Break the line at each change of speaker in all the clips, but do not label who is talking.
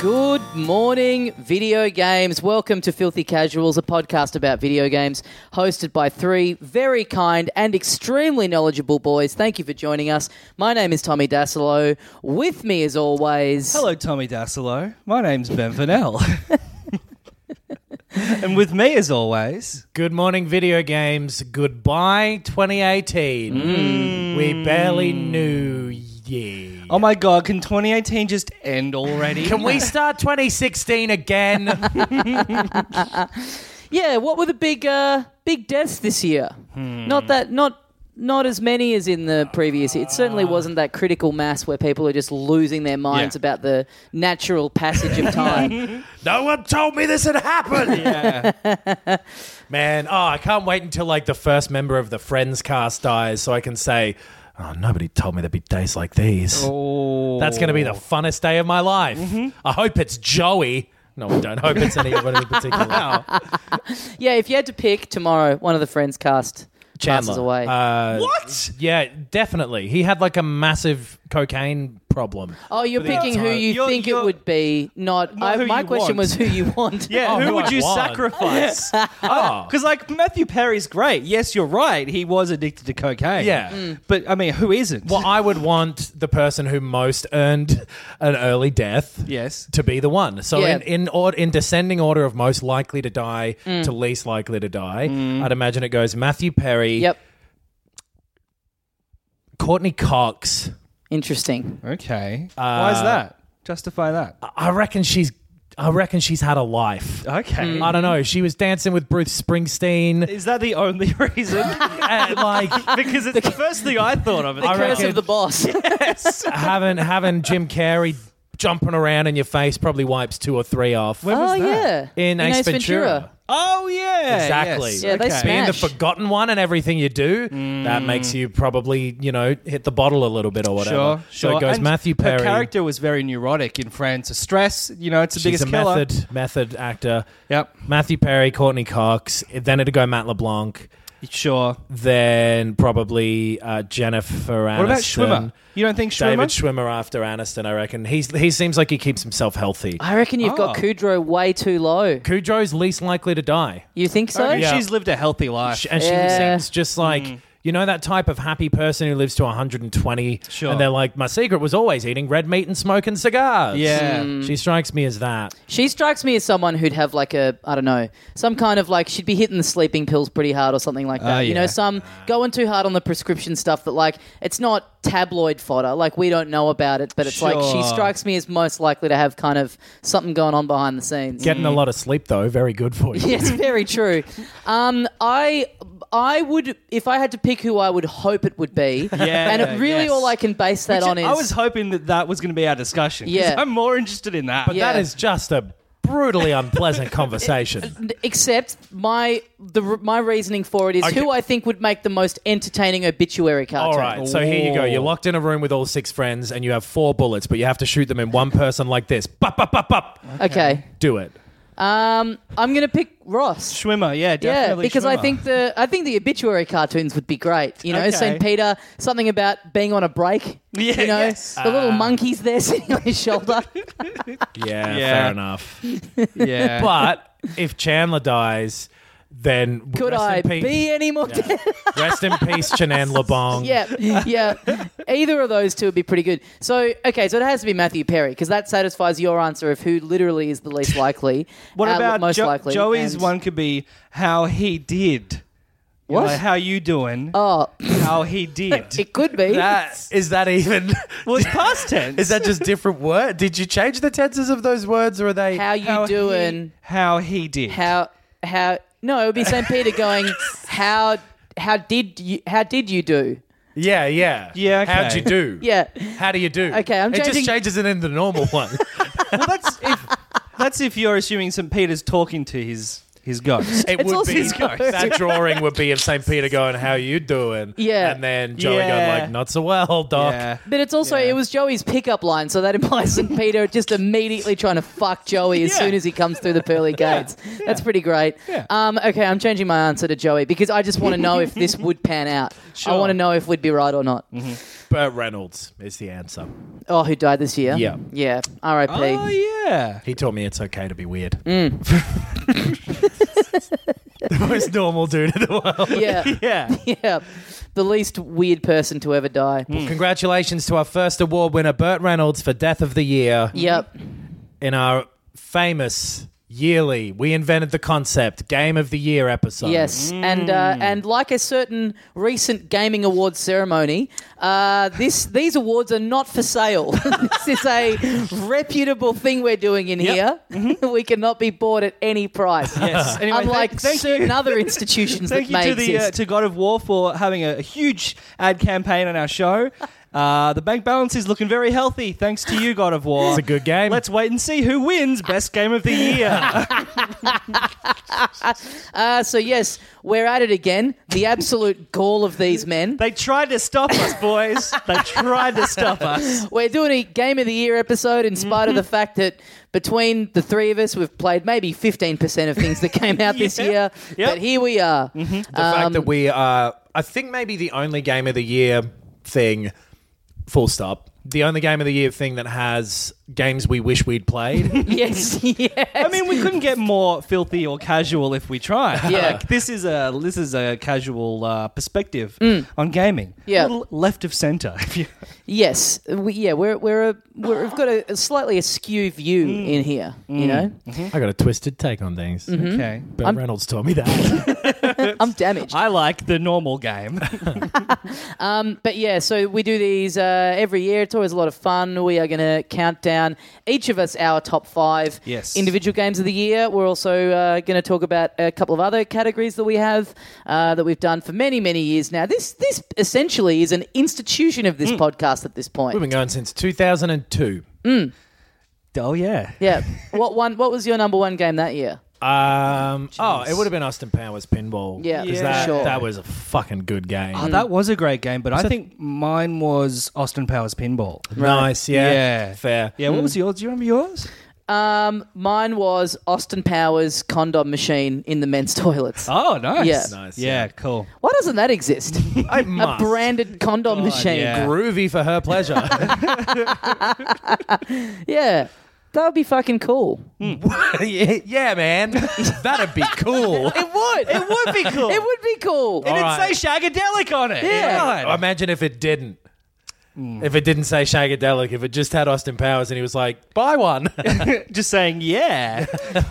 Good morning, video games. Welcome to Filthy Casuals, a podcast about video games hosted by three very kind and extremely knowledgeable boys. Thank you for joining us. My name is Tommy Dasilo. With me, as always,
Hello, Tommy Dasilo. My name's Ben Vanel. and with me, as always,
Good morning, video games. Goodbye, 2018. We barely knew ye.
Mm. oh my god, can 2018 just end already?
Can we start 2016 again?
Yeah, what were the big uh, big deaths this year? Not that not not as many as in the previous year. It certainly wasn't that critical mass where people are just losing their minds
Yeah.
about the natural passage of time.
no one told me this had happened.
Yeah.
Man, oh, I can't wait until like the first member of the Friends cast dies so I can say, oh, nobody told me there'd be days like these. That's going to be the funnest day of my life. I hope it's Joey. No, I don't hope it's anyone in particular.
yeah, if you had to pick tomorrow, one of the friends cast passes
Chandler.
away.
Uh,
What?
Yeah, definitely. He had like a massive cocaine problem.
oh, you're picking who
entire-
you
You're-
think it
you're-
would be, not. I,
Not who
my
you
question
want.
was who you want.
Yeah,
Oh,
who
who
would
I'd
you
want.
sacrifice?
Oh,
Because like Matthew Perry's great. Yes, you're right. He was addicted to cocaine.
Yeah. Mm.
but I mean, who isn't?
well, I would want the person who most earned an early death.
Yes.
To be the one, so
Yeah. Mm.
in in, or, in descending order of most likely to die to least likely to die, I'd imagine it goes Matthew Perry,
Yep.
Courtney Cox.
Interesting.
Okay. Why is that? Uh, Justify that.
I reckon she's, I reckon she's had a life.
Okay. Uh,
I don't know. She was dancing with Bruce Springsteen,
Is that the only reason?
and like
because it's the first thing I thought of.
I
Curse
reckon-
of the boss.
having having Jim Carrey jumping around in your face probably wipes two or three off.
oh yeah.
in, Ace, Ventura.
Oh yeah, Mm.
Exactly.
yes.
Yeah, they
Okay.
smash.
Being the forgotten one and everything you do, that makes you probably, you know, hit the bottle a little bit or whatever.
Sure,
so
sure.
it goes
And
Matthew Perry.
Her character was very neurotic in France. A stress, you know, it's the
She's
biggest
a
killer.
method method actor.
Yep.
Matthew Perry, Courtney Cox. Then it'd go Matt LeBlanc.
Sure.
Then probably uh, Jennifer Aniston.
What about Schwimmer? You don't think Schwimmer?
David Schwimmer after Aniston, I reckon. He's he seems like he keeps himself healthy.
I reckon you've got
Oh.
Kudrow way too low.
Kudrow's least likely to die.
You think so?
I mean,
Yeah.
She's lived a healthy life.
Sh- and she
Yeah.
seems just like
Mm-hmm.
you know that type of happy person who lives to 120
Sure.
and they're like my secret was always eating red meat and smoking cigars
Yeah. Mm.
she strikes me as that
She strikes me as someone who'd have like a I don't know some kind of like she'd be hitting the sleeping pills pretty hard or something like that.
Oh,
You know,
yeah.
some going too hard on the prescription stuff that like it's not tabloid fodder. Like we don't know about it, but it's like she
Sure.
strikes me as most likely to have kind of something going on behind the scenes.
getting a lot of sleep though very good for you
Yeah, it's very true. Um, I I would if I had to pick who I would hope it would be.
Yeah,
and it really
yes.
all I can base that
Which
on is
I was hoping that that was going to be our discussion. 'cause
Yeah.
I'm more interested in that.
but
Yeah.
that is just a brutally unpleasant conversation
Except my the my reasoning for it is
Okay.
who I think would make the most entertaining obituary cartoon.
all right so here you go you're locked in a room with all six friends and you have four bullets but you have to shoot them in one person like this bup, bup, bup, bup.
Okay.
do it
Um, I'm gonna pick Ross.
Schwimmer, yeah,
Yeah,
definitely.
because I
Schwimmer.
think the I think the obituary cartoons would be great. You know,
Okay.
St. Peter, something about being on a break.
Yeah,
you know,
yes. Ah.
the little monkeys there sitting on his shoulder.
yeah,
Yeah.
fair enough
yeah.
but if chandler dies then
Could
rest
I
in peace.
be any more? dead?
Rest in peace, Chenan Labong.
yeah, yeah. Either of those two would be pretty good. So, okay, so it has to be Matthew Perry because that satisfies your answer of who literally is the least likely.
what
uh,
about
most
Jo-
likely?
Joey's
and-
one could be how he did.
What?
Like, how you doing?
Oh,
How he did.
it could be.
that
Is that even?
well, it's past tense.
Is that just different word? Did you change the tenses of those words, or are they?
how you
How he-
doing?
how he did?
how how no, it would be St. Peter going, how how did you how did you do?
Yeah, yeah.
Yeah, okay.
How'd you do?
Yeah.
How do you do?
Okay, I'm
It
changing-
just changes it into the normal one.
Well, that's if that's if you're assuming St. Peter's talking to his his ghost.
It would
also
be
his ghost.
that drawing would be of St. Peter going, "How you doing?"
Yeah.
and then Joey
Yeah.
going like, "Not so well, Doc."
Yeah.
But it's also it was Joey's pickup line, so that implies St. Peter just immediately trying to fuck Joey as
Yeah.
soon as he comes through the pearly gates. That's pretty great. Um, okay, I'm changing my answer to Joey because I just want to know if this would pan out. I want to know if we'd be right or not.
Mm-hmm.
Burt Reynolds is the answer.
Oh, who died this year?
Yeah.
yeah. R.I.P.
Oh yeah.
He taught me it's okay to be weird.
Mm.
the most normal dude in the world.
yeah,
Yeah.
yeah. The least weird person to ever die.
Mm.
Congratulations to our first award winner, Burt Reynolds, for Death of the Year
Yep.
in our famous yearly We Invented the Concept Game of the Year episode.
Yes, and
Mm.
uh, and like a certain recent gaming awards ceremony, uh, this these awards are not for sale. this is a reputable thing we're doing in here. we cannot be bought at any price.
Mm-hmm. Yes. Anyway,
Unlike
thank- thank you-
certain other institutions
Thank
that
you
may
to the uh,
exist.
to God of War for having a, a huge ad campaign on our show. Uh, the bank balance is looking very healthy, thanks to you, God of War.
It's a good game.
Let's wait and see who wins best game of the year.
uh, so yes, we're at it again. The absolute gall of these men.
they tried to stop us, boys. They tried to stop us.
We're doing a game of the year episode in spite
Mm-hmm.
of the fact that between the three of us, we've played maybe 15% of things that came out this
Yeah.
year.
Yep.
But here we are.
The fact
um,
that we are, I think, maybe the only Game of the Year thing, full stop, the only Game of the Year thing that has games we wish we'd played.
Yes, yes.
I mean, we couldn't get more filthy or casual if we tried.
Yeah.
Like, this is a this is a casual uh, perspective on gaming.
Mm. Yeah.
A little left of center. If you,
yes. We, yeah, we're we're, a, we're we've got a, a slightly askew view in here. You know,
I got a twisted take on things.
Mm. Mm-hmm.
okay.
Burt Reynolds taught me that.
I'm damaged.
I like the normal game.
But yeah, so we do these uh, every year. It's always a lot of fun. We are going to count down each of us our top five
Yes.
individual games of the year. We're also uh, going to talk about a couple of other categories that we have uh, that we've done for many many years now. This this essentially is an institution of this podcast at this
We've
point.
been going since 2002.
oh yeah.
Yeah. what one? What was your number one game that year?
Um, oh, it would have been Austin Powers Pinball.
Yeah,
'Cause
for
that,
sure.
that was a fucking good game.
Oh, that was a great game, but I think mine was Austin Powers Pinball.
Nice, yeah,
Yeah.
fair.
Yeah,
Mm.
what was yours? Do you remember yours?
Um, mine was Austin Powers condom machine in the men's toilets.
Oh, nice.
Yeah.
Nice,
Yeah,
yeah.
cool.
Why doesn't that exist?
I
a
must.
branded condom machine.
yeah.
groovy for her pleasure.
Yeah. That would be fucking cool.
yeah, man, that'd be cool.
It would. It would
be cool.
It would be cool.
It
All
didn't
right.
say Shagadelic on it.
Yeah.
God.
I imagine if it didn't. If it didn't say Shagadelic, if it just had Austin Powers and he was like, buy one.
Just saying, yeah.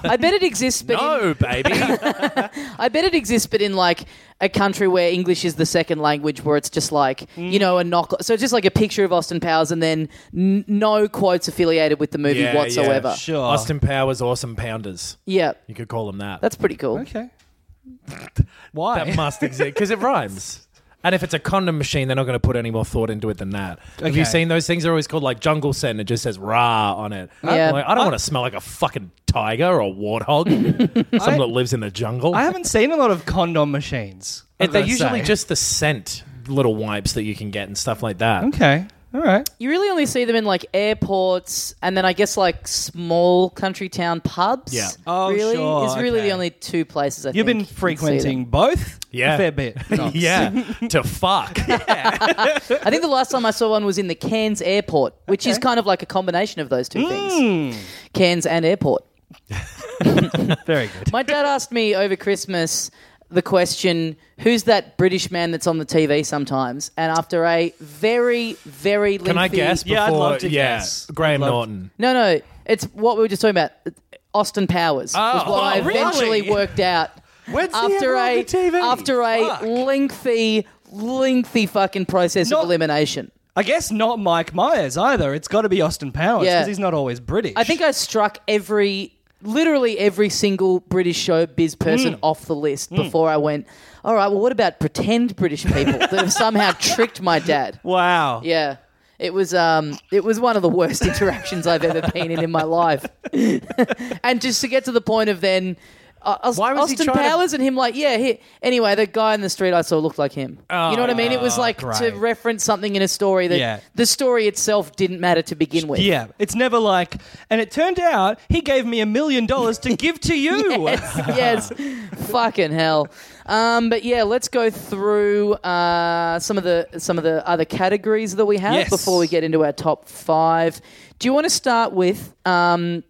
I bet it exists, but in,
no, baby.
I bet it exists, but in like a country where English is the second language, where it's just like you know a knock. So it's just like a picture of Austin Powers, and then n- no quotes affiliated with the movie
Yeah, yeah,
whatsoever. Yeah,
sure.
Austin Powers, awesome pounders. You could call them that.
that's pretty cool.
Okay. Why?
That must exist because it rhymes. And if it's a condom machine, they're not going to put any more thought into it than that. Have
Okay.
you seen those things? They're always called like jungle scent. It just says "ra" on it.
Yeah.
Like, I don't want to smell like a fucking tiger or a warthog. Something
I-
that lives in the jungle.
I haven't seen a lot of condom machines. I've
And they're
gotta
usually
say.
just the scent little wipes that you can get and stuff like that.
Okay. All right.
You really only see them in like airports, and then I guess like small country town pubs.
Yeah.
Oh,
really,
sure,
is really
okay.
the only two places I think
You've been
you can see them.
frequenting both
Yeah.
a fair bit.
Yeah, to fuck.
I think the last time I saw one was in the Cairns airport, which is kind of like a combination of those two
Hmm.
things Cairns and airport.
Very good.
My dad asked me over Christmas the question who's that British man that's on the TV sometimes? And after a very, very lengthy.
Can I guess?
Yeah, I'd
before-
love to
yeah,
guess.
Graham
I'd love-
Norton.
No, no. It's what we were just talking about. Austin Powers was
Oh,
what I
oh, really?
eventually worked out
When's
after a after a lengthy, lengthy fucking process
Not-
of elimination.
I guess not Mike Myers either. It's got to be Austin Powers because
Yeah.
he's not always British.
I think I struck every literally every single British showbiz person off the list before I went, all right, well, what about pretend British people that have somehow tricked my dad?
Wow.
Yeah. It was um, it was one of the worst interactions I've ever been in in my life, and just to get to the point of then, uh, Aus-
Why was he
Austin
trying to-
Powers and him like yeah he, anyway the guy in the street I saw looked like him you know what I mean it was like to
Ah, great.
reference something in a story that
Yeah.
the story itself didn't matter to begin with
Yeah, it's never like, and it turned out he gave me a million dollars to give to you.
yes, yes. fucking hell. Um, but yeah, let's go through uh, some of the some of the other categories that we have
Yes.
before we get into our top five. Do you want to start with? Um,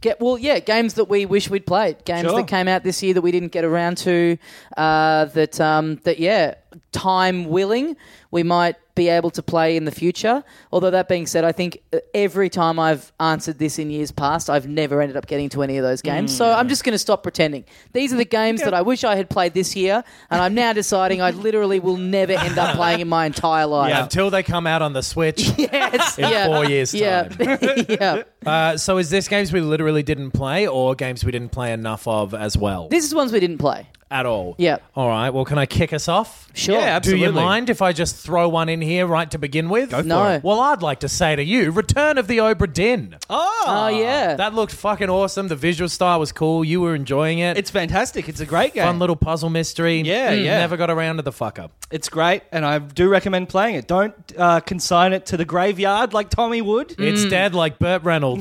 Get, well, yeah, games that we wish we'd played, games
Sure.
that came out this year that we didn't get around to. Uh, that um, that yeah, time willing, we might be able to play in the future. Although that being said, I think uh, every time I've answered this in years past, I've never ended up getting to any of those games. So
Mm.
I'm just going to stop pretending. These are the games that I wish I had played this year, and I'm now deciding I literally will never end up playing in my entire life.
Yeah.
Until they come out on the Switch.
Yes,
In
yeah.
four years'
yeah, yeah.
Uh, so is this games we literally didn't play or games we didn't play enough of as well?
This is ones we didn't play.
at all?
Yeah.
All right. Well, can I kick us off?
Sure.
Yeah,
Do you
Absolutely.
mind if I just throw one in here right to begin with?
Go for
No. it.
Well, I'd like to say to you, Return of the Obra Dinn.
Oh,
Oh yeah.
Ah, That looked fucking awesome. The visual style was cool. You were enjoying it.
it's fantastic. It's a great game.
fun little puzzle mystery. Mm.
Yeah, yeah.
Never got around to the fuck up.
It's great, and I do recommend playing it. Don't uh, consign it to the graveyard like Tommy would.
Mm.
It's dead like Burt Reynolds.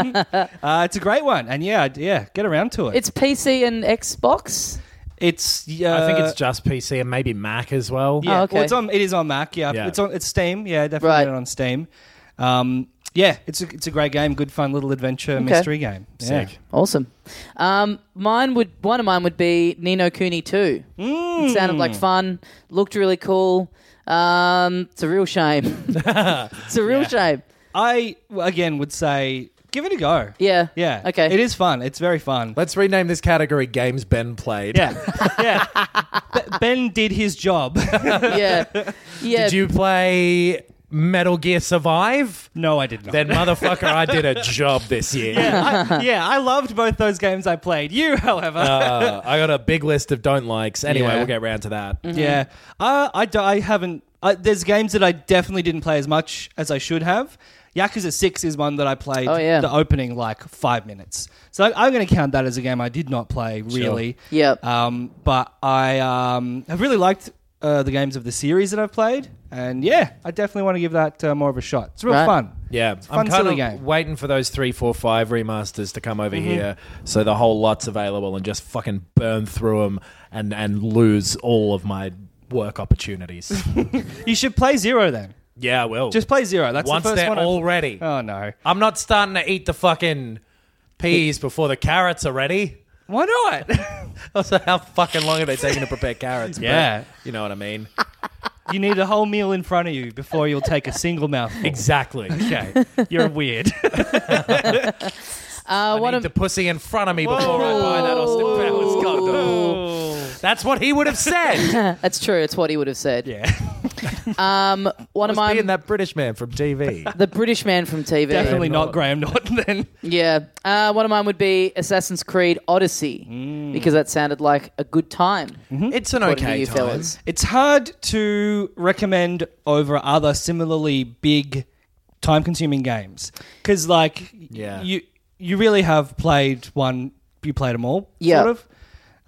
Uh, it's a great one, and yeah, I'd- yeah, get around to it.
It's PC and Xbox.
It's uh,
I think it's just PC and maybe Mac as well.
yeah.
Oh, okay.
Well, it's on. It is on Mac. Yeah,
Yeah.
it's on. It's Steam. Yeah, definitely
Right.
on Steam. Um, yeah, it's a, it's a great game. Good fun little adventure mystery game. Yeah.
Sick.
Awesome. Um, mine would one of mine would be Nino Cooney two.
Hmm.
It sounded like fun. Looked really cool. Um, it's a real shame. it's a real shame.
I again would say give it a go.
Yeah.
Yeah.
Okay.
It is fun. It's very fun.
Let's rename this category Games Ben Played.
Yeah. yeah. Be- ben did his job.
Yeah. Yeah.
Did you play Metal Gear Survive?
no, I did not.
Then motherfucker, I did a job this year.
yeah, I, yeah, I loved both those games I played. You, however.
Uh, I got a big list of don't likes. Anyway,
Yeah.
we'll get round to that.
Yeah, uh, I, d- I haven't. I, there's games that I definitely didn't play as much as I should have. Yakuza Six is one that I played
Oh, yeah.
the opening like five minutes, so I, I'm going to count that as a game I did not play really.
Yep.
Um, but I um, have really liked uh, the games of the series that I've played, and yeah, I definitely want to give that uh, more of a shot. It's real
Right.
fun.
Yeah,
it's a fun silly game. Mm-hmm.
waiting for those three, four, five remasters to come over here, so the whole lot's available, and just fucking burn through them and and lose all of my work opportunities.
You should play Zero then.
yeah, I will.
Just play Zero. That's
once
the 1st
they're
one. I've-
all ready.
Oh no!
I'm not starting to eat the fucking peas before the carrots are ready.
Why not?
Also, how fucking long are they taking to prepare carrots?
Yeah.
but you know what I mean.
you need a whole meal in front of you before you'll take a single mouthful.
Exactly.
Okay, you're weird.
uh,
I
one
need
of
the pussy in front of me before I buy that Austin Powers condom. That's what he would have said.
that's true. It's what he would have said.
Yeah.
Um, one of mine.
Being that British man from TV.
the British man from TV.
Definitely not Graham Norton then.
Yeah. Uh, one of mine would be Assassin's Creed Odyssey
Hmm.
because that sounded like a good time.
It's an
According to
okay
you
time.
fellas.
It's hard to recommend over other similarly big time consuming games cuz like
Yeah.
you you really have played one you played them all
Yeah.
sort of.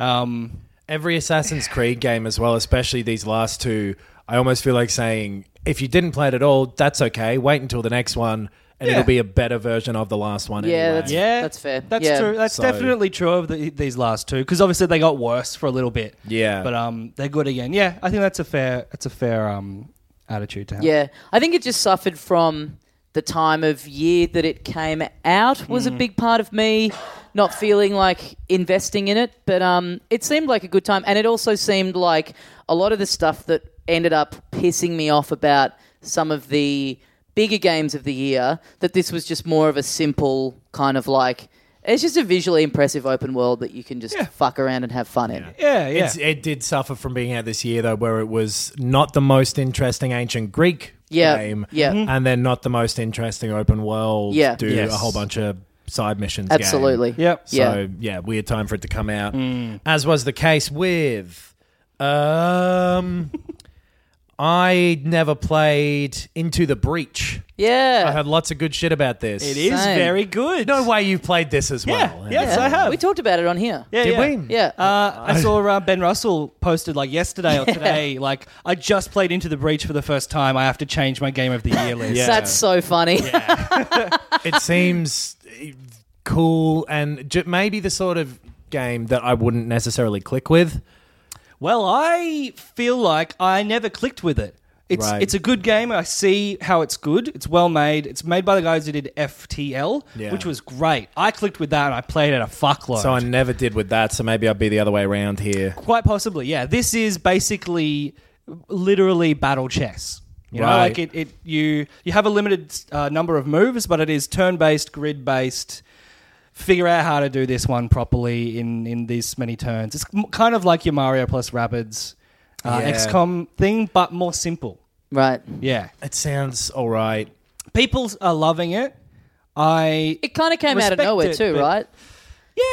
Um
Every Assassin's Creed game as well, especially these last two, I almost feel like saying, if you didn't play it at all, that's okay. Wait until the next one and
Yeah.
it'll be a better version of the last one
Yeah,
anyway.
that's-
yeah.
fair.
That's
Yeah.
true. That's
So-
definitely true of the, these last two cuz obviously they got worse for a little bit.
Yeah.
But um they're good again. Yeah, I think that's a fair that's a fair um attitude to have.
Yeah, I think it just suffered from the time of year that it came out was
Mm.
a big part of me not feeling like investing in it, but um, it seemed like a good time, and it also seemed like a lot of the stuff that ended up pissing me off about some of the bigger games of the year that this was just more of a simple kind of like it's just a visually impressive open world that you can just fuck around and have fun in.
Yeah, yeah.
It's, it did suffer from being out this year, though, where it was not the most interesting ancient Greek
Yeah,
game,
yeah. Mhm.
and then not the most interesting open world.
Yeah.
do
Mm-hmm. Yes.
a whole bunch of side missions. game.
Absolutely.
Yep.
So
Yeah.
yeah. weird time for it to come out.
Mm.
As was the case with um I never played Into the Breach.
Yeah.
I heard lots of good shit about this.
It is
Same.
very good.
No way you played this as
Yeah.
well.
yes, I have.
We talked about it on here.
yeah,
Did
yeah.
we?
Yeah.
Uh, I saw uh, Ben Russell posted like yesterday or today, like, I just played Into the Breach for the first time. I have to change my game of the year list.
Yeah.
That's so funny.
it seems eh, cool and j- maybe the sort of game that I wouldn't necessarily click with.
Well, I feel like I never clicked with it. It's
Right.
it's a good game. I see how it's good. It's well made. It's made by the guys who did FTL,
Yeah.
which was great. I clicked with that and I played it a fuckload.
So I never did with that. So maybe I'd be the other way around here.
Quite possibly, yeah. This is basically literally battle chess. You know,
Right.
like it, it you you have a limited uh, number of moves, but it is turn based, grid based. Figure out how to do this one properly in in these many turns. It's m- kind of like your Mario plus Rabbids uh,
Yeah.
XCOM thing, but more simple.
Right.
Yeah,
It sounds all right.
people are loving it. I
It kind of came out of
Respect
nowhere
it,
too,
but-
right?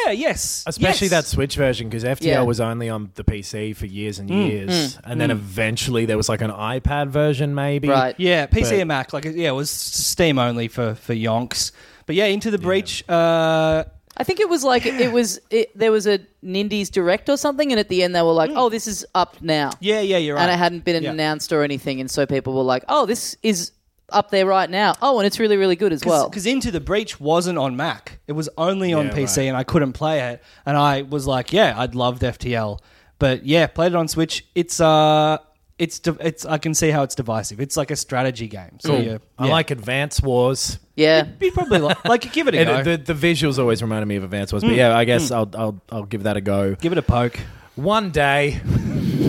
yeah yes,
Especially
yes.
that Switch version because FTL
Yeah.
was only on the PC for years and
Mm.
years, and then eventually there was like an iPad version, maybe.
Right.
Yeah, PC
But-
and Mac. Like, yeah, it was Steam only for for yonks. But yeah, Into the Breach. Uh,
I think it was like it was it, there was a Nindies direct or something, and at the end they were like, "Oh, this is up now,"
Mm. yeah, yeah, you're right.
and it hadn't been
Yeah.
announced or anything, and so people were like, "Oh, this is up there right now." Oh, and it's really really good as well.
because Into the Breach wasn't on Mac. It was only on
Yeah,
PC,
right.
and I couldn't play it. And I was like, yeah, I'd loved FTL, but yeah, played it on Switch. It's uh, it's de- it's I can see how it's divisive. It's like a strategy game. So yeah,
I
yeah.
like Advance Wars.
Yeah,
You probably like, like give it a
And
go. Mm.
the, the visuals always reminded me of Advance Wars, but yeah, I guess I'll, I'll I'll give that a go
give it a poke.
one day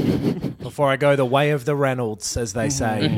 before I go the way of the Reynolds, as
Mm-hmm.
they say.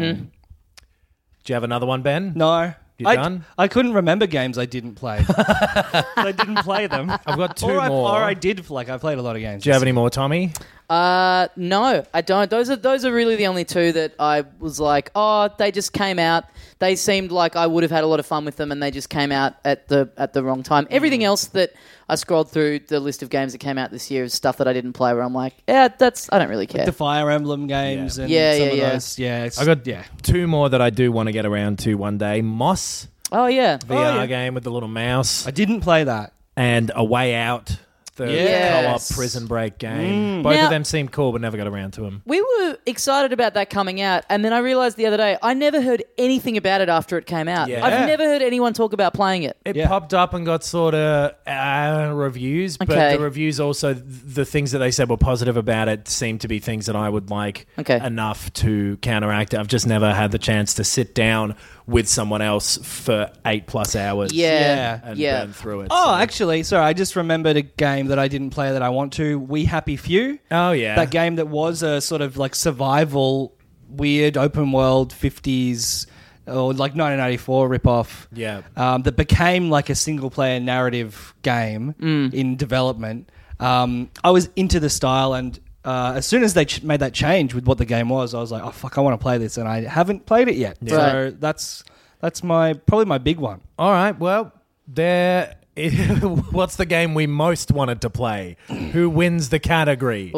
Do you have another one, Ben?
No.
You
I,
done?
I couldn't remember games I didn't play. I didn't play them.
I've got two
or I,
more.
Or I did like I played a lot of games.
Do you have any more, Tommy?
uh, no, I don't. Those are those are really the only two that I was like, "Oh, they just came out." They seemed like I would have had a lot of fun with them, and they just came out at the at the wrong time. Everything else that I scrolled through the list of games that came out this year is stuff that I didn't play, where I'm like, "Yeah, that's I don't really care."
the Fire Emblem games and
Yeah,
some
yeah,
of
yeah.
those. Yeah, it's,
I got
yeah.
two more that I do want to get around to one day. Moss
oh yeah,
VR
yeah.
game with the little mouse
I didn't play that.
and A Way Out, the
Yes. Mm.
co-op prison break game. Both
Now-
of them seem cool, but never got around to them.
We were excited about that coming out, and then I realized the other day I never heard anything about it after it came out.
Yeah.
I've never heard anyone talk about playing it.
It
Yeah.
popped up and got sort of uh, reviews, but
Okay.
the reviews also the things that they said were positive about it seemed to be things that I would like
Okay.
enough to counteract it. I've just never had the chance to sit down with someone else for eight plus hours,
Yeah, yeah.
and burn through it.
Oh,
so-
actually, sorry, I just remembered a game that I didn't play that I want to. We Happy Few.
Oh, yeah.
That game that was a sort of like survival, weird open world 50s or like 1994 ripoff.
Yeah.
Um, that became like a single player narrative game
Mm.
in development. Um, I was into the style and. Uh, as soon as they ch- made that change with what the game was, I was like, "Oh fuck, I want to play this," and I haven't played it yet. So
Right.
that's that's my probably my big one.
All right. Well, there. What's the game we most wanted to play? Who wins the category?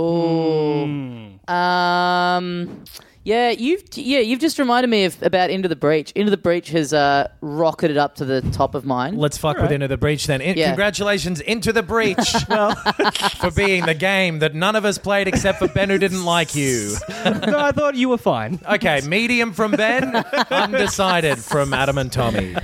Um, yeah, you've yeah you've just reminded me of about Into the Breach. Into the Breach has uh, rocketed up to the top of mine.
Let's fuck with Into the Breach then. In-
Yeah.
Congratulations, Into the Breach, for being the game that none of us played except for Ben, who didn't like you.
no, I thought you were fine.
Okay, medium from Ben, undecided from Adam and Tommy.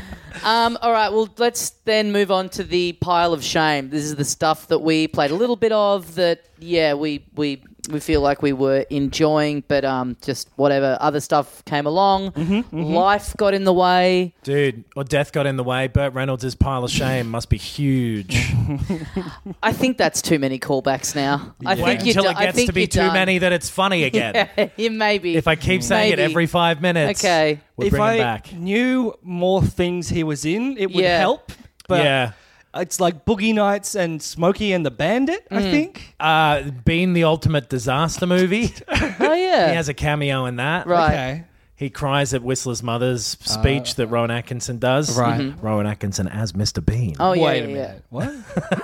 Um, all right, well, let's then move on to the pile of shame. This is the stuff that we played a little bit of that, yeah, we we we feel like we were enjoying, but um, just whatever other stuff came along,
Mm-hmm,
life got in the way.
Dude, or death got in the way. Burt Reynolds' pile of shame must be huge.
I think that's too many callbacks now. I
Wait
think you're
until
do-
it
I
gets
think
to be
you're
too
done.
many that it's funny again.
Yeah, maybe.
If I keep saying it
Maybe.
every five minutes,
Okay.
we'll
if
bring
I
him back.
knew more things he was in, it would
Yeah.
help. But
yeah.
it's like Boogie Nights and Smokey and the Bandit.
Mm.
I think.
Uh, being the ultimate disaster movie.
oh yeah,
He has a cameo in that.
right.
Okay.
He cries at Whistler's mother's speech that Rowan Atkinson does. Mm-hmm.
Right. Mhm.
Rowan Atkinson as Mr. Bean.
Mm-hmm. Oh yeah,
Wait
yeah,
a
yeah.
minute. What?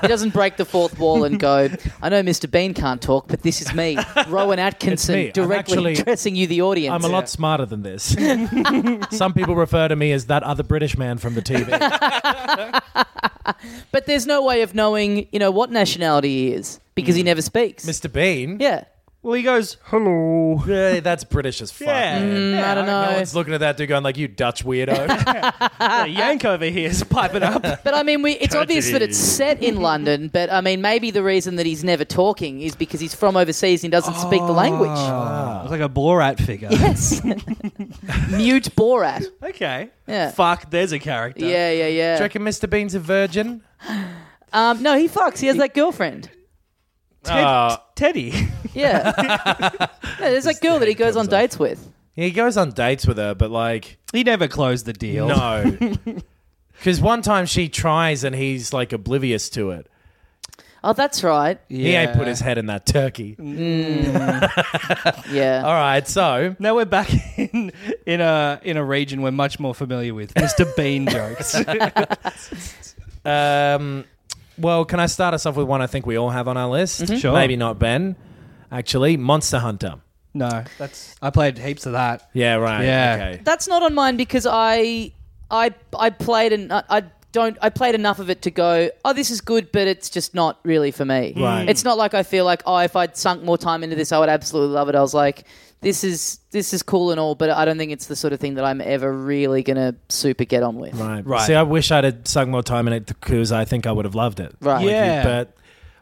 He doesn't break the fourth wall and go, I know Mr. Bean can't talk, but this is me, Rowan Atkinson,
me. I'm
directly
actually-
addressing you, the audience.
I'm a lot smarter than this. Some people refer to me as that other British man from the TV.
But there's no way of knowing, you know, what nationality he is because he never speaks.
Mr. Bean.
Yeah.
Well, he goes, "Ah, hello.
Yeah, that's British as fuck.
Yeah.
man.
Mm, I don't
No
know.
one's looking at that dude going like, "You Dutch weirdo."
Ah,
The Yank over here is piping up.
But I mean, we, it's obvious that it's set in London, but I mean, maybe the reason that he's never talking is because he's from overseas and doesn't speak the language.
It's like a Borat figure.
Yes. Mute Borat.
Okay.
Yeah.
Fuck, there's a character.
Yeah, yeah, yeah.
Do you reckon Mr. Bean's a virgin?
Um, no, he fucks. He has that girlfriend.
Ted-
Uh,
Teddy.
Yeah. No, there's that girl that he goes on dates with.
He goes on dates with her, but like,
he never closed the deal.
no. Because one time she tries and he's like oblivious to it.
Oh, that's right.
He
Yeah.
ain't put his head in that turkey.
Mm. Yeah.
All right, so
Now we're back in in a in a region we're much more familiar with. Mr. Bean jokes.
Um, well, can I start us off with one I think we all have on our list?
Mm-hmm. Sure.
Maybe not Ben, actually. Monster Hunter.
no, that's I played heaps of that.
Yeah, right.
Yeah.
Okay.
That's not on mine because I I I played and I, I don't I played enough of it to go, oh this is good, but it's just not really for me.
Mm. Right.
It's not like I feel like, oh, if I'd sunk more time into this I would absolutely love it. I was like, this is this is cool and all, but I don't think it's the sort of thing that I'm ever really gonna super get on with.
Right.
Right.
See, I wish I'd had sunk more time in it because I think I would have loved it.
Right.
Like you,
Yeah.
But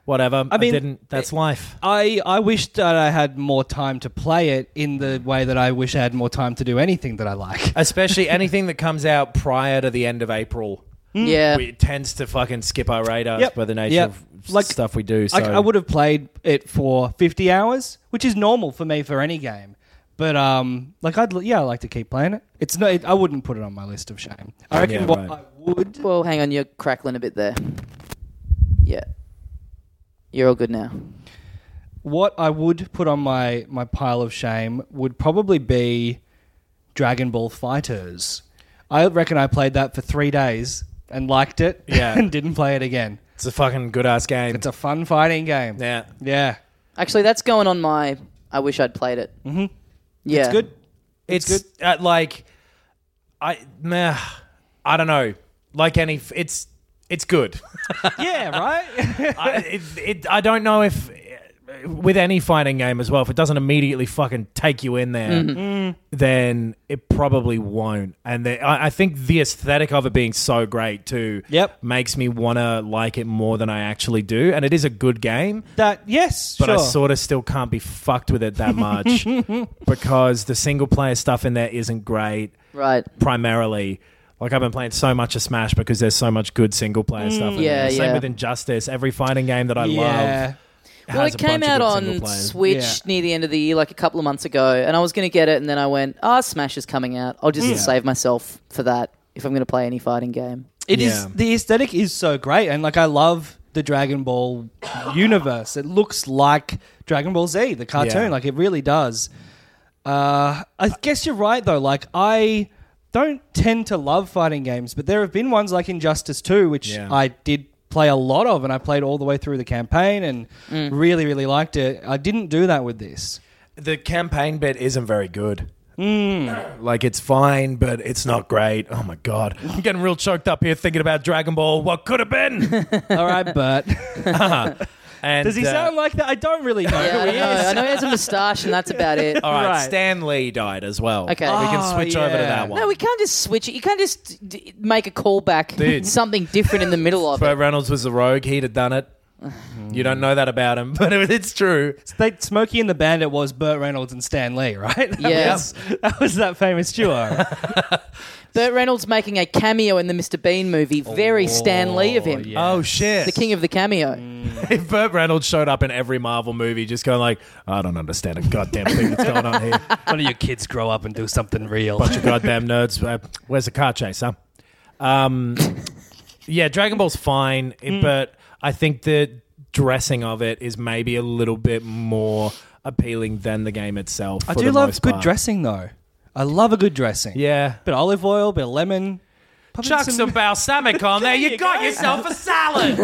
whatever. I,
mean,
didn't. That's life.
I, I wished that I had more time to play it in the way that I wish I had more time to do anything that I like.
Especially anything that comes out prior to the end of April.
Yeah.
We- It tends to fucking skip our radars
Yep.
by the nature
Yep.
of
Like-
stuff we do. So
Like I would have played it for 50 hours, which is normal for me for any game. But um, like I'd l- yeah, I like to keep playing it. It's no, it, I wouldn't put it on my list of shame. I reckon
Yeah,
what
right.
I would.
Well hang on, you're crackling a bit there. Yeah. You're all good now.
what I would put on my my pile of shame would probably be Dragon Ball Fighters. I reckon I played that for three days and liked it,
Yeah.
and didn't play it again.
It's a fucking good ass game.
It's a fun fighting game.
yeah.
yeah,
Actually that's going on my I wish I'd played it. Mm-hmm. Yeah.
it's good.
it's Uh, like I meh, I don't know. Like any, f- it's it's good.
Yeah, right.
I, it, it, I don't know if with any fighting game as well, if it doesn't immediately fucking take you in there,
Mm-hmm.
then it probably won't. And the, I, I think the aesthetic of it being so great too,
Yep.
makes me wanna like it more than I actually do. And it is a good game
that yes,
but
sure.
I sort of still can't be fucked with it that much because the single player stuff in there isn't great.
Right.
Primarily, like I've been playing so much of Smash because there's so much good single player stuff. In
Mm, yeah,
there. same
yeah.
with Injustice. Every fighting game that I
yeah.
love.
Well,
has
it
a
came
bunch of
out
good
on
single players.
Switch
Yeah.
near the end of the year, like a couple of months ago, and I was going to get it, and then I went, "Ah, Smash is coming out. I'll just save myself for that if I'm going to play any fighting game."
It is
Yeah.
the aesthetic is so great, and like I love the Dragon Ball universe. It looks like Dragon Ball Z, the cartoon.
Yeah.
Like it really does. Uh, I guess you're right though. Like I don't tend to love fighting games, but there have been ones like Injustice Two, which
Yeah.
I did play a lot of, and I played all the way through the campaign and really, really liked it. I didn't do that with this.
The campaign bit isn't very good.
Mm.
Like it's fine, but it's not great. Oh my god, I'm getting real choked up here thinking about Dragon Ball. What could have been?
All right, Bert.
And,
Does he
uh,
sound like that? I don't really
Yeah,
know.
I,
who
don't
he
know.
is.
I know he has a moustache, and that's about it.
All right,
Right.
Stan Lee died as well.
Okay.
we can
Oh,
switch over to
yeah.
that one.
No, we can't just switch it. You can't just d- make a callback,
Dude.
something different in the middle of it.
Burt Reynolds was a rogue. He'd have done it. You don't know that about him, but it- it's true.
They, Smokey and the Bandit was Burt Reynolds and Stan Lee, right? That
Yeah.
was, that was that famous duo.
Burt Reynolds making a cameo in the Mr. Bean movie, very Stan Lee of him,
Oh shit!
the king of the cameo.
Mm. If Burt Reynolds showed up in every Marvel movie, just going like, "I don't understand a goddamn thing that's going on here."
One of your kids grow up and do something real.
Bunch of goddamn nerds. Uh, where's the car chase, huh? Um, yeah, Dragon Ball's fine, it- but I think the dressing of it is maybe a little bit more appealing than the game itself.
I
for
do
the
love
most
good
part.
dressing though. I love a good dressing.
Yeah.
Bit of olive oil, bit of lemon. pop in
Chuck some, balsamic on there. You,
you
got
go.
yourself a salad.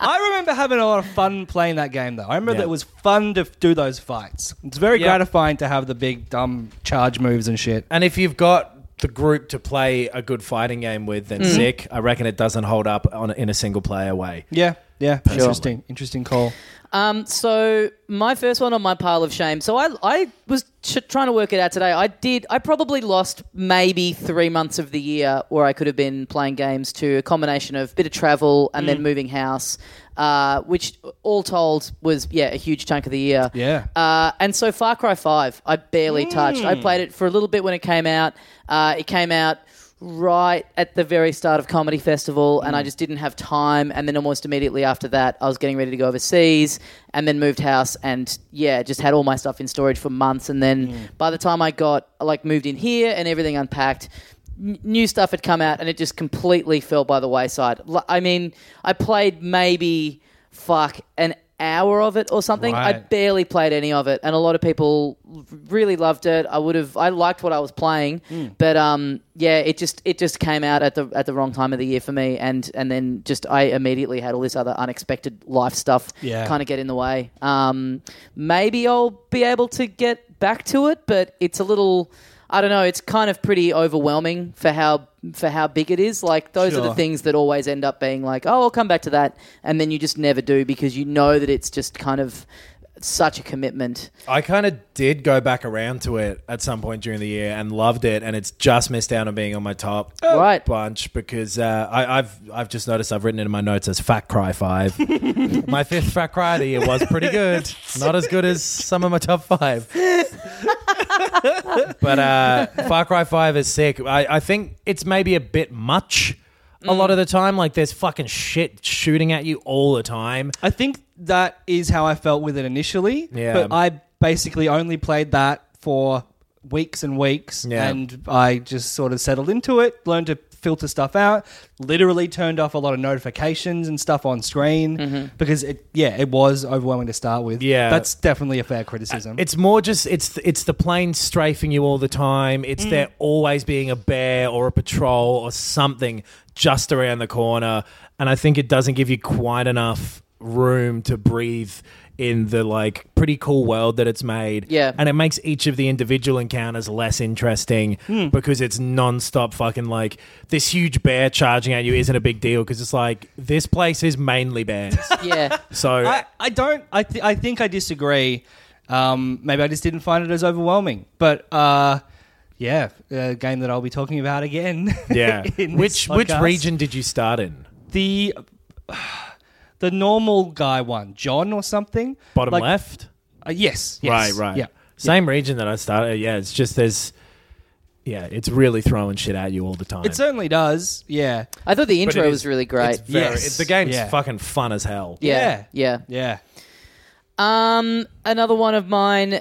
I remember having a lot of fun playing that game, though. I remember
Yeah.
that it was fun to f- do those fights. It's very
Yeah.
gratifying to have the big dumb charge moves and shit.
and if you've got the group to play a good fighting game with, then sick. I reckon it doesn't hold up on in a single player way.
Yeah, yeah. Interesting, interesting call.
Um, so my first one on my pile of shame. So I, I was ch- trying to work it out today. I did. I probably lost maybe three months of the year where I could have been playing games to a combination of bit of travel and then moving house, uh, which all told was yeah a huge chunk of the year.
Yeah.
Uh, and so Far Cry Five, I barely touched. I played it for a little bit when it came out. Uh, it came out right at the very start of comedy festival and i just didn't have time and then almost immediately after that i was getting ready to go overseas and then moved house and yeah just had all my stuff in storage for months and then by the time i got like moved in here and everything unpacked n- new stuff had come out and it just completely fell by the wayside L- i mean i played maybe fuck an hour of it or something i
Right.
barely played any of it, and a lot of people really loved it. I would have, I liked what I was playing, but um, yeah, it just it just came out at the at the wrong time of the year for me, and and then just I immediately had all this other unexpected life stuff
Yeah.
kind of get in the way. Um, maybe I'll be able to get back to it, but it's a little. I don't know. It's kind of pretty overwhelming for how for how big it is. Like those are the
Sure.
things that always end up being like, oh, I'll come back to that, and then you just never do because you know that it's just kind of such a commitment.
I kind of did go back around to it at some point during the year and loved it, and it's just missed out on being on my top
Right.
bunch because uh, I, I've I've just noticed I've written it in my notes as Fat Cry Five. my fifth Fat Cry of the year was pretty good, not as good as some of my top five, but uh, Far Cry Five is sick. I, I think it's maybe a bit much. A lot of the time, like there's fucking shit shooting at you all the time.
I think that is how I felt with it initially.
Yeah.
But I basically only played that for weeks and weeks,
Yeah.
and I just sort of settled into it, learned to filter stuff out, literally turned off a lot of notifications and stuff on screen because it, yeah, it was overwhelming to start with.
Yeah. Uh,
That's definitely a fair criticism.
It's more just it's it's the plane strafing you all the time.
Mm.
It's there always being a bear or a patrol or something just around the corner, and I think it doesn't give you quite enough room to breathe in the like pretty cool world that it's made.
Yeah.
and it makes each of the individual encounters less interesting
Hmm.
because it's non-stop fucking like this huge bear charging at you isn't a big deal because it's like this place is mainly bears.
Yeah.
so
I, I don't. I, th- I think I disagree. Um, maybe I just didn't find it as overwhelming. But uh, yeah, a game that I'll be talking about again.
yeah,
in
which
this
which
podcast.
region did you start in?
The the normal guy one, John or something.
Bottom
Like-
left?
Uh, yes,
Right,
yes.
right.
Yeah.
Same region that I started. Yeah, it's just there's. Yeah, it's really throwing shit at you all the time.
It certainly does. Yeah.
I thought the
But it
intro
is-
was really great.
It's very,
Yes.
it- the game's
Yeah.
fucking fun as hell.
yeah. Yeah.
Yeah.
Um, another one of mine, uh,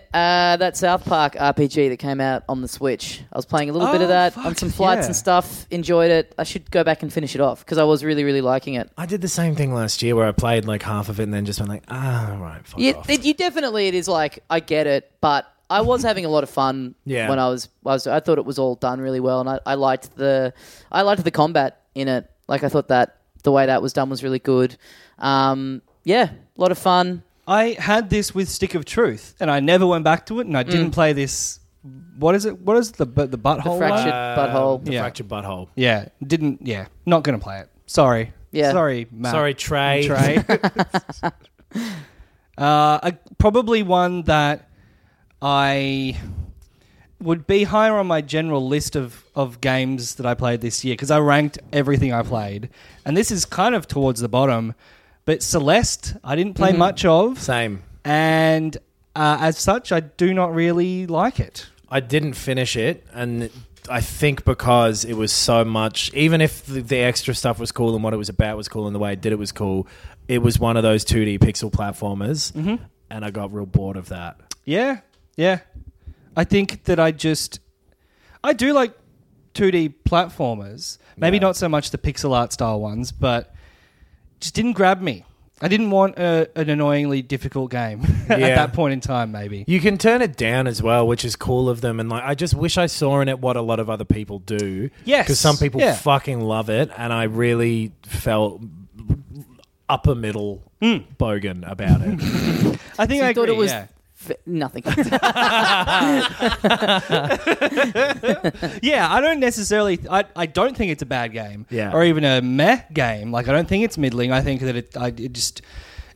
that South Park RPG that came out on the Switch. I was playing a little bit
Oh,
of that
fuck,
on some flights
yeah.
and stuff. Enjoyed it. I should go back and finish it off because I was really, really liking it.
I did the same thing last year where I played like half of it and then just went like, ah, all right, fuck
Yeah,
off.
it, you definitely. It is like I get it, but I was having a lot of fun.
Yeah.
when I was, I was, I thought it was all done really well, and I, I liked the, I liked the combat in it. Like I thought that the way that was done was really good. Um, yeah, a lot of fun.
I had this with Stick of Truth, and I never went back to it, and I didn't play this. What is it? What is the bu- the butthole?
fractured
one?
butthole.
the
Oh, Yeah.
fractured butthole.
Yeah. Didn't. Yeah. Not gonna play it. Sorry.
Yeah.
Sorry, Matt.
Sorry, Trey.
Trey. uh, I- probably one that I would be higher on my general list of, of games that I played this year because I ranked everything I played. And this is kind of towards the bottom. But Celeste, I didn't play much of.
Same.
And uh, as such, I do not really like it.
I didn't finish it, and I think because it was so much. Even if the, the extra stuff was cool and what it was about was cool and the way it did it was cool, it was one of those two D pixel platformers,
Mm-hmm.
and I got real bored of that.
Yeah, yeah. I think that I just I do like 2D platformers. Maybe not so much the pixel art style ones, but just didn't grab me. I didn't want a, an annoyingly difficult game at
Yeah.
that point in time. Maybe
You can turn it down as well, which is cool of them. And like, I just wish I saw in it what a lot of other people do.
Yes.
because some people
Yeah.
fucking love it, and I really felt upper middle
Mm.
bogan about it.
I think
So you
I
thought
agree,
it was
yeah.
f- nothing.
Yeah, I don't necessarily. I, I don't think it's a bad game.
Yeah.
Or even a meh game. Like I don't think it's middling. I think that it. I it just.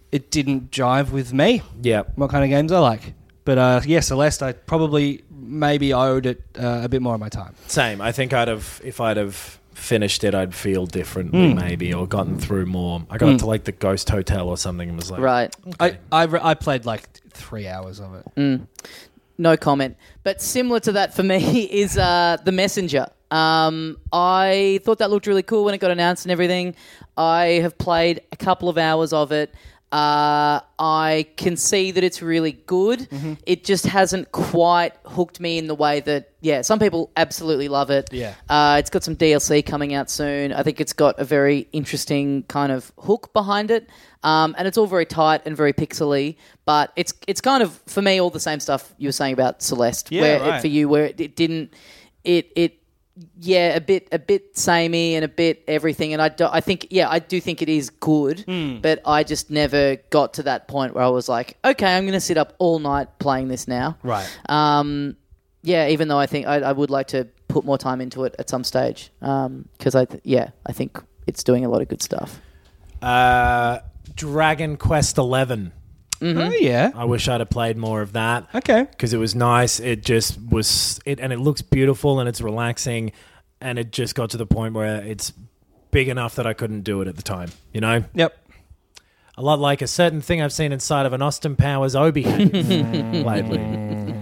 It didn't jive with me.
Yeah.
What kind of games I like. But uh, yeah, Celeste. I probably maybe owed it uh, a bit more of my time.
Same. I think I'd have if I'd have finished it, I'd feel
Mm.
differently, maybe, or gotten through more. I got up to like the Ghost Hotel or something, and was like,
right.
I I, re- I played like three hours of it.
no comment. But similar to that for me is uh, the messenger. Um, I thought that looked really cool when it got announced and everything. I have played a couple of hours of it. Uh, I can see that it's really good. It just hasn't quite hooked me in the way that yeah, some people absolutely love it.
Yeah.
Uh, it's got some DLC coming out soon. I think it's got a very interesting kind of hook behind it, um, and it's all very tight and very pixely. But it's it's kind of for me all the same stuff you were saying about Celeste,
Yeah,
where
right.
it, for you where it, it didn't it it yeah a bit a bit samey and a bit everything. And I do, I think yeah I do think it is good,
Hmm.
but I just never got to that point where I was like, okay, I'm going to sit up all night playing this now.
Right.
Um, yeah, even though I think I, I would like to put more time into it at some stage, because I th- yeah I think it's doing a lot of good stuff.
uh, Dragon Quest Eleven. Mm-hmm.
Oh yeah.
I wish I'd have played more of that.
Okay.
because it was nice. It just was it, and it looks beautiful and it's relaxing, and it just got to the point where it's big enough that I couldn't do it at the time. You know,
Yep.
a lot like a certain thing I've seen inside of an Austin Powers Obi lately.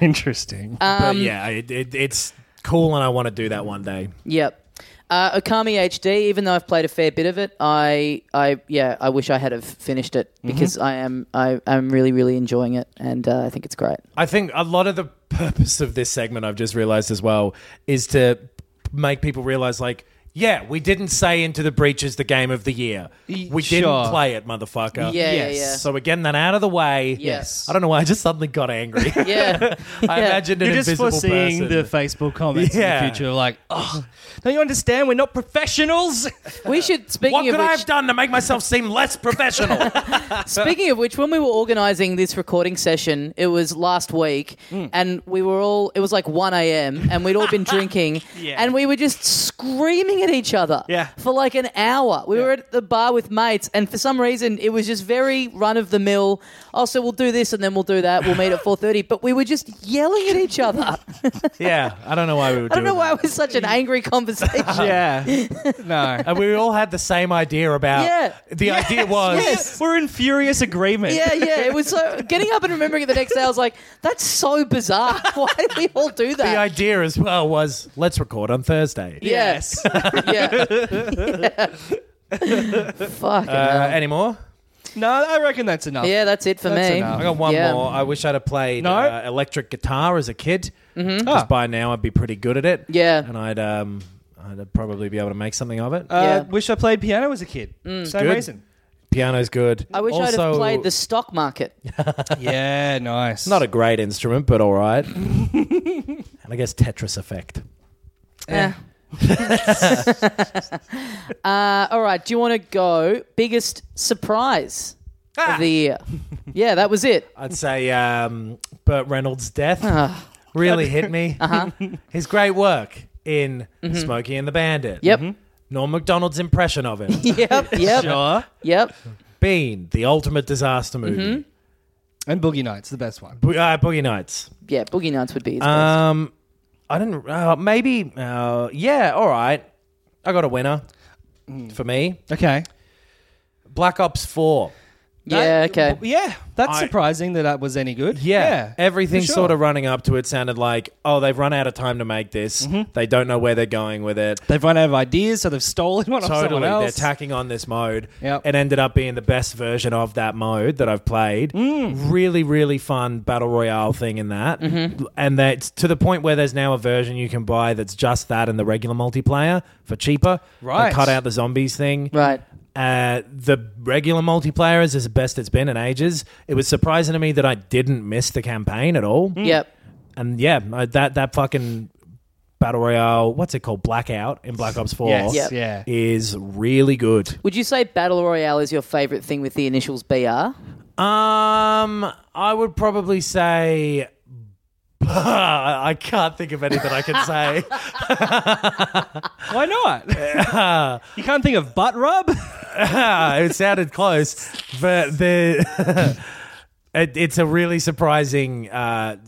Interesting.
but yeah, it, it, it's cool, and I want to do that one day.
Yep. Uh, Okami HD. Even though I've played a fair bit of it, I, I, yeah, I wish I had have finished it because I am, I, am really, really enjoying it, and uh, I think it's great.
I think a lot of the purpose of this segment, I've just realized as well, is to make people realize, like, yeah, we didn't say Into the Breach is the game of the year.
Y-
We
sure.
didn't play it, motherfucker.
Yeah, yeah,
Yes.
yeah.
So we're getting that out of the way.
Yes.
I don't know why I just suddenly got angry.
yeah,
I imagined an
You're just
invisible
foreseeing
person.
the Facebook comments
Yeah.
in the future, like, oh, don't you understand? We're not professionals.
we should. Speaking
what
of
could
which,
I have done to make myself seem less professional?
Speaking of which, when we were organising this recording session, it was last week,
Hmm.
and we were all, it was like 1 a.m., and we'd all been drinking, and we were just screaming at each other
Yeah.
for like an hour. We were at the bar with mates, and for some reason, it was just very run of the mill. Oh, so we'll do this, and then we'll do that. We'll meet at 4.30. But we were just yelling at each other. I
yeah, I don't know why we were
don't
doing
know why
that.
it was such an angry conversation.
yeah. No.
And we all had the same idea about.
Yeah.
The idea was.
yes.
We're in furious agreement.
Yeah, yeah. It was so getting up and remembering it the next day. I was like, "That's so bizarre. Why did we all do that?"
The idea as well was let's record on Thursday.
Yes. yeah. Fuck.
Uh, any more?
No, I reckon that's enough.
yeah, that's it for
that's
me.
enough.
I got one
Yeah.
more. I wish I'd have played
No?
uh, electric guitar as a kid. Because
Ah.
by now I'd be pretty good at it.
Mm-hmm. Yeah.
And I'd um I'd probably be able to make something of it.
Yeah.
Uh, Wish I played piano as a kid. Same
Mm. Good.
reason.
Piano's good.
I wish I'd have
Also,
played the stock market.
yeah, nice.
Not a great instrument, but all right. and I guess Tetris effect.
Yeah. uh, all right. Do you want to go biggest surprise of the year? Yeah, that was it.
I'd say um, Burt Reynolds' death
Ah.
really hit me.
Uh-huh.
His great work in Smokey and the Bandit.
Mm-hmm. Yep.
Mm-hmm.
Norm Macdonald's impression of it.
Yep. Yep.
Sure.
Yep.
Bean, the ultimate disaster
Mm-hmm.
movie.
And Boogie Nights, the best one.
Bo- uh, Boogie Nights.
Yeah. Boogie Nights would be his best.
Um, I didn't. Uh, maybe. Uh, yeah. All right. I got a winner
Hmm.
for me.
Okay.
Black Ops Four.
yeah.
That-
Okay.
w- Yeah. That's
I-
surprising that that was any good.
Yeah. Everything
for sure.
sort of running up to it sounded like, oh, they've run out of time to make this.
Mm-hmm.
They don't know where they're going with it.
They've run out of ideas, so they've stolen one off
Totally.
someone
They're
else.
tacking on this mode.
Yep.
It ended up being the best version of that mode that I've played.
Mm.
Really, really fun battle royale thing in that.
Mm-hmm.
And that's to the point where there's now a version you can buy that's just that in the regular multiplayer for cheaper. They
Right.
cut out the zombies thing.
Right.
Uh, the regular multiplayer is as best it's been in ages. It was surprising to me that I didn't miss the campaign at all.
Mm.
Yep.
And yeah, I- that that fucking battle royale, what's it called, Blackout in Black Ops Four,
Yes,
Yep.
yeah.
is really good.
Would you say Battle Royale is your favourite thing with the initials BR?
Um, I would probably say. I can't think of anything I can say.
Why not? you can't think of butt rub?
Ah, it sounded close, but the it, it's a really surprising uh,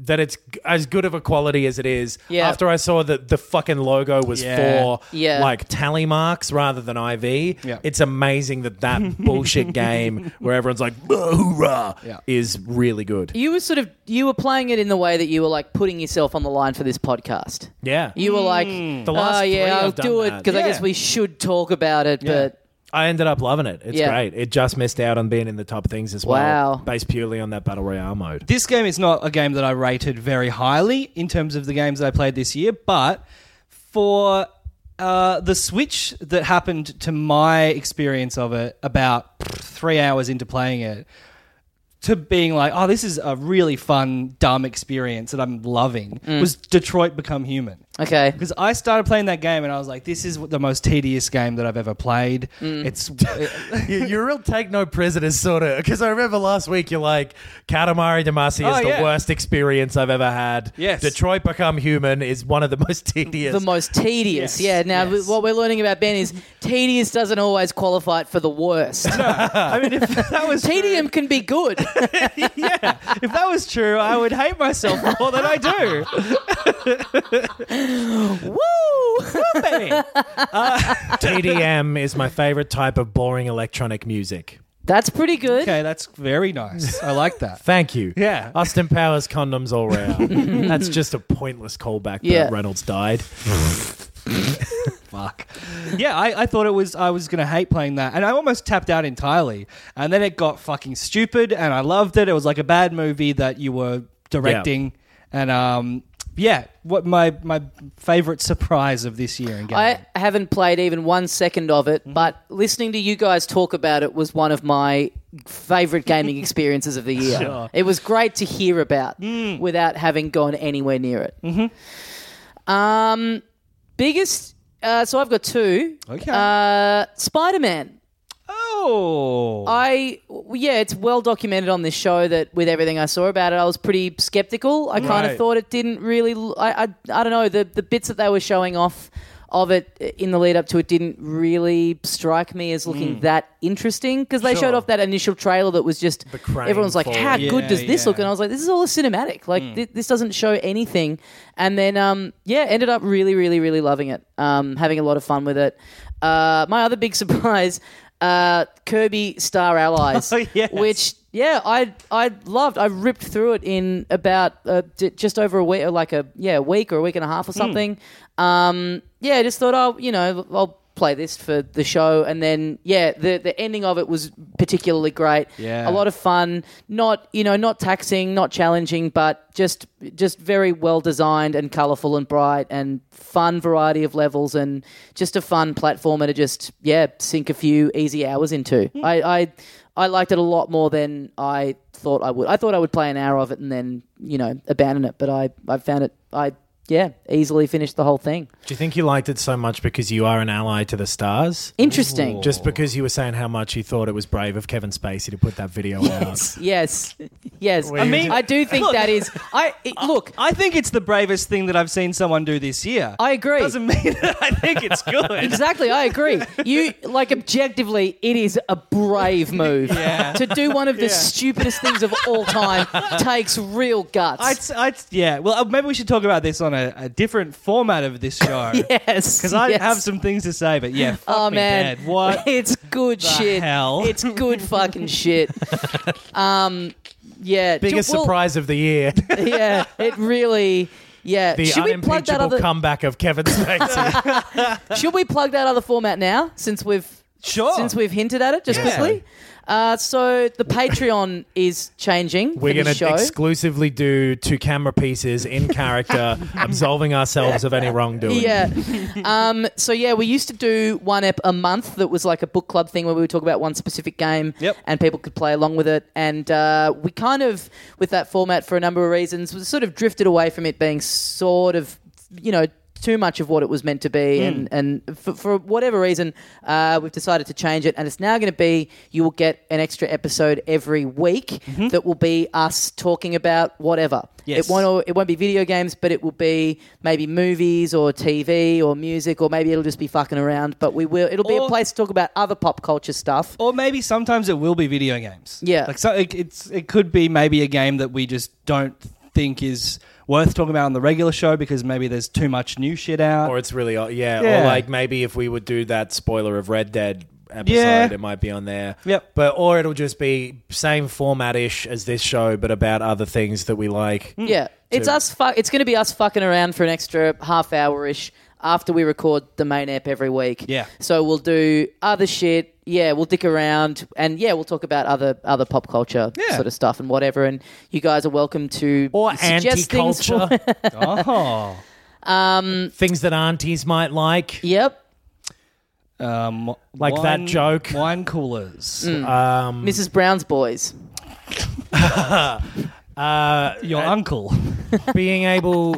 that it's g- as good of a quality as it is.
Yeah.
After I saw that the fucking logo was
Yeah.
for
Yeah.
like tally marks rather than IV,
Yeah.
it's amazing that that bullshit game where everyone's like "Bah, hoorah
Yeah.
is really good.
You were sort of you were playing it in the way that you were like putting yourself on the line for this podcast.
Yeah.
You were like,
The last
oh yeah,
three
I'll
I've done
do it
that."
because I
Yeah.
guess we should talk about it. But
I ended up loving it. It's
Yeah.
great. It just missed out on being in the top things as well,
Wow.
based purely on that battle royale mode.
This game is not a game that I rated very highly in terms of the games that I played this year, but for uh, the switch that happened to my experience of it about three hours into playing it, to being like, oh, this is a really fun, dumb experience that I'm loving,
Mm.
was Detroit Become Human.
okay,
Because I started playing that game and I was like, this is the most tedious game that I've ever played.
Mm.
It's.
you, you're a real take no prisoners sort of. Because I remember last week you're like, Katamari Damacy is
Oh,
the
yeah.
worst experience I've ever had.
Yes.
Detroit Become Human is one of the most tedious.
the most tedious.
Yes.
Yeah. Now
Yes.
what we're learning about Ben is tedious doesn't always qualify it for the worst.
I mean, if that was.
Tedium can be good.
yeah. If that was true, I would hate myself more than I do.
Woo!
TDM is my favorite type of boring electronic music.
That's pretty good.
Okay, that's very nice. I like that.
Thank you.
Yeah.
Austin Powers condoms all round. That's just a pointless callback.
Yeah.
Burt Reynolds died.
Fuck. Yeah, I, I thought it was I was gonna hate playing that, and I almost tapped out entirely. And then it got fucking stupid, and I loved it. It was like a bad movie that you were directing, and um, yeah, what my my favorite surprise of this year in game.
I haven't played even one second of it, but listening to you guys talk about it was one of my favorite gaming experiences of the year. It was great to hear about without having gone anywhere near it. Mm-hmm. Um, biggest. Uh, so I've got two.
Okay.
Uh, Spider Man.
oh,
I w- yeah, it's well documented on this show that with everything I saw about it, I was pretty skeptical. I kind of
Right.
thought it didn't really. l- I, I I don't know the the bits that they were showing off of it in the lead up to it didn't really strike me as looking that interesting because they showed
Mm. Sure.
off that initial trailer that was just
crane
everyone's like, how
falling.
good
Yeah,
does this look?
yeah.
And I was like, this is all a cinematic. Like
Hmm.
thi- this doesn't show anything. And then um yeah, ended up really really really loving it. Um, having a lot of fun with it. Uh, my other big surprise. Uh, Kirby Star Allies,
Oh, yes.
which yeah, I I loved. I ripped through it in about uh, d- just over a week, or like a yeah, a week or a week and a
Hmm.
half or something. Um, yeah, I just thought I'll you know I'll play this for the show, and then yeah, the the ending of it was particularly great.
Yeah.
a lot of fun. Not you know not taxing, not challenging, but just just very well designed and colourful and bright and fun variety of levels and just a fun platformer to just yeah sink a few easy hours into. I, I I liked it a lot more than I thought I would. I thought I would play an hour of it and then you know abandon it, but I I found it I yeah easily finished the whole thing.
Do you think you liked it so much because you are an ally to the stars?
Interesting.
Just because you were saying how much you thought it was brave of Kevin Spacey to put that video out.
Yes, yes. I
mean-
I do think that is. I it- look.
I think it's the bravest thing that I've seen someone do this year.
I agree.
Doesn't mean that I think it's good.
Exactly, I agree. You like objectively, it is a brave move to do one of the stupidest things of all time. takes real guts.
I'd, s- I'd, s- yeah. Well, uh, maybe we should talk about this on a, a different format of this show.
yes,
Because I
yes.
have some things to say, but yeah, fuck
Oh
me
man,
dead. What?
It's good shit.
hell?
It's good fucking shit. um, yeah.
Biggest
Well,
surprise of the year.
Yeah, it really. Yeah.
the
should we plug that
unimpeachable
other?
comeback of Kevin Spacey.
should we plug that other format now? Since we've
Sure.
since we've hinted at it just
Yeah.
quickly. Uh, so the Patreon is changing.
We're
going to show.
exclusively do two camera pieces in character, absolving ourselves of any wrongdoing.
yeah. Um, so yeah, we used to do one ep a month that was like a book club thing where we would talk about one specific game,
Yep.
and people could play along with it. And uh, we kind of, with that format, for a number of reasons, was sort of drifted away from it being sort of, you know. Too much of what it was meant to be,
Hmm.
and and for, for whatever reason, uh, we've decided to change it, and it's now going to be you will get an extra episode every week that will be us talking about whatever.
Mm-hmm. Yes.
It won't al- it won't be video games, but it will be maybe movies or TV or music, or maybe it'll just be fucking around. But we will. It'll be a
Or-
place to talk about other pop culture stuff.
Or maybe sometimes it will be video games.
Yeah.
like so it, it's it could be maybe a game that we just don't think is worth talking about on the regular show because maybe there's too much new shit out.
Or it's really, uh, yeah, Or
Yeah.
like maybe if we would do that spoiler of Red Dead episode,
Yeah.
it might be on there.
Yep.
But, or it'll just be same format ish as this show, but about other things that we like.
Yeah, it's us. Fu- it's going to be us fucking around for an extra half hour ish after we record the main app every week.
Yeah.
So we'll do other shit. Yeah, we'll dick around, and yeah, we'll talk about other other pop culture
Yeah.
sort of stuff and whatever. And you guys are welcome to
Or anti
suggest things for-
culture.
oh,
things that aunties might like.
yep.
um,
Like that joke.
Wine coolers.
Mm.
Mm.
Mrs. Brown's boys.
Your uncle.
being able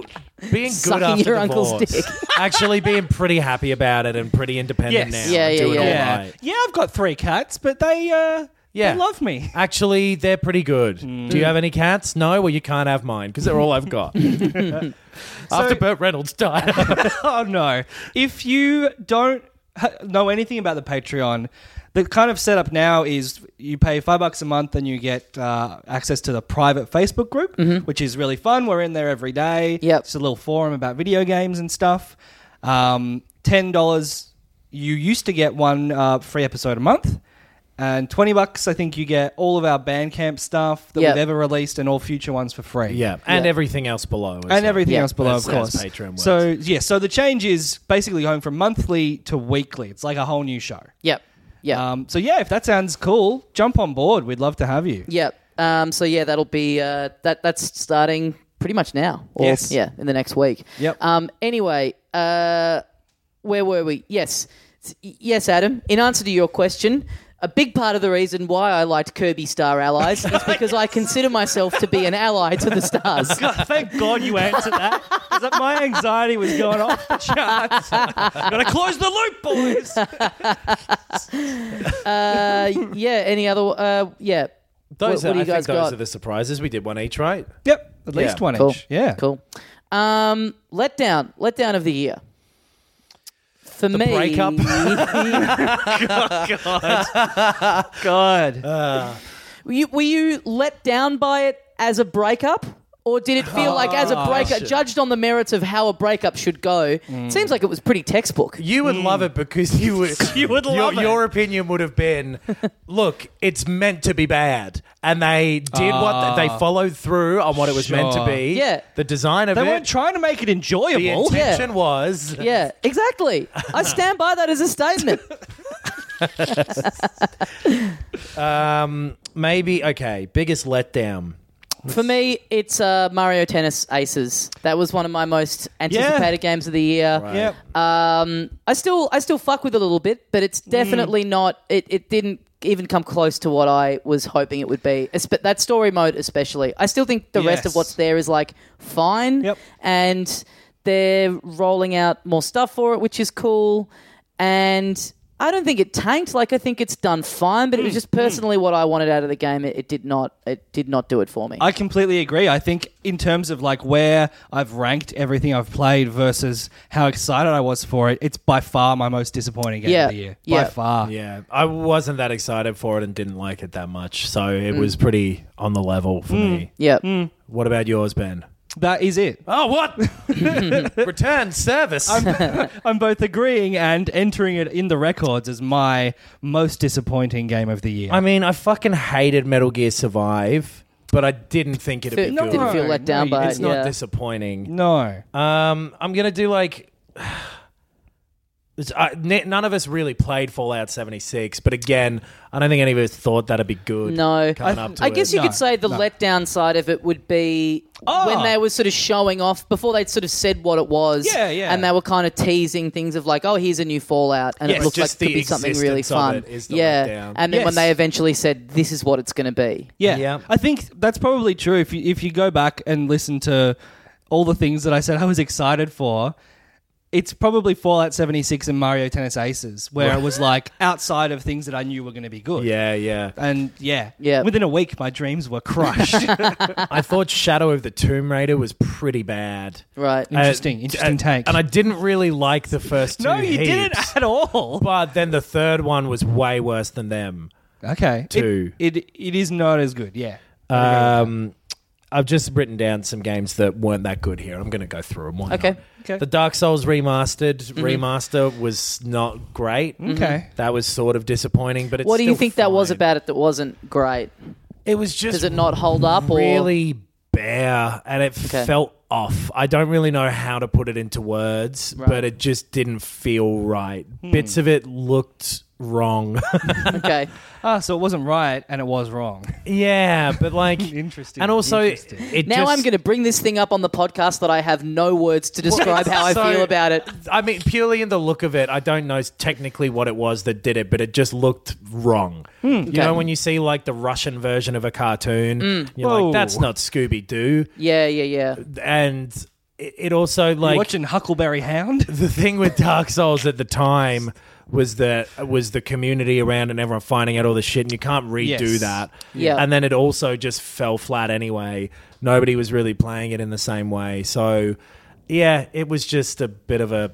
being good
Sucking
after
your
divorce.
uncle's dick.
Actually being pretty happy about it and pretty independent
Yes.
now.
Yeah,
and
yeah,
do it all
yeah,
right.
yeah. I've got three cats, but they uh,
Yeah.
they love me.
Actually, they're pretty good.
Mm.
Do you have any cats? No? Well, you can't have mine because they're all I've got. After Burt Reynolds died.
oh no! If you don't ha- know anything about the Patreon, the kind of setup now is you pay five bucks a month and you get uh, access to the private Facebook group, which is really fun. We're in there every day.
Mm-hmm. Yep.
it's a little forum about video games and stuff. Um, Ten dollars. You used to get one uh, free episode a month. And twenty bucks, I think you get all of our Bandcamp stuff that
Yep.
we've ever released, and all future ones for free
yeah, and everything else below. as
and
well.
everything
Yeah.
else below,
That's-
of course.
that's Patreon works.
So yeah, so the change is basically going from monthly to weekly. It's like a whole new show.
Yep. Yep.
Um, so yeah, if that sounds cool, jump on board. We'd love to have you.
Yep. Um, so yeah, that'll be uh, that. That's starting pretty much now. Or,
Yes.
Yeah, in the next week.
Yep.
Um, anyway, uh, where were we? Yes, S- yes, Adam. In answer to your question. A big part of the reason why I liked Kirby Star Allies is because I consider myself to be an ally to the stars.
Thank
Oh,
God you answered that. 'cause that- my anxiety was going off the charts. Gotta close the loop, boys.
Uh, yeah. Any other? Uh, yeah.
Those
what,
are,
what do you
I think
guys
those
got?
are the surprises. We did one each, right?
Yep, at least
Yeah,
one
Cool.
each. Yeah,
Cool. Um, letdown. Letdown of the year. For me,
breakup. Uh,
God,
Were you, were you let down by it as a breakup? Or did it feel like, as a breakup, judged on the merits of how a breakup should go, it seems like it was pretty textbook.
You would love it because you would.
Hmm. You would
your,
love it.
Your opinion would have been, look, it's meant to be bad, and they did what they, they followed through on what it was meant to
Ah. Sure.
be.
Yeah.
the design of
they
it.
weren't trying to make it
the
enjoyable.
intention was.
Yeah, exactly. I stand by that as a statement.
Um, maybe okay. Biggest letdown.
For me, it's uh, Mario Tennis Aces. That was one of my most anticipated games of the year.
Yep.
I still I still fuck with it a little bit, but
Mm.
it's definitely not. It, it didn't even come close to what I was hoping it would be. Espe- that story mode, especially. I still think the rest of
Yes.
what's there is like fine.
Yep.
And they're rolling out more stuff for it, which is cool. And I don't think it tanked. Like I think it's done fine, but it
Mm.
was just personally what I wanted out of the game. It, it did not. It did not do it for me.
I completely agree. I think in terms of like where I've ranked everything I've played versus how excited I was for it, it's by far my most disappointing game
Yeah,
of the year.
yeah.
By far.
Yeah, I wasn't that excited for it and didn't like it that much, so
Hmm.
it was pretty on the level for me.
yeah.
Mm.
What about yours, Ben?
That is it.
Oh, what? Return service.
I'm both agreeing and entering it in the records as my most disappointing game of the year.
I mean, I fucking hated Metal Gear Survive, but I didn't think it'd be
Fe-
good.
didn't feel let down
no,
by
it's
it.
not
yeah.
disappointing.
no.
Um, I'm gonna do like it's- I- n- none of us really played Fallout 76, but again, I don't think any of us thought that'd be good.
No,
coming
I,
up to
I guess
it.
you could say the letdown side of it would be
Ah.
when they were sort of showing off before they'd sort of said what it was.
Yeah, yeah.
And they were kind of teasing things of like, oh, here's a new Fallout, and
Yes,
it looked like it
just
could
the
be something really
existence of
fun.
it is the
yeah,
letdown.
and then when
Yes.
they eventually said, this is what it's going to be.
Yeah.
Yeah.
I think that's probably true. If you, if you go back and listen to all the things that I said I was excited for, it's probably Fallout 76 and Mario Tennis Aces, where it was like outside of things that I knew were going to be good.
Yeah, yeah.
And yeah,
Yeah.
Within a week, my dreams were crushed.
I thought Shadow of the Tomb Raider was pretty bad.
Right.
Uh,
Interesting, interesting take.
And I didn't really like the first two.
no, you
heaps,
didn't at all.
But then the third one was way worse than them.
Okay,
Two.
It, it it is not as good. Yeah.
Um, I've just written down some games that weren't that good here. I'm going to go through them. Why
Okay. Mm-hmm.
not?
Okay.
The Dark Souls remastered remaster was not great.
Okay.
That was sort of disappointing. But it's
what do you
still
think that was
fine.
about it that wasn't great?
It was just
Does it not hold up or-
really bare, and it
Okay.
felt off. I don't really know how to put it into words, but it just didn't feel right.
Hmm.
Bits of it looked wrong.
Okay.
Ah, so it wasn't right, and it was wrong.
yeah, but like
Interesting,
and also
interesting.
it
now
just-
I'm going to bring this thing up on the podcast that I have no words to describe how I
So-
feel about it.
I mean, purely in the look of it, I don't know technically what it was that did it, but it just looked wrong. You know,
Hmm, Okay. Hmm.
when you see like the Russian version of a cartoon, you're
Whoa.
like, that's not Scooby Doo.
Yeah, yeah, yeah.
And it it also,
You're
like,
watching Huckleberry Hound.
the thing with Dark Souls at the time was that was the community around and everyone finding out all this shit, and you can't redo
Yes.
that.
Yeah.
and then it also just fell flat anyway. Nobody was really playing it in the same way, so yeah, it was just a bit of a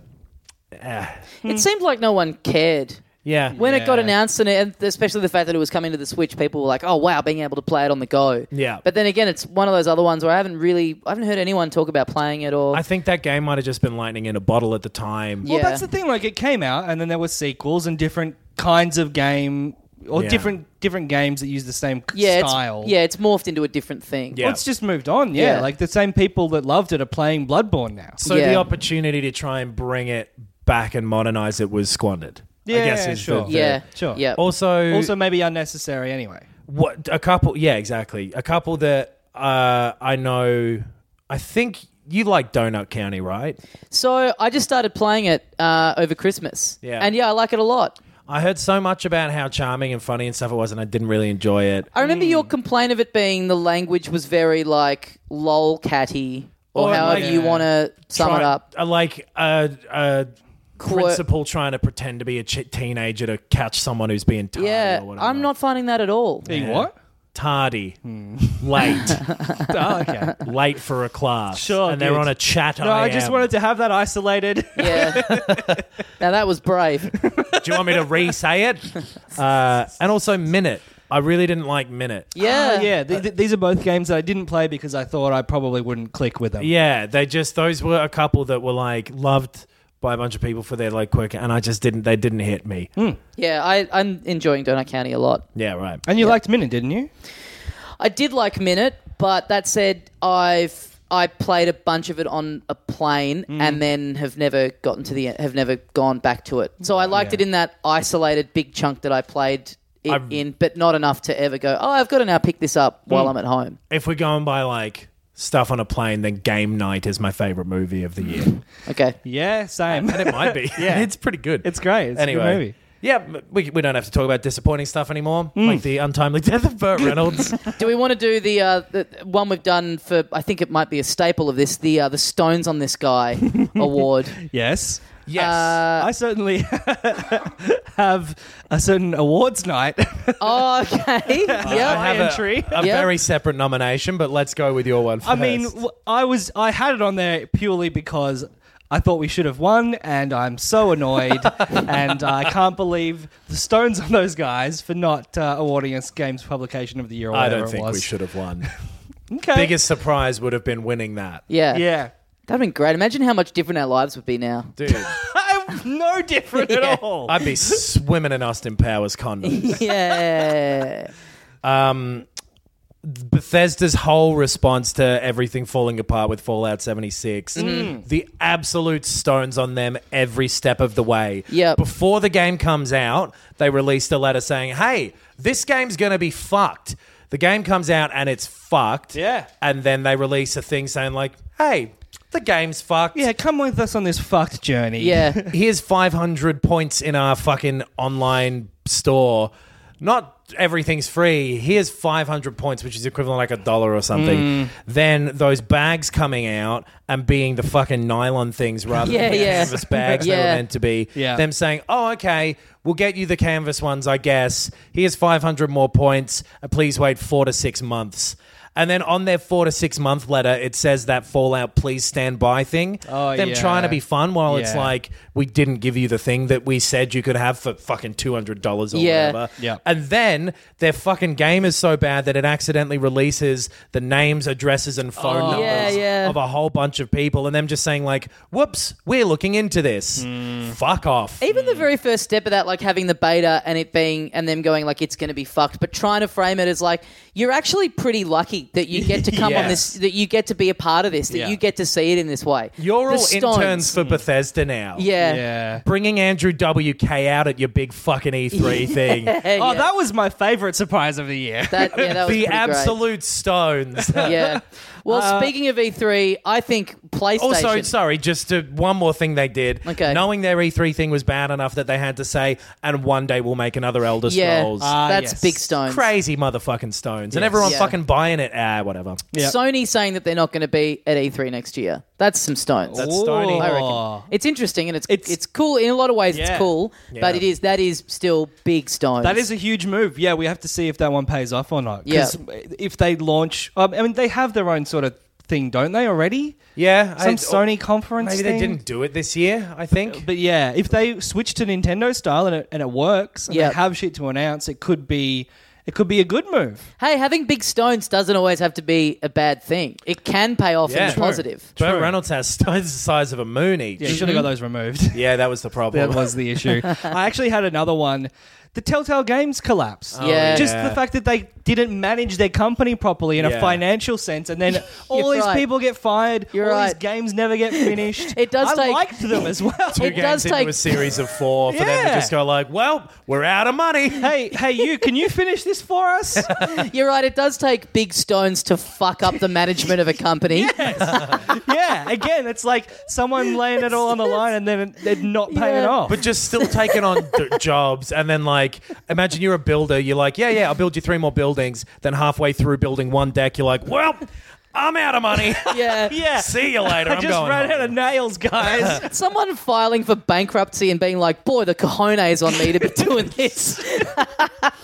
Hmm.
It seemed like no one cared.
yeah.
When it got
Yeah.
announced, and, it, and especially the fact that it was coming to the Switch, people were like, "Oh wow, being able to play it on the go."
Yeah.
But then again, it's one of those other ones where I haven't really, I haven't heard anyone talk about playing it or.
I think that game might have just been lightning in a bottle at the time.
Yeah.
Well, that's the thing. Like, it came out, and then there were sequels and different kinds of game, or
Yeah.
different different games that use the same c-
yeah,
style.
It's, yeah, it's morphed into a different thing.
Yeah.
Well, it's just moved on. Yeah.
Yeah.
like the same people that loved it are playing Bloodborne now.
So
Yeah.
the opportunity to try and bring it back and modernize it was squandered. I guess
Yeah,
is the-
sure.
the-
Yeah.
Sure.
Yeah.
Also,
Also, maybe unnecessary anyway.
what a couple yeah exactly a couple that uh i know i think you like donut county right
So I just started playing it uh, over Christmas.
Yeah.
And yeah, I like it a lot.
i heard so much about how charming and funny and stuff it was and i didn't really enjoy it
I remember your complaint of it being the language was very like lol catty or,
Or,
however
like,
you want to sum
Try-
it up.
I like a, a
Quirk.
principal trying to pretend to be a ch- teenager to catch someone who's being tardy
Yeah,
or whatever.
I'm not finding that at all.
Being what?
tardy
Hmm.
late
oh, okay.
late for a class
Sure,
and they're
good.
on a chat
No, I just
IM.
wanted to have that isolated.
Yeah. now that was brave.
do you want me to re-say it uh, and also minute i really didn't like minute
Yeah.
Oh, yeah. Th- th- these are both games that I didn't play because I thought I probably wouldn't click with them.
Yeah, they just those were a couple that were like loved by a bunch of people for their like quirk, and I just didn't. They didn't hit me.
Hmm.
Yeah, I, I'm enjoying Donut County a lot.
Yeah, right.
And you liked Minute, didn't you?
I did like Minute, but that said, I've I played a bunch of it on a plane and then have never gotten to the have never gone back to it. So I liked it in that isolated big chunk that I played it
I've-
in, but not enough to ever go. Oh, I've got to now pick this up while I'm at home.
If we're going by like stuff on a plane, then Game Night is my favorite movie of the year.
Okay.
Yeah, same.
and it might be. yeah, it's pretty good.
It's great. It's a good
anyway.
movie. Hmm.
Yeah, but we, we don't have to talk about disappointing stuff anymore, like the untimely death of Burt Reynolds.
Do we want to do the, uh, the one we've done for? I think it might be a staple of this. The uh, the Stones on this guy award.
yes.
yes,
Uh,
I certainly have a certain awards night.
Oh, okay.
I
yeah.
have a-
entry.
a,
Yeah.
very separate nomination, but let's go with your one first.
I mean, w- I was I had it on there purely because I thought we should have won, and I'm so annoyed, and I can't believe the stones on those guys for not uh, awarding us Games Publication of the Year. Or
I
whatever
don't
it
think
was.
we should have won.
Okay.
Biggest surprise would have been winning that,
Yeah.
Yeah.
That'd been great. Imagine how much different our lives would be now.
dude.
no different
Yeah.
at all.
I'd be swimming in Austin Powers condoms.
Yeah.
Um, Bethesda's whole response to everything falling apart with Fallout 76,
Mm.
the absolute stones on them every step of the way.
Yep.
Before the game comes out, they released a letter saying, hey, this game's going to be fucked. The game comes out and it's fucked.
Yeah.
And then they release a thing saying, like, hey, the game's fucked.
Yeah, come with us on this fucked journey.
Yeah.
here's 500 points in our fucking online store. Not everything's free. Here's 500 points, which is equivalent like a dollar or something.
Mm.
Then those bags coming out and being the fucking nylon things rather
Yeah,
than the
yeah.
canvas bags they
Yeah.
were meant to be.
Yeah.
Them saying, oh, okay, we'll get you the canvas ones, I guess. Here's 500 more points. Uh, Please wait four to six months. And then on their four to six month letter, it says that Fallout please stand by thing.
Oh,
Them
yeah.
trying to be fun while it's
Yeah.
like, we didn't give you the thing that we said you could have for fucking two hundred dollars or
Yeah.
whatever.
Yeah.
And then their fucking game is so bad that it accidentally releases the names, addresses, and phone numbers
Oh. Yeah, yeah.
of a whole bunch of people, and them just saying like, "Whoops, we're looking into this.
Hmm.
Fuck off."
Even the very first step of that, like having the beta and it being, and them going like it's going to be fucked, but trying to frame it as like you're actually pretty lucky that you get to come on this,
Yes.
that you get to be a part of this, that
Yeah.
you get to see it in this way.
You're
The
all
stones.
interns for Bethesda now.
Hmm. Yeah.
Yeah.
Bringing Andrew WK out at your big fucking E3 thing.
Oh, that was my favorite surprise of the year.
That, yeah, that was
the
pretty great.
absolute stones.
Yeah. Well, speaking of E3, I think PlayStation.
Also, sorry, just to, one more thing they did.
Okay.
Knowing their E3 thing was bad enough that they had to say, and one day we'll make another Elder
yeah,
Scrolls.
that's
yes.
big stones.
Crazy motherfucking stones. And everyone
Yeah.
fucking buying it. Ah, whatever.
Yeah.
Sony saying that they're not going to be at E3 next year. That's some stones.
That's stony.
I
Oh.
reckon it's interesting and it's it's,
It's-
cool in a lot of ways. It's
Yeah.
cool, but
Yeah.
it is that is still big stones.
That is a huge move. Yeah, we have to see if that one pays off or not. 'Cause if they launch, um, I mean, they have their own sort of thing, don't they already?
Yeah.
some
I-
Sony conference.
Maybe they
thing?
didn't do it this year, I think.
But yeah, if they switch to Nintendo style and it, and it works, and
Yep.
they have shit to announce, it could be it could be a good move.
hey, having big stones doesn't always have to be a bad thing. It can pay off
Yeah.
in the
True.
positive.
Burt
True.
Reynolds has stones the size of a moon each.
Yeah,
Yeah,
you should have got those removed.
that was the problem.
that was the issue. I actually had another one. The Telltale Games collapse.
Oh, yeah.
Just
yeah.
the fact that they didn't manage their company properly in a
Yeah.
financial sense, and then all these
right.
people get fired.
You're
all
right.
these games never get finished.
It does
I
take-
liked them as well.
Two
It
games
does
into
take-
a series of four for them to
Yeah.
just go like, well, we're out of money.
hey, hey, you! Can you finish this for us?
You're right. It does take big stones to fuck up the management of a company.
yeah. Again, it's like someone laying it all on the line, and then it- it not paying
Yeah.
off.
but just still taking on d- jobs and then like imagine you're a builder you're like yeah yeah i'll build you three more buildings then halfway through building one deck you're like well i'm out of money
Yeah.
yeah,
see you later
I
am
just
going
ran out
home."
of nails, guys.
Someone filing for bankruptcy and being like, "Boy, the cojones on me to be doing this."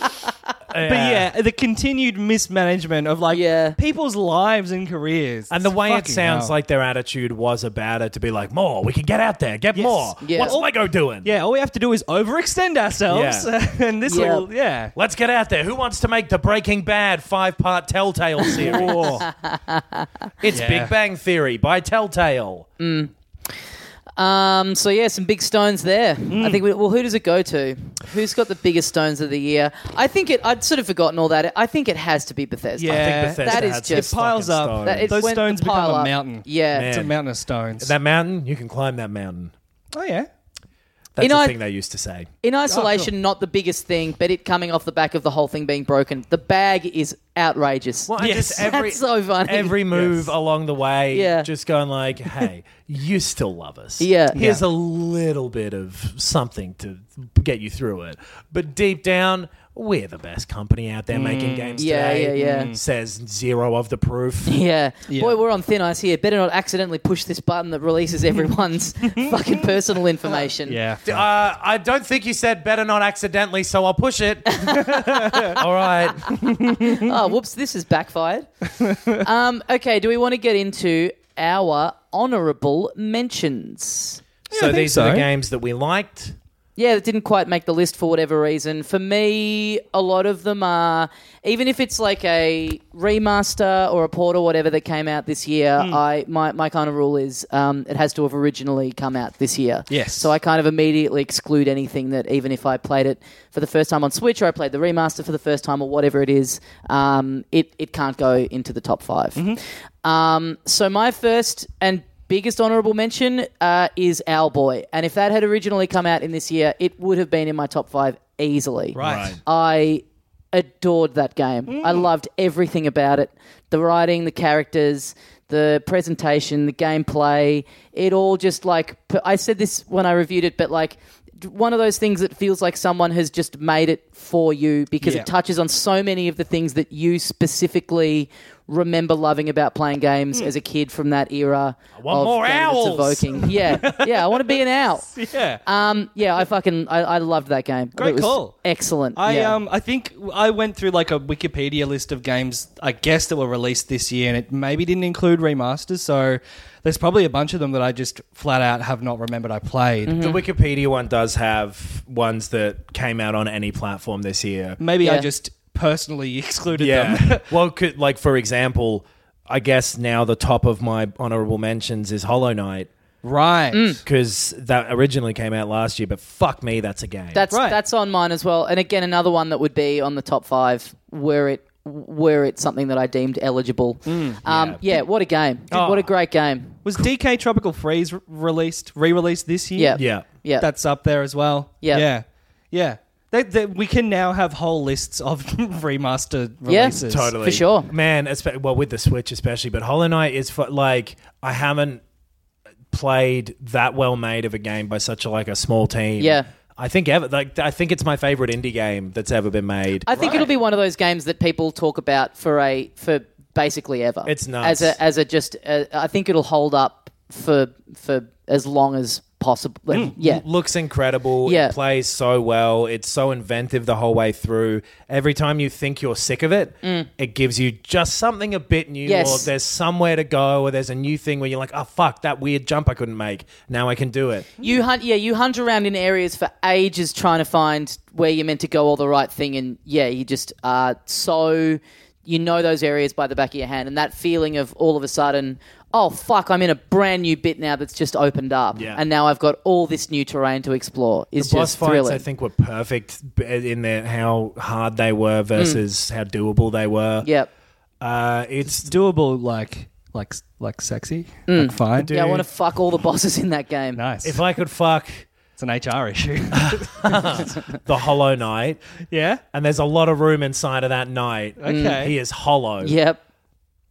But yeah, the continued mismanagement of like
Yeah.
people's lives and careers.
and the
It's
way it
fucking
sounds
hell.
like their attitude was about it to be like more we can get out there get more
Yeah.
what's lego doing
Yeah, all we have to do is overextend ourselves,
Yeah.
and this
Yeah.
will yeah.
Let's get out there. Who wants to make the Breaking Bad five part Telltale series? it's
Yeah.
Big Bang Theory by Telltale.
Um, so yeah, some big stones there. I think. We, well, who does it go to? Who's got the biggest stones of the year? I think it. I'd sort of forgotten all that. I think it has to be Bethesda.
Yeah.
Bethesda
That is
had
just-
It
some
piles
fucking
up.
stones.
That- it
Those
went-
stones
the pile
become a
up.
mountain.
Yeah.
it's a
Man.
mountain of stones.
That mountain, you can climb that mountain.
oh yeah,
That's
You
the
know, I-
thing they used to say.
In isolation, not the biggest thing, but it coming off the back of the whole thing being broken. The bag is outrageous.
Well, and
Yes.
just every,
That's so funny.
Every move along the way,
Yeah.
just going like, hey, you still love us.
Yeah.
Here's
Yeah.
a little bit of something to get you through it. But deep down, we're the best company out there making games
Mm. Yeah,
today.
yeah, yeah. Mm.
Says zero of the proof.
Yeah.
Yeah.
boy, we're on thin ice here. Better not accidentally push this button that releases everyone's fucking personal information.
yeah.
D- Uh, I don't think you said better not accidentally, so I'll push it. All right.
Oh, whoops! This is backfired. um, okay, do we want to get into our honourable mentions?
so
I think
these are the
so.
games that we liked
Yeah, that didn't quite make the list for whatever reason. For me, a lot of them are, even if it's like a remaster or a port or whatever that came out this year, I my, my kind of rule is um, it has to have originally come out this year.
Yes.
So I kind of immediately exclude anything that, even if I played it for the first time on Switch or I played the remaster for the first time or whatever it is, um, it, it can't go into the top 5 Um, so my first and biggest honorable mention uh, is Owlboy. And if that had originally come out in this year, it would have been in my top five easily.
Right.
I adored that game. I
Mm.
loved everything about it the writing, the characters, the presentation, the gameplay. It all just like, p- I said this when I reviewed it, but like, d- one of those things that feels like someone has just made it for you because
Yeah.
it touches on so many of the things that you specifically remember loving about playing games
Mm.
as a kid from that era.
want
of
more
game that's
owls.
Evoking. Yeah, yeah. I want to be an owl.
Yeah.
Um, yeah, I fucking I, I loved that game.
Great
it was
call.
excellent.
I
yeah.
um I think I went through like a Wikipedia list of games I guess that were released this year, and it maybe didn't include remasters. So there's probably a bunch of them that I just flat out have not remembered I played.
Mm.
The
Mm-hmm.
Wikipedia one does have ones that came out on any platform this year.
Maybe I
Yeah.
just personally excluded
Yeah.
them.
well, could, like for example, I guess now the top of my honorable mentions is Hollow Knight
right.
Mm.
because that originally came out last year, but fuck me, that's a game.
that's
right.
that's on mine as well. And again, another one that would be on the top five were it were it something that I deemed eligible. um, yeah. what a game! What a great game!
Was DK Tropical Freeze re- released re-released this year?
Yeah,
yeah.
yeah.
That's up there as well.
Yeah.
Yeah. Yeah. They, they, we can now have whole lists of remastered
Yeah.
releases.
Totally.
For sure.
Man, espe- well, with the Switch especially, but Hollow Knight is fu- like, I haven't played that well made of a game by such a, like a small team.
Yeah.
I think ever like I think it's my favorite indie game that's ever been made.
I think it'll be one of those games that people talk about for a for basically ever.
It's
as
nuts.
a as a just. uh, I think it'll hold up for for as long as possible. Yeah,
looks incredible.
Yeah.
It plays so well. It's so inventive the whole way through. Every time you think you're sick of it, it gives you just something a bit new,
Mm. Yes.
or there's somewhere to go, or there's a new thing where you're like, oh fuck, that weird jump I couldn't make. Now I can do it.
You hunt, yeah, you hunt around in areas for ages trying to find where you're meant to go or the right thing, and yeah, you just are so you know those areas by the back of your hand, and that feeling of all of a sudden, oh fuck, I'm in a brand new bit now that's just opened up,
Yeah.
and now I've got all this new terrain to explore. Is
Boss
just
fights,
thrilling.
I think, were perfect b- in their how hard they were
Mm.
versus how doable they were.
Yep.
uh, it's
doable like like like sexy
Mm.
like fine
Yeah, I want to fuck all the bosses in that game.
nice
if I could fuck
it's an hr issue
the Hollow Knight,
yeah
and there's a lot of room inside of that knight.
Mm.
Okay.
he is hollow.
Yep.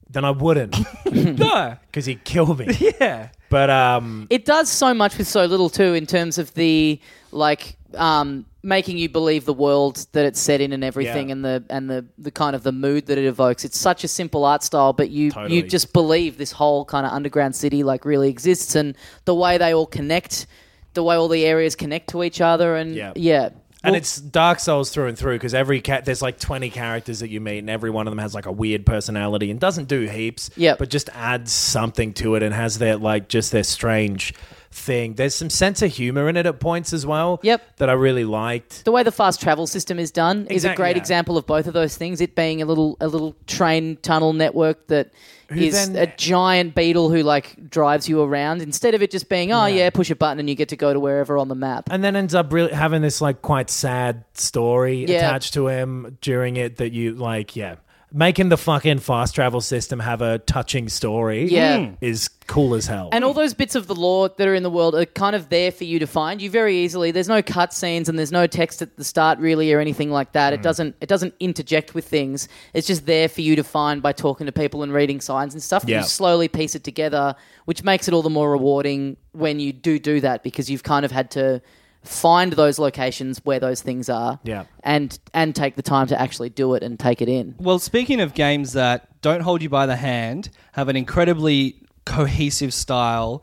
then I wouldn't
no
because he'd kill me.
yeah
But um,
it does so much with so little too in terms of the like um, making you believe the world that it's set in and everything
Yeah.
and the and the, the kind of the mood that it evokes it's such a simple art style but you
Totally.
you just believe this whole kind of underground city like really exists and the way they all connect the way all the areas connect to each other and
Yeah.
yeah,
and
Well,
it's Dark Souls through and through because every cat there's like twenty characters that you meet, and every one of them has like a weird personality and doesn't do heaps.
Yep.
but just adds something to it and has their like just their strange thing. There's some sense of humor in it at points as well.
Yep.
that I really liked.
the way the fast travel system is done is a
Exact-
great
yeah.
example of both of those things. It being a little a little train tunnel network that is
then-
a giant beetle who like drives you around instead of it just being oh yeah push a button and you get to go to wherever on the map.
And then ends up really having this like quite sad story
Yeah.
attached to him during it that you like, yeah. Making the fucking fast travel system have a touching story
Yeah. Mm.
is cool as hell.
And all those bits of the lore that are in the world are kind of there for you to find. You very easily. There's no cutscenes and there's no text at the start really or anything like that. It doesn't it doesn't interject with things. It's just there for you to find by talking to people and reading signs and stuff.
Yeah.
You slowly piece it together, which makes it all the more rewarding when you do do that because you've kind of had to find those locations where those things are.
Yeah.
And and take the time to actually do it and take it in.
well speaking of games that don't hold you by the hand have an incredibly cohesive style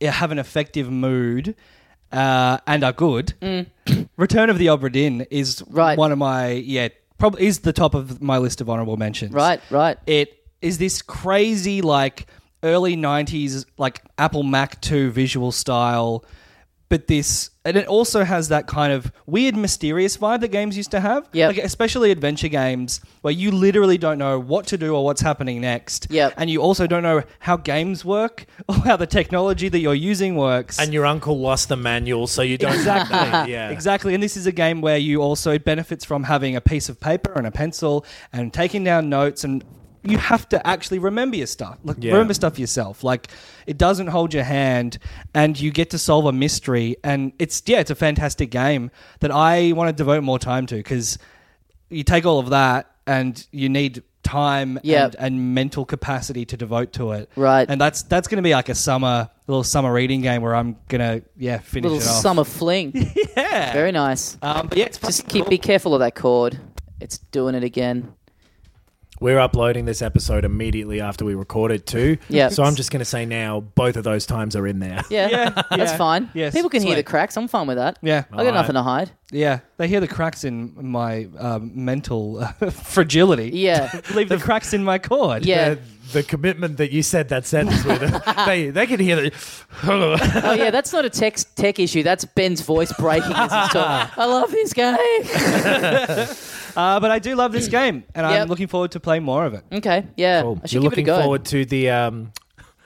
eh, have an effective mood uh, and are good return of the obra dinn is
Mm. Right.
one of my yeah probably is the top of my list of honorable mentions
Right, right.
it is this crazy like early 90s like apple mac 2 visual style but this and it also has that kind of weird mysterious vibe that games used to have
Yep.
like especially adventure games where you literally don't know what to do or what's happening next
Yep.
and you also don't know how games work or how the technology that you're using works
And your uncle lost the manual, so you don't exactly. Yeah,
Exactly, and this is a game where you also it benefits from having a piece of paper and a pencil and taking down notes, and you have to actually remember your stuff. Like
Yeah.
remember stuff yourself. Like it doesn't hold your hand, and you get to solve a mystery. And it's yeah, it's a fantastic game that I want to devote more time to because you take all of that and you need time
Yeah.
and, and mental capacity to devote to it
Right.
and that's that's going to be like a summer little summer reading game where i'm gonna yeah finish
Little
it off
summer fling.
yeah
Very nice.
um, but yeah, it's
Just
just
keep be careful of that cord. It's doing it again.
We're uploading this episode immediately after we recorded too.
Yeah.
So I'm just going to say now, both of those times are in there.
Yeah,
Yeah,
that's
yeah.
fine.
Yes,
People can hear the
sweet.
cracks. I'm fine with that.
Yeah.
I got
Alright.
nothing to hide.
yeah. They hear the cracks in my um, mental fragility.
Yeah,
leave the cracks in my cord.
yeah.
Uh, the commitment that you said that sentence with, uh, they they can hear that.
Oh yeah, that's not a tech tech issue. That's Ben's voice breaking as he's talking. I love this game.
Uh, but I do love this game, and
Yep. Mm.
I'm looking forward to playing more of it.
Okay, yeah. Oh, I should
You're
give it a
looking
go.
forward to the um,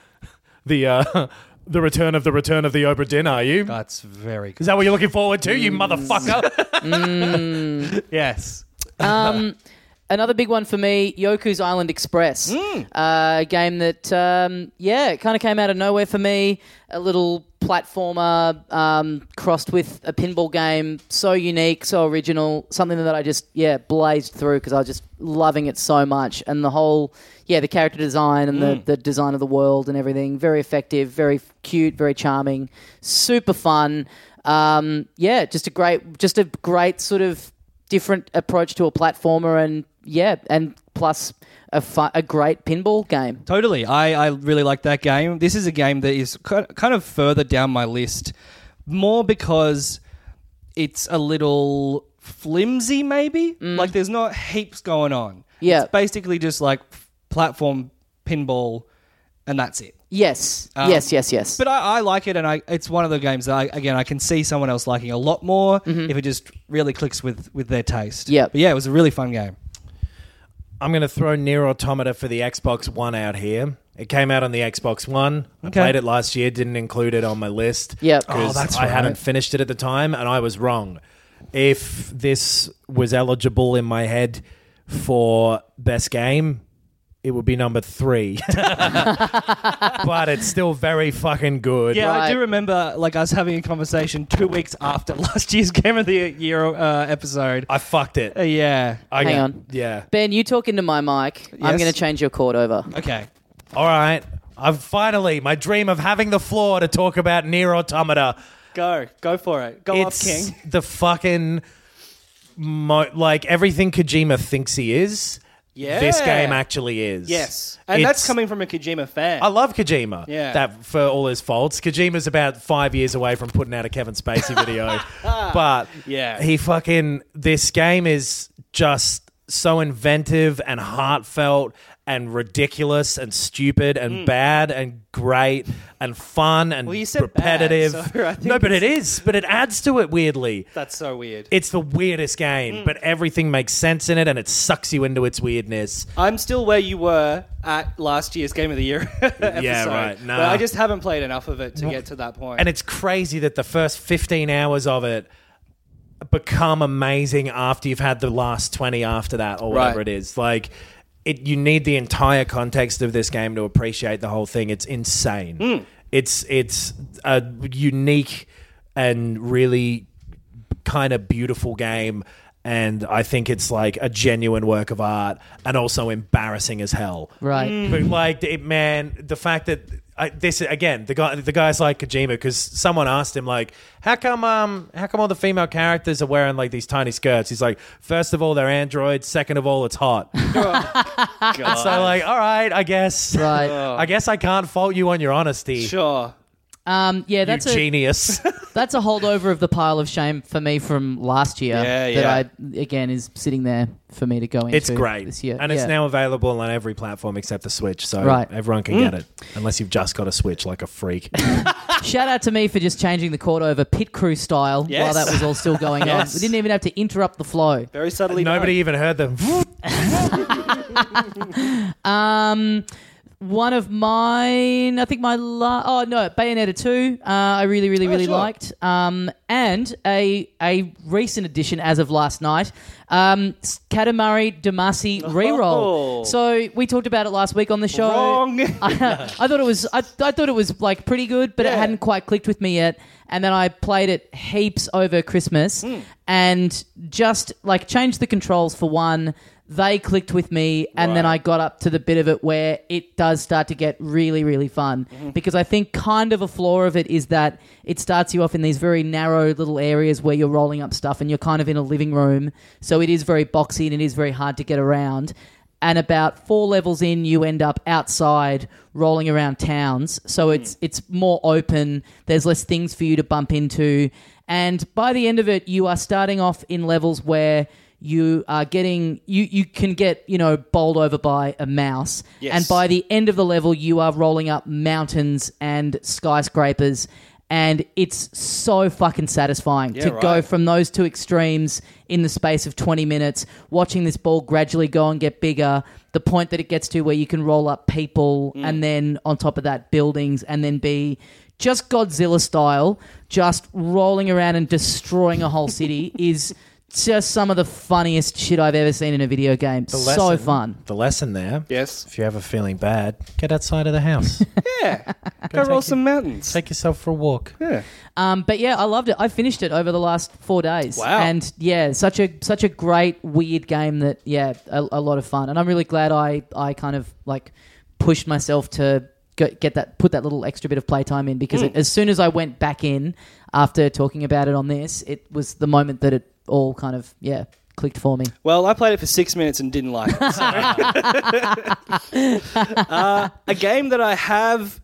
the uh, the return of the return of the Obra Dinn, are you?
That's very
Is
good.
that what you're looking forward to,
Mm.
you motherfucker?
Yes.
Um, another big one for me, Yoku's Island Express, uh, a game that um, yeah, it kind of came out of nowhere for me. A little platformer um, crossed with a pinball game, so unique, so original, something that I just yeah blazed through because I was just loving it so much, and the whole yeah the character design and the, the design of the world and everything very effective, very f- cute, very charming, super fun. Um, yeah, just a great, just a great sort of different approach to a platformer and yeah and plus a fu- a great pinball game
Totally. I, I really like that game. This is a game that is ki- kind of further down my list, more because it's a little flimsy, maybe. Like, there's not heaps going on.
Mm. Yeah.
It's basically just like f- platform, pinball, and that's it.
yes yes yes yes
But I, I like it, and I, it's one of the games that I, again I can see someone else liking a lot more if it just really clicks with with their taste.
Mm-hmm. Yep.
But yeah, it was a really fun game.
I'm going to throw Near Automata for the Xbox One out here. It came out on the Xbox One.
Okay.
I played it last year, didn't include it on my list.
Yep. Oh,
Because
that's
I hadn't
right.
finished it at the time and I was wrong. If this was eligible in my head for best game, it would be number three. but it's still very fucking good.
Yeah,
Right.
I do remember like us having a conversation two weeks after last year's Game of the Year uh, episode.
I fucked it.
Uh, yeah.
I,
Hang on.
Yeah.
ben you talk into my mic i'm
Yes.
going to change your chord over
Okay.
All right. I've finally, my dream of having the floor to talk about Near Automata.
Go. Go for it. Go
it's the fucking mo- like everything Kojima thinks he is.
Yeah.
This game actually is.
Yes. And
It's-
that's coming from a Kojima fan.
I love Kojima.
Yeah.
That for all his faults, Kojima's about five years away from putting out a Kevin Spacey video, but
Yeah.
he fucking this game is just so inventive and heartfelt and ridiculous and stupid and bad and great and fun and
Hmm. you said bad,
repetitive.
so I think
no, but it is. But it adds to it weirdly.
that's so weird.
It's the weirdest game,
Hmm.
but everything makes sense in it and it sucks you into its weirdness.
I'm still where you were at last year's Game of the Year episode.
right. Nah.
But I just haven't played enough of it to get to that point.
And it's crazy that the first 15 hours of it become amazing after you've had the last 20 after that or whatever
Right.
it is. Like it you need the entire context of this game to appreciate the whole thing. It's insane. It's it's a unique and really kind of beautiful game and I think it's like a genuine work of art and also embarrassing as hell.
Right.
Mm. But like, it, man, the fact that I, this again, the guy, the guy's like Kojima because someone asked him like, how come, um, how come all the female characters are wearing like these tiny skirts? He's like, first of all, they're androids. Second of all, it's hot. so like, all right, I guess,
Right.
Uh, I guess I can't fault you on your honesty.
sure.
Um, yeah,
You
that's a
genius.
that's a holdover of the pile of shame for me from last year.
Yeah,
that I again is sitting there for me to go into.
it's great.
this year,
And it's
Yeah.
now available on every platform except the Switch. So
Right. Mm.
everyone can get it. Unless you've just got a Switch like a freak.
Shout out to me for just changing the chord over pit crew style while
Yes.
that was all still going
Yes.
on. We didn't even have to interrupt the flow.
Very subtly.
Nobody even heard them.
Um, One of mine, I think my la- oh no, Bayonetta two. Uh, I really, really, really
Oh, sure.
liked. Um, and a a recent addition as of last night, um, Katamari Damacy reroll.
Oh.
So we talked about it last week on the show.
Wrong.
I, I thought it was I, I thought it was like pretty good, but it
Yeah.
hadn't quite clicked with me yet. And then I played it heaps over Christmas and just like changed the controls for one. They clicked with me, and then I got up to the bit of it where it does start to get really, really fun. Because I think kind of a flaw of it is that it starts you off in these very narrow little areas where you're rolling up stuff and you're kind of in a living room. So it is very boxy and it is very hard to get around and about four levels in you end up outside rolling around towns so it's it's more open there's less things for you to bump into and by the end of it you are starting off in levels where you are getting you you can get you know bowled over by a mouse and by the end of the level you are rolling up mountains and skyscrapers and it's so fucking satisfying to go
right.
from those two extremes in the space of 20 minutes, watching this ball gradually go and get bigger, the point that it gets to where you can roll up people and then on top of that, buildings, and then be just Godzilla style, just rolling around and destroying a whole city is just some of the funniest shit I've ever seen in a video game. So
lesson-
fun.
The lesson there.
Yes.
If you're ever feeling bad, get outside of the house.
Yeah. Go roll some mountains.
Take yourself for a walk.
yeah.
Um, but yeah, I loved it. I finished it over the last four days.
Wow.
And yeah, such a such a great weird game that yeah, a, a lot of fun. And I'm really glad I I kind of like pushed myself to go, get that put that little extra bit of playtime in
Hmm.
because it, as soon as I went back in after talking about it on this, it was the moment that it all kind of yeah clicked for me.
Well, I played it for six minutes and didn't like it. so- Uh, a game that I have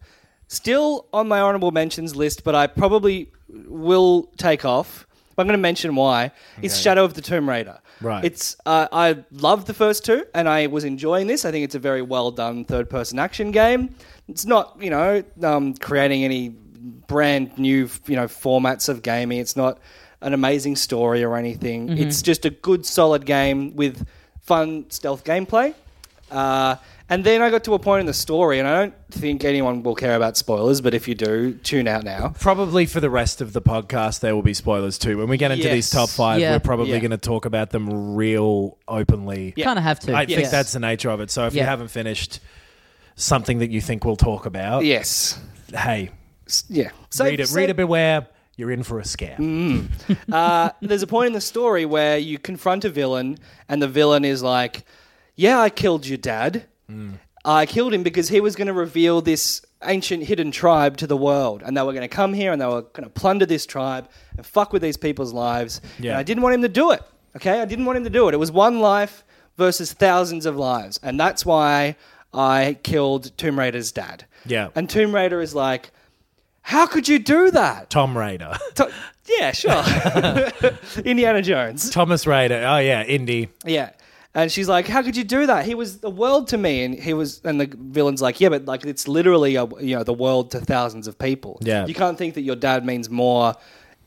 still on my honorable mentions list, but I probably will take off. But I'm going to mention why. It's Shadow of the Tomb Raider.
Right.
It's uh, I loved the first two, and I was enjoying this. I think it's a very well done third person action game. It's not you know um, creating any brand new you know formats of gaming. It's not an amazing story or anything.
Mm-hmm.
It's just a good solid game with fun stealth gameplay. Uh, and then I got to a point in the story, and I don't think anyone will care about spoilers, but if you do, tune out now.
Probably for the rest of the podcast, there will be spoilers too. When we get into
Yes.
these top five,
Yeah.
we're probably
Yeah.
going to talk about them real openly.
Kind of have to.
I
yes.
think that's the nature of it. So if you
Yeah.
haven't finished something that you think we'll talk about,
Yes.
hey,
S- Yeah. So, Mm.
read it, read it, beware. You're in for a scare.
uh, there's a point in the story where you confront a villain, and the villain is like, Yeah, I killed your dad.
Mm.
I killed him because he was going to reveal this ancient hidden tribe to the world, and they were going to come here and they were going to plunder this tribe and fuck with these people's lives.
Yeah.
And I didn't want him to do it. Okay, I didn't want him to do it. It was one life versus thousands of lives, and that's why I killed Tomb Raider's dad.
Yeah.
and Tomb Raider is like, how could you do that?
Tom Raider.
To- yeah, sure. Indiana Jones.
Thomas Raider. Oh, yeah, Indy.
Yeah. And she's like, "How could you do that? He was the world to me." And he was, and the villain's like, "Yeah, but like it's literally a, you know the world to thousands of people.
Yeah.
you can't think that your dad means more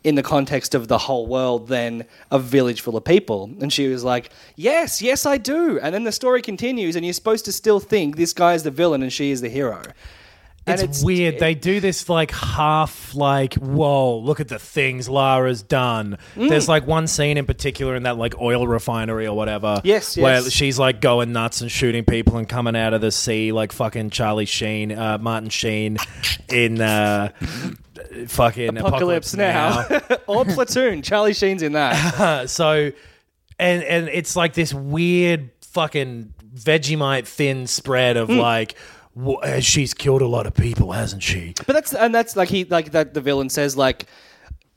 in the context of the whole world than a village full of people." And she was like, "Yes, yes, I do." And then the story continues, and you're supposed to still think this guy is the villain and she is the hero. And
It's, weird. they do this like half like, whoa, look at the things Lara's done.
Mm.
There's like one scene in particular in that like oil refinery or whatever.
Yes,
Where
yes.
she's like going nuts and shooting people and coming out of the sea like fucking Charlie Sheen, uh, Martin Sheen in uh, fucking
Apocalypse, now, or Platoon. Charlie Sheen's in that.
Uh, so and and it's like this weird fucking Vegemite thin spread
Mm.
of like wh- uh, she's killed a lot of people, hasn't she?
But that's and that's like he like that the villain says like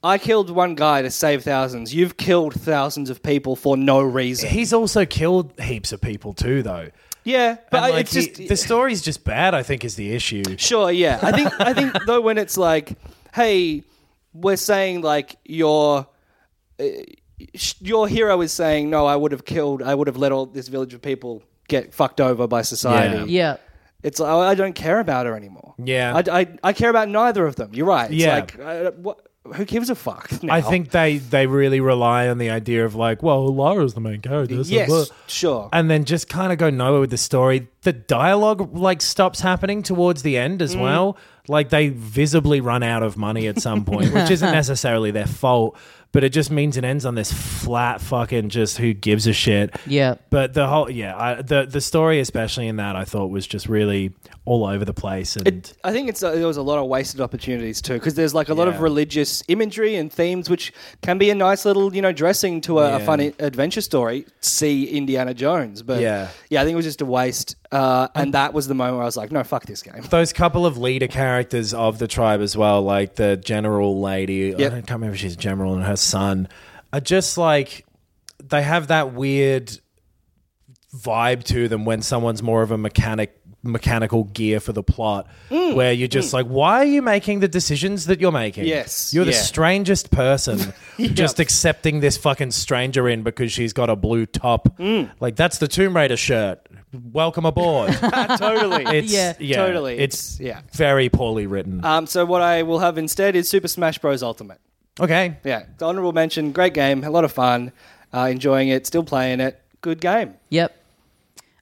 I killed one guy to save thousands. You've killed thousands of people for no reason.
He's also killed heaps of people too, though.
Yeah, but
And,
I-
like,
it's just
the, the story's just bad. I think is the issue.
Sure, yeah. I think I think though when it's like, hey, we're saying like your uh, sh- your hero is saying no, I would have killed, I would have let all this village of people get fucked over by
um,
society.
Yeah.
It's like, oh, I don't care about her anymore.
Yeah.
I, I, I care about neither of them. You're right. It's
Yeah.
like uh, what, who gives a fuck? now?
I think they they really rely on the idea of like, well, Lara's the main character. so blah.
yes, sure.
and then just kind of go nowhere with the story. The dialogue like stops happening towards the end
Mm.
as well. Like they visibly run out of money at some point, which isn't necessarily their fault, but it just means it ends on this flat fucking just who gives a shit.
Yeah.
But the whole yeah, I, the the story especially in that I thought was just really all over the place and
It, I think it's uh, there was a lot of wasted opportunities too, because there's like a lot of
Yeah.
religious imagery and themes, which can be a nice little you know dressing to a, a
Yeah.
fun i- adventure story. See Indiana Jones, but
Yeah.
yeah, I think it was just a waste, uh, and that was the moment where I was like, no, fuck this game.
those couple of leader characters of the tribe as well, like the general lady.
Yep.
I don't, can't remember if she's general and her son are just like they have that weird vibe to them when someone's more of a mechanic mechanical gear for the plot
Mm,
where you're just like why are you making the decisions that you're making
Yes,
you're the
yeah.
strangest person just accepting this fucking stranger in because she's got a blue top
Mm.
like that's the tomb raider shirt welcome aboard
totally,
it's
Yeah.
yeah,
totally.
It's
It's- yeah.
very poorly written.
Um, so what I will have instead is Super Smash Bros. Ultimate.
okay,
Yeah, honorable mention, great game, a lot of fun, uh, enjoying it, still playing it, good game.
Yep.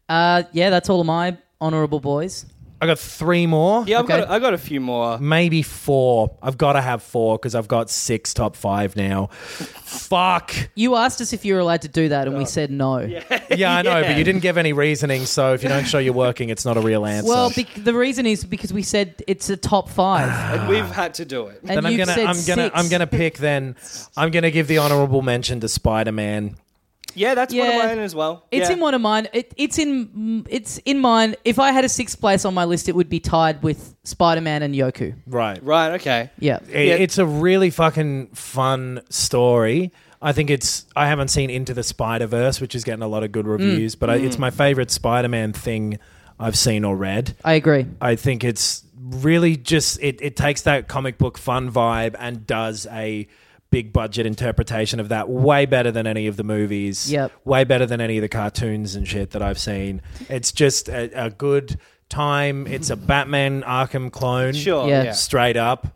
Uh, yeah, that's all of my honourable boys.
I got three more.
Yeah, I've
Okay.
got a, I got a few more.
maybe four. I've got to have four because I've got six top five now. Fuck.
You asked us if you were allowed to do that, and we
Oh.
said no.
Yeah, I know, but you didn't give any reasoning. So if you don't show you're working, it's not a real answer.
Well, bec the reason is because we said it's a top five,
And we've had to do it.
and
then I'm
you
gonna,
said
I'm gonna,
six.
I'm gonna pick. Then I'm gonna give the honorable mention to Spider Man.
Yeah, that's one
Yeah.
of mine as well.
It's
Yeah.
in one of mine. It, it's in it's in mine. If I had a sixth place on my list, it would be tied with Spider Man and Yoku.
Right.
Right. Okay.
Yeah.
It-
Yeah.
It's a really fucking fun story. I think it's. I haven't seen Into the Spider Verse, which is getting a lot of
Mm.
good reviews, but I, it's my favorite Spider Man thing I've seen or read.
I agree.
I think it's really just. It, it takes that comic book fun vibe and does a big budget interpretation of that way better than any of the movies.
Yep.
Way better than any of the cartoons and shit that I've seen. It's just a, a good time. It's a Batman Arkham clone
Sure.
Yeah.
Yeah.
straight up,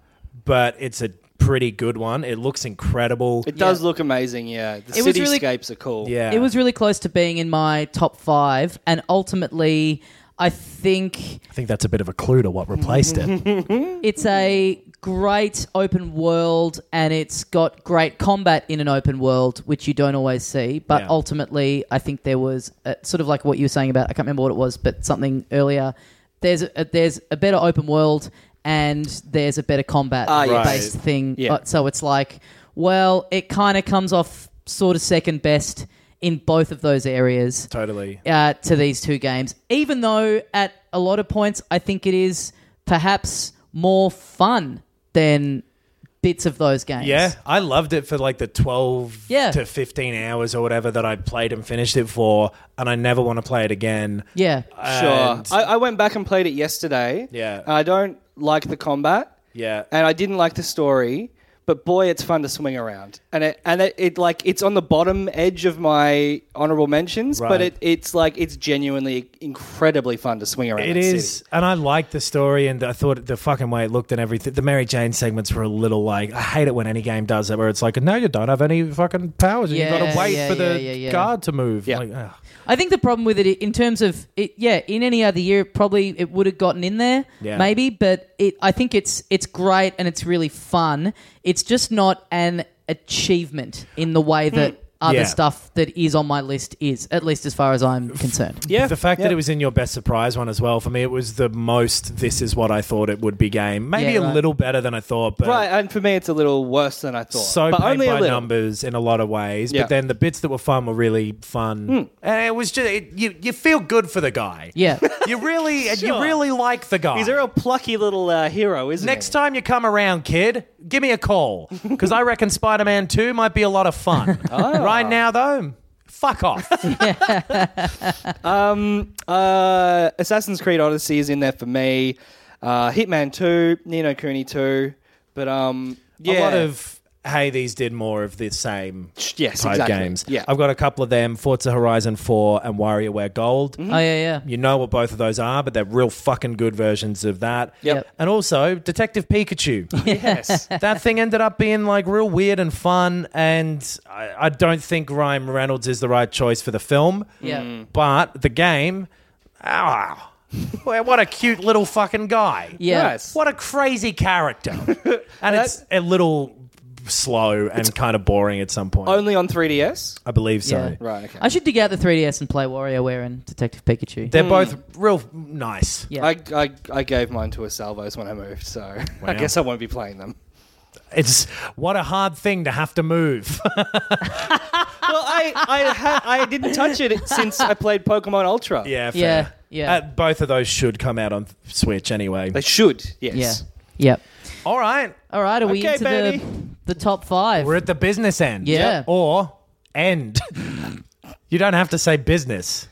but it's a pretty good one. It looks incredible.
It does look amazing. Yeah. The
It was really-
cityscapes are cool.
yeah,
It was really close to being in my top five, and ultimately, I think
I think that's a bit of a clue to what replaced it.
It's a great open world and it's got great combat in an open world, which you don't always see. But
Yeah.
ultimately, I think there was a, sort of like what you were saying about, I can't remember what it was, but something earlier. There's a, there's a better open world and there's a better combat
Ah, yes.
based thing.
Yeah.
Uh, So it's like, well, it kind of comes off sort of second best in both of those areas
totally.
uh, to these two games, even though at a lot of points I think it is perhaps more fun than bits of those games.
Yeah, I loved it for like the 12
Yeah.
to 15 hours or whatever that I played and finished it for, and I never want to play it again.
Yeah.
Uh,
Sure.
And-
I, I went back and played it yesterday.
Yeah.
I don't like the combat.
Yeah.
And I didn't like the story, but boy, it's fun to swing around. And it and it, it like it's on the bottom edge of my honorable mentions, but
Right.
it, it's like it's genuinely incredibly fun to swing around.
It
that
is,
city.
and I liked the story, and I thought the fucking way it looked and everything. The Mary Jane segments were a little like I hate it when any game does it, where it's like, no, you don't have any fucking powers, and you got
Yeah,
to wait
yeah,
for the
yeah, yeah, yeah.
guard to move.
Yeah.
Like, ugh.
I think the problem with it in terms of it, yeah, in any other year, it probably it would have gotten in there,
Yeah.
maybe. But it, I think it's it's great and it's really fun. It's just not an achievement in the way that other
Hmm. Yeah.
stuff that is on my list is, at least as far as I'm concerned.
Yeah.
The fact that
Yeah.
it was in your best surprise one as well, for me, it was the most this is what I thought it would be game. Maybe
Yeah,
a
right.
little better than I thought, but
Right, and for me it's a little worse than I thought.
uh, so
but
paint
only a
by
little.
numbers in a lot of ways.
Yeah. Hmm.
But then the bits that were fun were really fun. And it was just, it, you, you feel good for the guy.
Yeah. Oh,
You really, and you
Sure.
really like the guy.
He's a real plucky little uh, hero, isn't
Next
he?
time you come around, kid,
Ah.
give me a call because I reckon Spider Man 2 might be a lot of fun. Right now, though, Fuck off.
Uh, Assassin's Creed Odyssey is in there for me. Uh, Hitman 2, Nino Cooney 2. But um, yeah.
A lot of hey, these did more of the same
yes,
type
exactly.
games.
Yeah.
I've got a couple of them: Forza Horizon Four and WarioWare Gold.
Mm-hmm.
Oh yeah, yeah.
You know what both of those are, but they're real fucking good versions of that.
Yep.
And also Detective Pikachu.
Yes.
that thing ended up being like real weird and fun, and I, I don't think Ryan Reynolds is the right choice for the film.
Yeah. Mm.
But the game, ah, well, what a cute little fucking guy.
Yeah.
Nice.
What a crazy character. and it's a little slow and kind of boring at some point.
Only on 3DS?
I believe so.
Yeah.
Right, okay.
I should dig out the 3DS and play WarioWare and Detective Pikachu.
They're both real nice.
Hmm. yeah.
I, I, I gave mine to a Salvos when I moved, so I guess I won't be playing them.
It's what a hard thing to have to move.
Well, I I, ha- I didn't touch it since I played Pokemon Ultra.
yeah, fair.
Yeah, yeah.
Uh, both of those should come out on Switch anyway.
They should,
yeah.
yes.
Yep.
All right.
All right, are we
Okay,
into
Bernie.
the the top five?
We're at the business end.
Yeah. Yep.
Or end. you don't have to say business.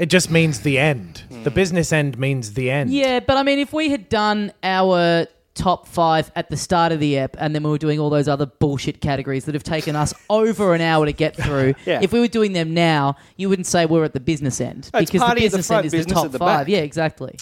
It just means the end. The business end means the end.
Hmm. yeah, but I mean, if we had done our top five at the start of the app and then we were doing all those other bullshit categories that have taken us over an hour to get through,
Yeah.
if we were doing them now, you wouldn't say we're at the business end
It's party at the front, business
top
at the
five.
back.
Yeah, exactly.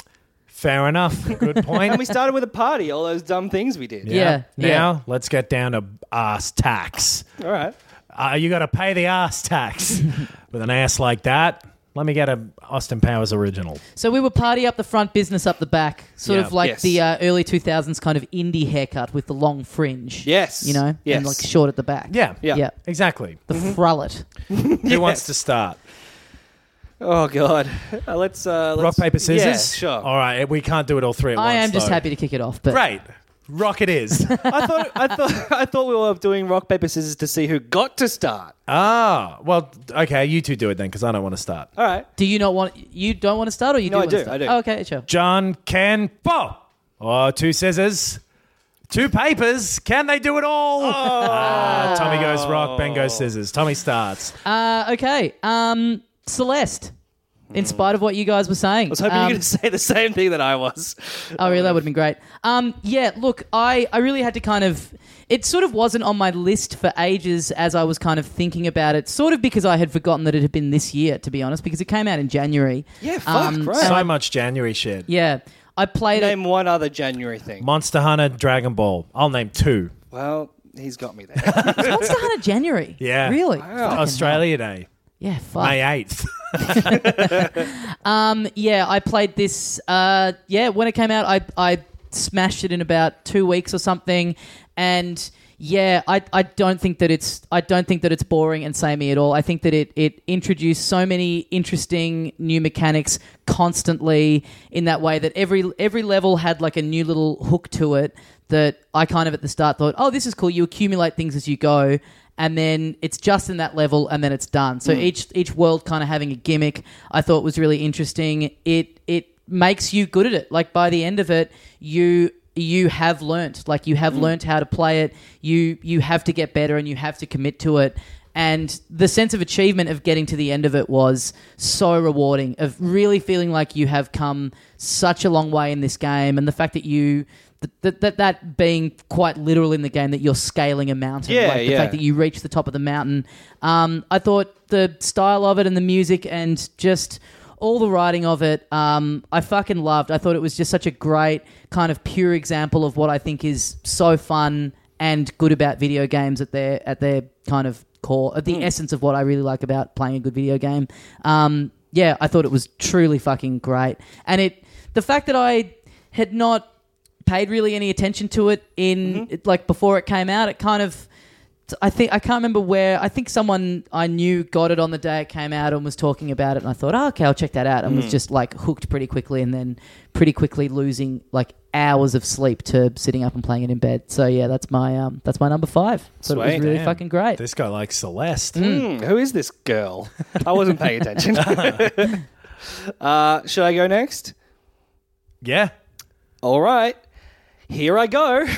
Fair enough. Good point.
And we started with a party, all those dumb things we did.
Yeah, yeah.
Now let's get down to ass tax.
All right.
Uh, you got to pay the ass tax with an ass like that. Let me get a Austin Powers original.
So we were party up the front, business up the back, sort
Yeah.
of like
Yes.
the uh, early 2000s kind of indie haircut with the long fringe.
Yes.
You know?
Yes.
And like short at the back.
Yeah.
Yeah. Mm-hmm.
Yeah.
Exactly.
The frullet.
Who wants to start?
Oh god. Uh, let's, uh,
Rock
let's
paper scissors.
Yeah, sure.
All right. We can't do it all three at once.
I am just
though.
happy to kick it off. But
Great. Rock it is.
I thought I thought I thought we were doing rock paper scissors to see who got to start.
Ah, well, okay, you two do it then because I don't want to start.
All right.
do you not want you don't want to start or you do
No, I
want to
do,
start?
I do.
Oh, okay, sure.
John can bow. Oh, two scissors, two papers. Can they do it all? Ah, Tommy goes rock, Ben goes scissors. Tommy starts.
Uh, okay. Um Celeste. In spite of what you guys were saying.
Mm. I was hoping you
um,
were going to say the same thing that I was.
Oh, really? That would have been great. Um, yeah, look, I, I really had to kind of. It sort of wasn't on my list for ages as I was kind of thinking about it, sort of because I had forgotten that it had been this year, to be honest, because it came out in January.
Yeah, fuck,
Um,
right.
so much January shit.
Yeah. I played it.
Name one other January thing.
Monster Hunter, Dragon Ball. I'll name two.
Well, he's got me there.
Monster Hunter January.
Yeah.
Really?
Australia Day,
Yeah, fuck.
May 8th.
Yeah, I played this. Uh, yeah, when it came out, I I smashed it in about two weeks or something, and yeah, I, I don't think that it's I don't think that it's boring and samey at all. I think that it it introduced so many interesting new mechanics constantly in that way that every every level had like a new little hook to it that I kind of at the start thought, oh, this is cool. You accumulate things as you go, and then it's just in that level and then it's done so
Hmm.
each each world kind of having a gimmick i thought was really interesting it it makes you good at it like by the end of it you you have learnt like you
Hmm.
have learnt how to play it you you have to get better and you have to commit to it and the sense of achievement of getting to the end of it was so rewarding of really feeling like you have come such a long way in this game and the fact that you that that, that being quite literal in the game that you're scaling a mountain
Yeah,
like the
yeah.
fact that you reach the top of the mountain um, i thought the style of it and the music and just all the writing of it um, i fucking loved i thought it was just such a great kind of pure example of what i think is so fun and good about video games at their at their kind of core at the essence of what i really like about playing a good video game um, yeah i thought it was truly fucking great and it the fact that i had not paid really any attention to it in
Mm-hmm.
it- like before it came out. It kind of I think I can't remember where I think someone I knew got it on the day it came out and was talking about it and I thought, oh, okay, I'll check that out and
Mm.
was just like hooked pretty quickly and then pretty quickly losing like hours of sleep to sitting up and playing it in bed. So yeah, that's my um that's my number five. So it
Sweet.
was really
Damn,
fucking great. Mm.
This guy likes Celeste.
Hmm, who is this girl? I wasn't paying attention. uh, should I go next?
Yeah.
All right, here I go.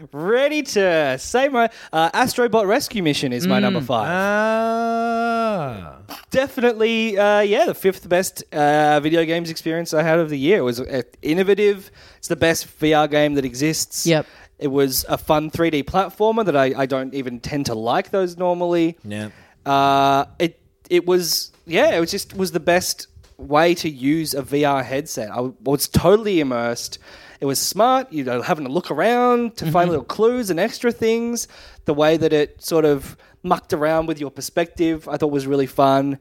Mm, Ready to say my uh, Astrobot rescue mission is my number five.
Oh. Ah.
definitely, uh, yeah, the fifth best uh, video games experience I had of the year. It was uh, innovative. It's the best VR game that exists.
Yep.
It was a fun 3D platformer that I, I don't even tend to like those normally.
Yeah.
Uh, it it was yeah, it was just was the best way to use a VR headset. I was totally immersed. It was smart. You know, having to look around to find little clues and extra things. The way that it sort of mucked around with your perspective, I thought was really fun.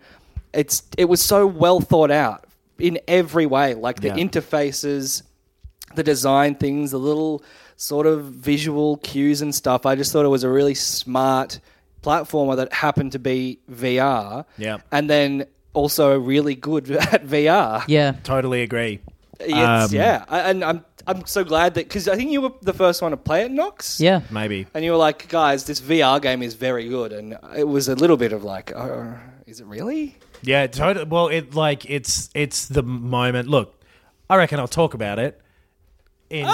It's it was so well thought out in every way, like the
Yeah.
interfaces, the design things, the little sort of visual cues and stuff. I just thought it was a really smart platformer that happened to be VR.
Yep.
And then also really good at VR.
Yeah.
Totally agree.
It's-
Um,
yeah. I, and I'm I'm so glad that because I think you were the first one to play it, Knox.
Yeah.
Maybe.
And you were like, guys, this VR game is very good, and it was a little bit of like, oh, is it really?
Yeah, totally. Well, it like it's it's the moment. Look, I reckon I'll talk about it in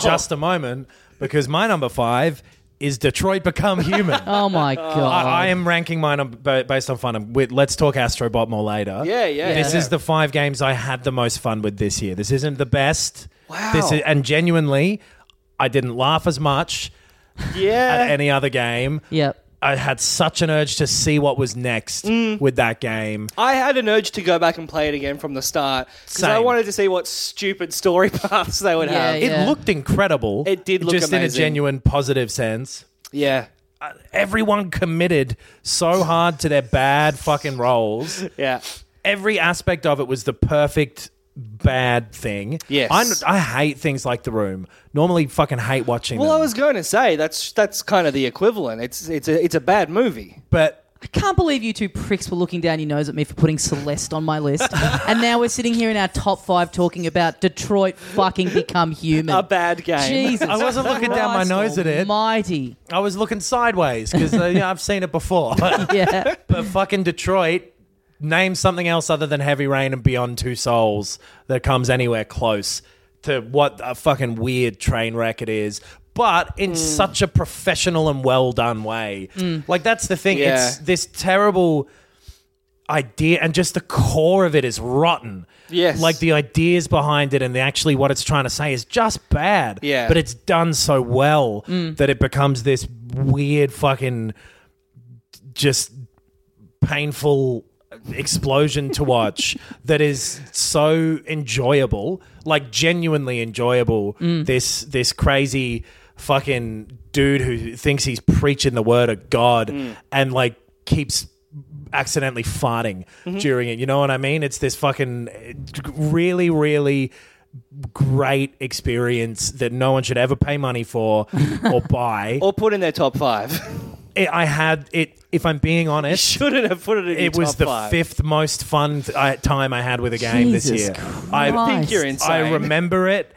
just a moment because my number five is Detroit Become Human.
Oh my
I,
god.
I
Um,
am ranking mine on, ba- based on fun. Um, we- Let's talk Astrobot more later.
Yeah, yeah,
This
yeah.
is the five games I had the most fun with this year. This isn't the best.
Wow.
This is, and genuinely, I didn't laugh as much at
Yeah.
any other game.
Yep.
I had such an urge to see what was next
Mm.
with that game.
I had an urge to go back and play it again from the start because I
Same.
wanted to see what stupid story paths they would
Yeah,
have.
It looked incredible.
It did look
just in a
amazing.
genuine positive sense.
Yeah.
Uh, Everyone committed so hard to their bad fucking roles.
Yeah.
every aspect of it was the perfect bad thing.
Yes.
i I hate things like The Room. Normally, fucking hate watching
Well,
them.
I was going to say that's that's kind of the equivalent. It's it's a it's a bad movie.
but
I can't believe you two pricks were looking down your nose at me for putting Celeste on my list, and now we're sitting here in our top five talking about Detroit fucking become human.
A bad game.
Jesus,
I wasn't looking down my
Christ
nose at it.
Almighty,
I was looking sideways because uh, yeah, I've seen it before.
yeah.
but fucking Detroit, name something else other than Heavy Rain and Beyond Two Souls that comes anywhere close to what a fucking weird train wreck it is. But
Hmm.
in such a professional and well done way. Like that's the thing.
Yeah.
It's this terrible idea and just the core of it is rotten.
Yes.
Like the ideas behind it and the actually what it's trying to say is just bad.
Yeah. Hmm.
But it's done so well that it becomes this weird fucking just painful explosion to watch that is so enjoyable, like genuinely enjoyable. This this crazy fucking dude who thinks he's preaching the word of God and like keeps accidentally farting during it. You know what I mean? It's this fucking uh, really really great experience that no one should ever pay money for or buy.
Or put in their top five.
It- I had it if I'm being honest
Shouldn't have put it in.
it
your
was
top
the
five.
fifth most fun th- I, time I had with a game this
Jesus
year.
I
Christ.
I
think you're
Christ.
insane.
I remember it.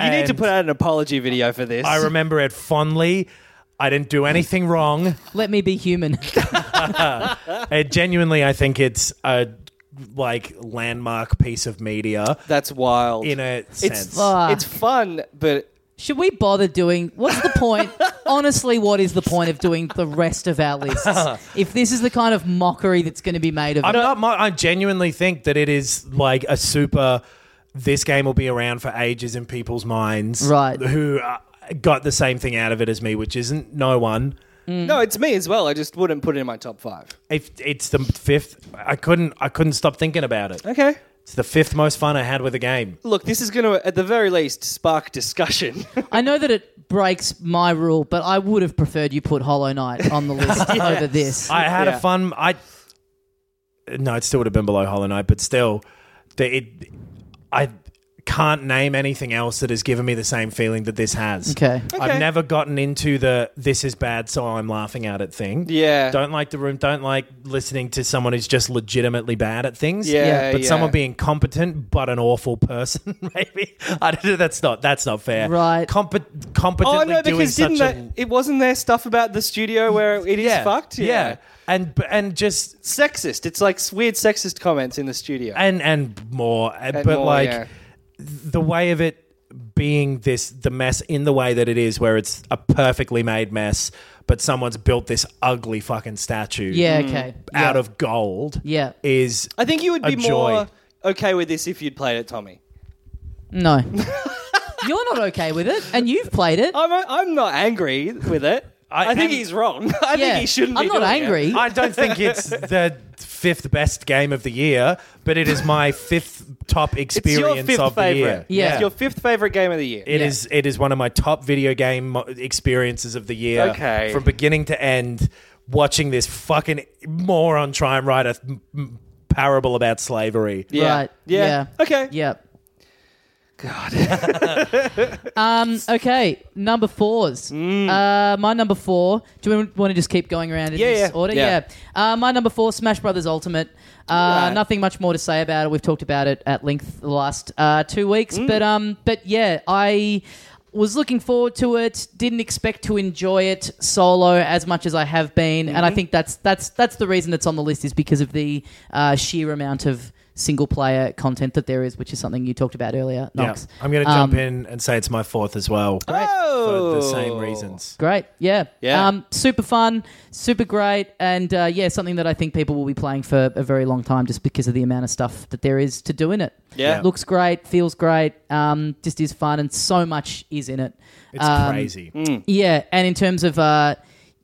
You need to
and
put out an apology video for this.
I remember it fondly. I didn't do anything wrong.
Let me be human.
Uh, genuinely, I think it's a like landmark piece of media
That's wild.
in a sense.
it's it's fun, but
Should we bother doing? What's the point? Honestly, what is the point of doing the rest of our lists if this is the kind of mockery that's going to be made of
I'm
it?
not. mo- I genuinely think that it is like a super. This game will be around for ages in people's minds,
Right.
Who uh, got the same thing out of it as me, which isn't no one.
no, it's me as well. I just wouldn't put it in my top five.
If it's the fifth, I couldn't. I couldn't stop thinking about it.
Okay.
It's the fifth most fun I had with a game.
Look, this is going to, at the very least, spark discussion.
I know that it breaks my rule, but I would have preferred you put Hollow Knight on the list over this.
I had
Yeah.
a fun. I no, it still would have been below Hollow Knight, but still, the, it. I can't name anything else that has given me the same feeling that this has.
Okay.
Okay.
I've never gotten into the "this is bad, so I'm laughing at it" thing.
Yeah.
don't like the room. Don't like listening to someone who's just legitimately bad at things.
Yeah,
but
yeah.
someone being competent but an awful person, maybe. I don't know. That's not. That's not fair.
Right.
Compet- competently
oh no,
doing
because
such
didn't
a
that, it wasn't there stuff about the studio where it is fucked?
yeah, and and just
Sexist. It's like weird sexist comments in the studio.
and and more, Uh,
And
but
more,
like
yeah.
the way of it being this the mess in the way that it is, where it's a perfectly made mess, but someone's built this ugly fucking statue
Yeah,
Mm.
okay.
out
Yeah.
of gold.
Yeah.
is
I think you would
A
be
joy.
more okay with this if you'd played it, Tommy.
No. You're not okay with it, and you've played it.
I'm, I'm not angry with it. I, think
am-
he's wrong. I
yeah.
think he shouldn't.
I'm
be
not
doing it.
angry.
I don't think it's the fifth best game of the year, but it is my fifth top
It's
experience
your fifth
of the year.
favorite.
Yeah.
It's your fifth favorite game of the year.
It
Yeah.
is- It is one of my top video game mo- experiences of the year.
Okay.
From beginning to end, watching this fucking moron try and write a th- m- parable about slavery.
Yeah.
Right.
Yeah.
Yeah.
Okay.
Yep. God. um, okay. Number fours. Uh, my number four. Do we want to just keep going around in
Mm. Yeah,
this
yeah.
order?
Yeah.
Uh, my number four, Smash Brothers Ultimate. Uh,
Right.
Nothing much more to say about it. We've talked about it at length the last uh, two weeks. But um, but yeah, I was looking forward to it. Didn't expect to enjoy it solo as much as I have been, and I think that's that's that's the reason it's on the list is because of the uh, sheer amount of single player content that there is, which is something you talked about earlier. Knox.
I'm going to jump
Um,
in and say it's my fourth as well. For
Oh.
the same reasons.
Great, yeah,
Yeah.
Um, super fun, super great, and uh, yeah, something that I think people will be playing for a very long time, just because of the amount of stuff that there is to do in it.
Yeah.
looks great, feels great, um, just is fun, and so much is in it. Uh,
It's crazy.
Yeah, and in terms of, uh,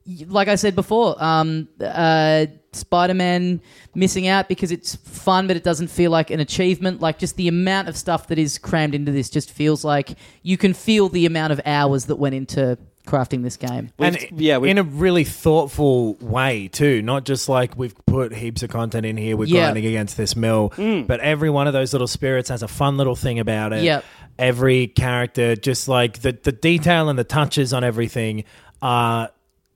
y- like I said before, um, uh, Spider Man missing out because it's fun, but it doesn't feel like an achievement. Like just the amount of stuff that is crammed into this just feels like you can feel the amount of hours that went into crafting this game.
and
We've- yeah, we-
in a really thoughtful way too. Not just like we've put heaps of content in here, we're
Yeah.
grinding against this mill,
Mm.
but every one of those little spirits has a fun little thing about it.
Yep.
Every character, just like the the detail and the touches on everything, are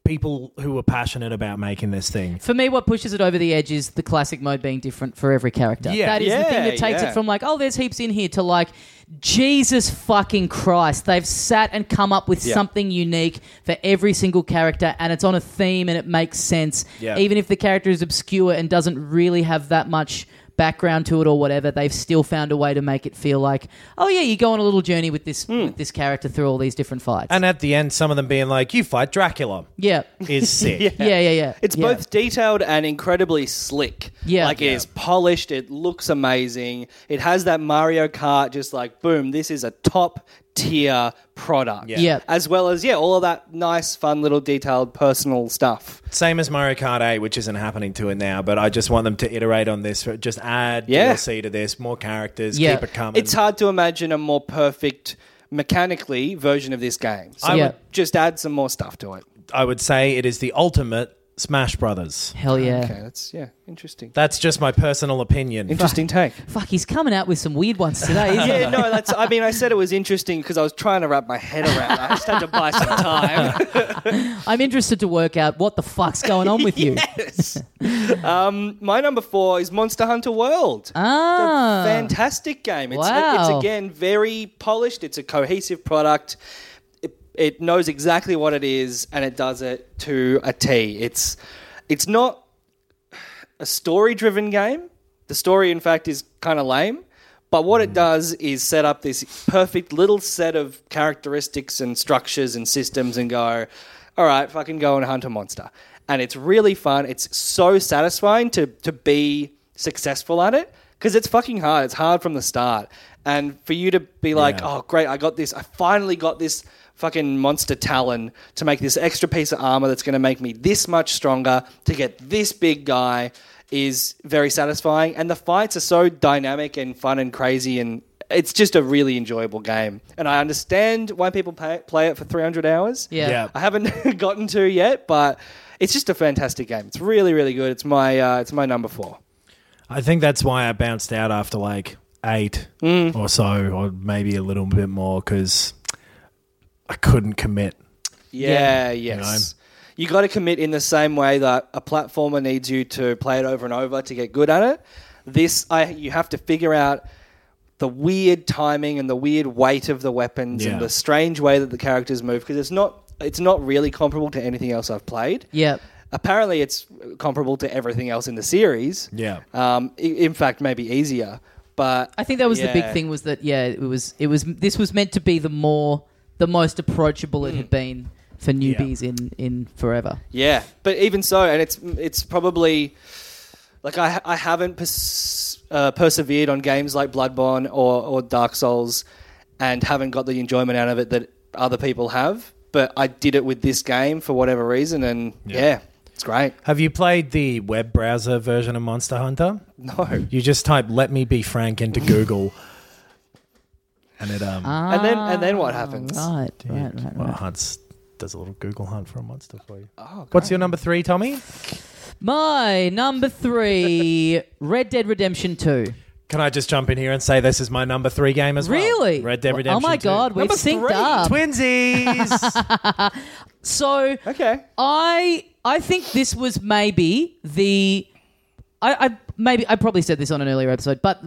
people who are passionate about making this thing.
For me, what pushes it over the edge is the classic mode being different for every character.
Yeah.
that is the thing
Yeah,
that takes
yeah.
it from like, oh, there's heaps in here to like, Jesus fucking Christ. They've sat and come up with something unique for every single character and it's on a theme and it makes sense.
Yeah.
Even if the character is obscure and doesn't really have that much background to it or whatever, they've still found a way to make it feel like, oh yeah, you go on a little journey with this
Hmm.
with this character through all these different fights.
And at the end, some of them being like, "You fight Dracula,"
yeah.
is sick.
Yeah, yeah, yeah.
It's
Yeah.
both detailed and incredibly slick.
Yeah.
Like
Yeah.
it is polished, it looks amazing. It has that Mario Kart just like boom, this is a top tier product.
Yeah.
As well as yeah, all of that nice, fun little detailed personal stuff.
Same as Mario Kart 8, which isn't happening to it now, but I just want them to iterate on this. Just add
Yeah.
DLC to this, more characters,
Yeah.
keep it coming.
It's hard to imagine a more perfect mechanically version of this game. So
Yeah.
just add some more stuff to it.
I would say it is the ultimate Smash Brothers.
Hell yeah.
Okay, that's yeah, interesting.
That's just my personal opinion.
Interesting take.
Fuck, he's coming out with some weird ones today, isn't he?
Yeah, no, that's. I mean, I said it was interesting because I was trying to wrap my head around. it. I just had to buy some time.
I'm interested to work out what the fuck's going on with you.
Um, My number four is Monster Hunter World.
Ah.
It's a fantastic game. It's,
Wow.
it's again very polished. It's a cohesive product. It, it knows exactly what it is and it does it to a T. It's it's not a story-driven game. The story, in fact, is kind of lame. But what it does is set up this perfect little set of characteristics and structures and systems and go, all right, fucking go and hunt a monster. And it's really fun. It's so satisfying to, to be successful at it because it's fucking hard. It's hard from the start. And for you to be like, oh, great, I got this. I finally got this fucking monster talon to make this extra piece of armor that's going to make me this much stronger to get this big guy is very satisfying. And the fights are so dynamic and fun and crazy. And it's just a really enjoyable game. And I understand why people pay, play it for 300 hours.
Yeah.
Yeah.
I haven't gotten to yet, but it's just a fantastic game. It's really, really good. It's my, uh, it's my number four.
I think that's why I bounced out after like eight
Mm.
or so, or maybe a little bit more, because I couldn't commit.
Yeah,
know.
yes. You got to commit in the same way that a platformer needs you to play it over and over to get good at it. This, I you have to figure out the weird timing and the weird weight of the weapons
Yeah.
and the strange way that the characters move because it's not it's not really comparable to anything else I've played.
Yep.
Apparently, it's comparable to everything else in the series.
Yeah.
Um, i- in fact, maybe easier. But
I think that was the big
Yeah.
thing was that yeah, it was it was this was meant to be the more the most approachable it had been for newbies in in forever.
Yeah, but even so, and it's it's probably like I I haven't pers- uh, persevered on games like Bloodborne or or Dark Souls, and haven't got the enjoyment out of it that other people have. But I did it with this game for whatever reason, and yeah, it's great.
Have you played the web browser version of Monster Hunter?
No,
You just type "Let me be Frank" into Google, and it um.
and then and then what happens?
Ah, Right, right, right,
Well,
right.
hunts does a little Google hunt for a monster for you.
Oh,
What's your number three, Tommy?
My number three, Red Dead Redemption Two.
Can I just jump in here and say this is my number three game as well?
Really?
Red Dead
Well,
Redemption.
Oh my
2.
god, we've
Number
synced
three.
up.
Twinsies.
So
Okay,
I I think this was maybe the I, I maybe I probably said this on an earlier episode, but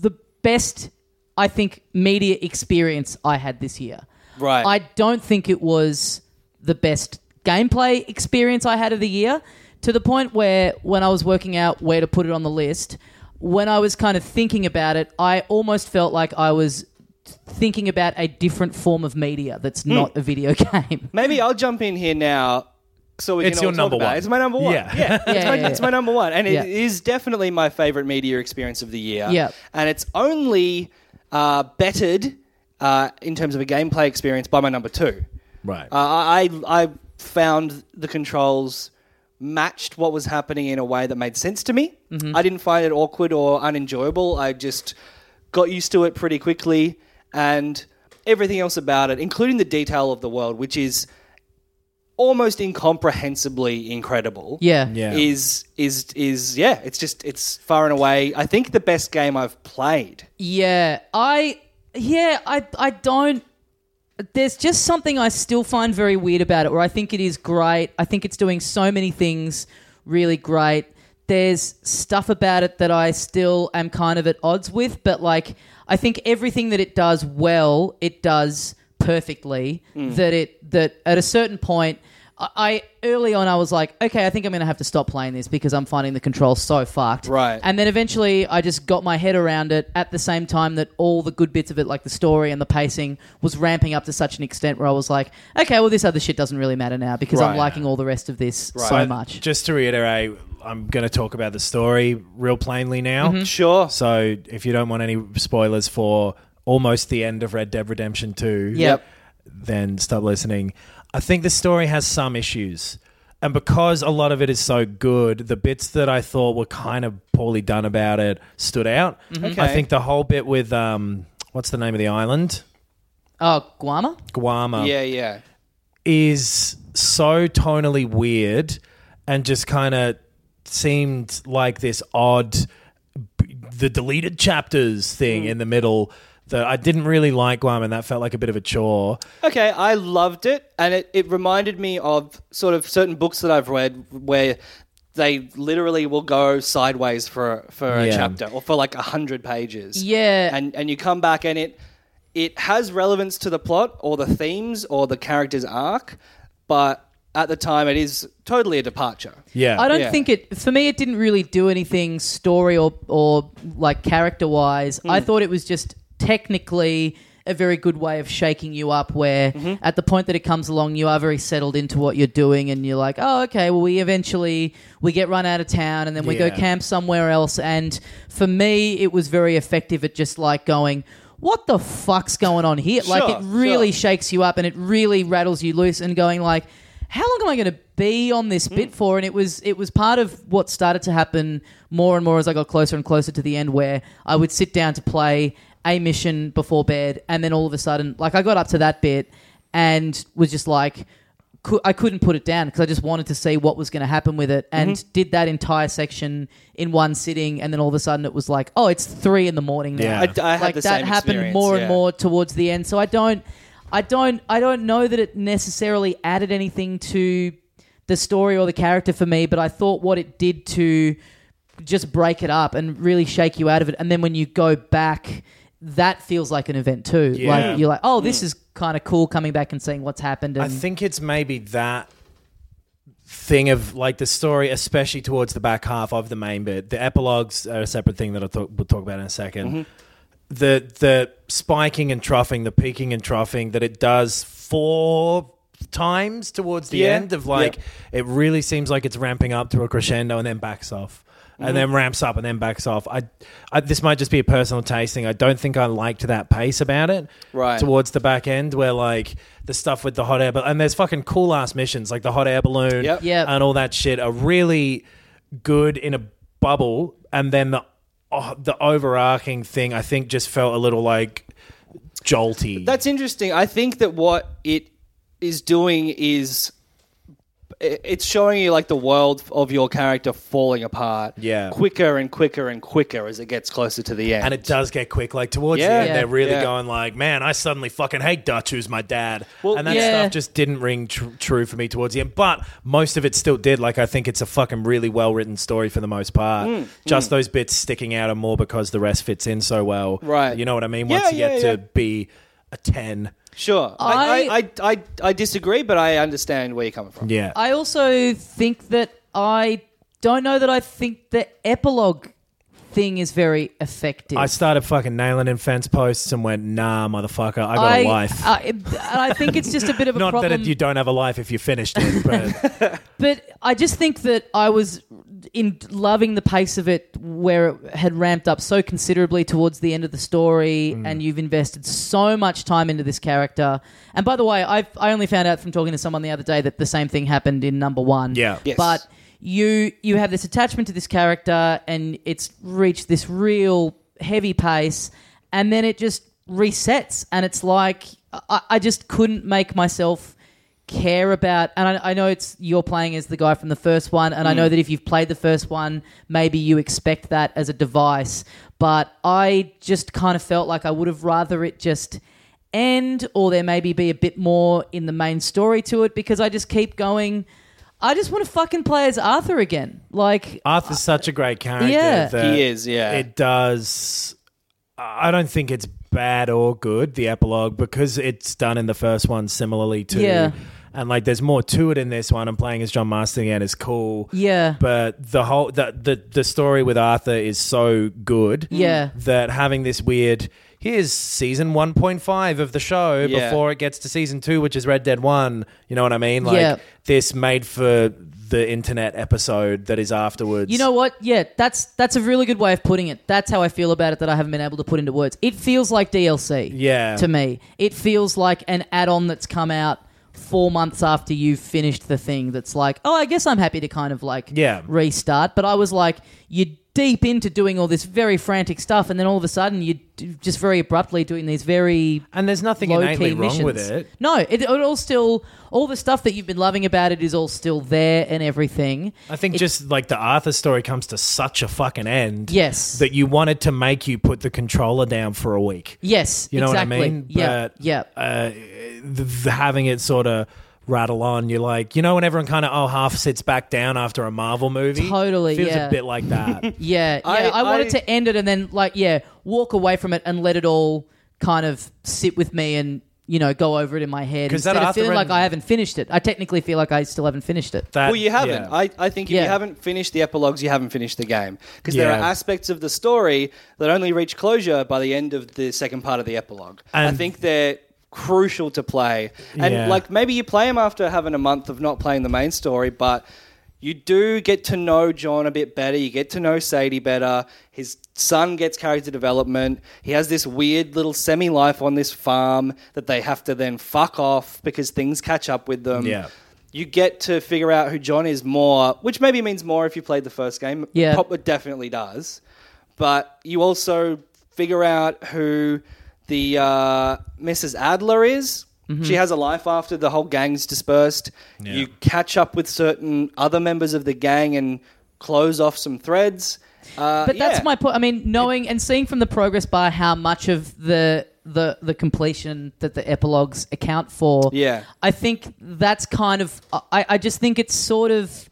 the best I think media experience I had this year.
Right.
I don't think it was the best gameplay experience I had of the year to the point where when I was working out where to put it on the list, when I was kind of thinking about it, I almost felt like I was thinking about a different form of media that's not a video game.
maybe I'll jump in here now. So we
It's
can
your
all talk
number
about it.
one.
It's my number one.
Yeah.
Yeah, yeah, yeah.
it's my number one, and
Yeah.
it is definitely my favorite media experience of the year.
Yeah.
and it's only uh, bettered uh, in terms of a gameplay experience by my number two.
right.
Uh, I I I found the controls matched what was happening in a way that made sense to me.
Mm-hmm.
I didn't find it awkward or unenjoyable. I just got used to it pretty quickly, and everything else about it, including the detail of the world, which is almost incomprehensibly incredible
Yeah.
Yeah.
is is is yeah it's just it's far and away i think the best game i've played
Yeah, I yeah, I I don't there's just something I still find very weird about it where I think it is great. I think it's doing so many things really great. There's stuff about it that I still am kind of at odds with, but like I think everything that it does well, it does perfectly. That it that at a certain point I- I early on I was like, okay, I think I'm going to have to stop playing this because I'm finding the controls so fucked.
Right.
And then eventually I just got my head around it at the same time that all the good bits of it, like the story and the pacing, was ramping up to such an extent where I was like, okay, well, this other shit doesn't really matter now because I'm
Right.
liking all the rest of this so
But
much.
Uh, Just to reiterate, I'm going to talk about the story real plainly now.
Mm-hmm.
sure
So if you don't want any spoilers for almost the end of Red Dead Redemption 2,
Yep.
then stop listening. I think the story has some issues. And because a lot of it is so good, the bits that I thought were kind of poorly done about it stood out. I think the whole bit with um, what's the name of the island?
Oh, Guama?
Guam
yeah yeah
is so tonally weird and just kind of seemed like this odd b- the deleted chapters thing in the middle that I didn't really like Guam and that felt like a bit of a chore.
okay i loved it and it, it reminded me of sort of certain books that i've read where they literally will go sideways for for a
Yeah.
chapter or for like a hundred pages
Yeah.
and and you come back and it it has relevance to the plot or the themes or the character's arc but at the time it is totally a departure
Yeah.
I don't
Yeah.
think it. For me, it didn't really do anything story or or like character wise. I
Mm-hmm.
thought it was just technically a very good way of shaking you up. Where
Mm-hmm.
at the point that it comes along, you are very settled into what you're doing, and you're like, oh, okay. Well, we eventually we get run out of town, and then we go
Yeah.
camp somewhere else. And for me, it was very effective at just like going. What the fuck's going on here? like
Sure,
it really
sure.
shakes you up and it really rattles you loose and going like how long am i going to be on this bit for and it was it was part of what started to happen more and more as i got closer and closer to the end where i would sit down to play a mission before bed and then all of a sudden like i got up to that bit and was just like cou- I couldn't put it down because I just wanted to see what was going to happen with it, and did that entire section in one sitting, and then all of a sudden it was like, oh, it's three in the morning now
Yeah.
I, I had
like
the
that
same
happened
experience,
more
yeah.
and more towards the end. So I don't, I don't, I don't know that it necessarily added anything to the story or the character for me, but I thought what it did to just break it up and really shake you out of it, and then when you go back. That feels like an event too.
Yeah. Hmm.
Like you're like, oh, this is kind of cool coming back and seeing what's happened. And
I think it's maybe that thing of like the story, especially towards the back half of the main bit. The epilogues are a separate thing that I'll talk, we'll talk about in a 2nd The the spiking and troughing, the peaking and troughing that it does four times towards the
Yeah.
end of like it really seems like it's ramping up to a crescendo and then backs off. And then ramps up and then backs off. I, I, this might just be a personal taste thing. I don't think I liked that pace about it.
Right.
towards the back end, where like the stuff with the hot air, bal- and there's fucking cool ass missions like the hot air balloon
Yep.
Yep.
and all that shit are really good in a bubble. And then the oh, the overarching thing, I think, just felt a little like jolty.
That's interesting. I think that what it is doing is i- it's showing you like the world of your character falling apart
Yeah.
quicker and quicker and quicker as it gets closer to the end.
and it does get quick, like towards the
Yeah.
end, they're really
Yeah.
going like, "Man, I suddenly fucking hate Dutch, who's my dad," and that
yeah.
stuff just didn't ring tr- true for me towards the end. But most of it still did. Like, I think it's a fucking really well written story for the most part.
Mm,
just those bits sticking out are more because the rest fits in so well.
Right.
You know what I mean?
Yeah,
Once you
yeah,
get
yeah.
to be a ten,
sure. I, I, I, I, I disagree, but I understand where you're coming from.
yeah,
I also think that I don't know that I think the epilogue thing is very effective.
I started fucking nailing in fence posts and went, "Nah, motherfucker, I got a
I-
life."
I- and I think it's just a bit of a
Not
problem.
that it, you don't have a life if you finished it, but
But I just think that I was in loving the pace of it where it had ramped up so considerably towards the end of the story and you've invested so much time into this character. And by the way, I I only found out from talking to someone the other day that the same thing happened in number 1.
Yeah. Yes.
But you you have this attachment to this character and it's reached this real heavy pace and then it just resets and it's like I, I just couldn't make myself care about and I, I know it's you're playing as the guy from the first one and I know that if you've played the first one maybe you expect that as a device but I just kind of felt like I would have rather it just end or there maybe be a bit more in the main story to it because I just keep going I just want to fucking play as Arthur again like
Arthur's such a great character.
Yeah.
that
He is, yeah.
It does. I don't think it's bad or good, the epilogue, because it's done in the first one similarly too.
Yeah.
And like, there's more to it in this one. And playing as John Marston again is cool.
Yeah.
But the whole the the, the story with Arthur is so good.
Yeah.
That having this weird here's season 1.5 of the show
Yeah.
before it gets to season 2 which is Red Dead 1 you know what I mean like
Yeah.
this made for the internet episode that is afterwards
You know what? Yeah, that's that's a really good way of putting it. That's how I feel about it that I haven't been able to put into words. It feels like DLC.
Yeah.
To me, it feels like an add-on that's come out 4 months after you've finished the thing that's like, "Oh, I guess I'm happy to kind of like
Yeah.
restart." But I was like, you deep into doing all this very frantic stuff and then all of a sudden you d- just very abruptly doing these very
And there's nothing
low
innately
key
wrong
missions.
with it.
No, it, it all still all the stuff that you've been loving about it is all still there and everything.
I think just like the Arthur story comes to such a fucking end.
Yes.
That you wanted to make you put the controller down for a week.
Yes,
You know
exactly.
what I mean?
Yeah,
But uh,
yeah.
th- th- having it sort of rattle on, you're like, you know, when everyone kind of, oh, half sits back down after a Marvel movie.
Totally,
Feels
yeah.
a bit like that.
Yeah, yeah. I,
I-
wanted
I-
to end it and then like yeah, walk away from it and let it all kind of sit with me and you know go over it in my head
'Cause that
instead of
Arthur
feeling like
and-
I haven't finished it. I technically feel like I still haven't finished it.
That-
Well, you haven't.
yeah.
I, I think if
Yeah.
you haven't finished the epilogues, you haven't finished the game. Because there
Yeah.
are aspects of the story that only reach closure by the end of the second part of the epilogue. I
And-
think they're crucial to play. And,
Yeah.
like, maybe you play them after having a month of not playing the main story, but you do get to know John a bit better. You get to know Sadie better. His son gets character development. He has this weird little semi life on this farm that they have to then fuck off because things catch up with them
Yeah.
you get to figure out who John is more, which maybe means more if you played the first game.
Yeah.
Pop it definitely does. But you also figure out who the uh, Mrs. Adler is.
Mm-hmm.
She has a life after the whole gang's dispersed. You catch up with certain other members of the gang and close off some threads. Uh,
but that's
yeah.
my point. I mean, knowing and seeing from the progress bar how much of the the the completion that the epilogues account for.
Yeah.
I think that's kind of. I I just think it's sort of.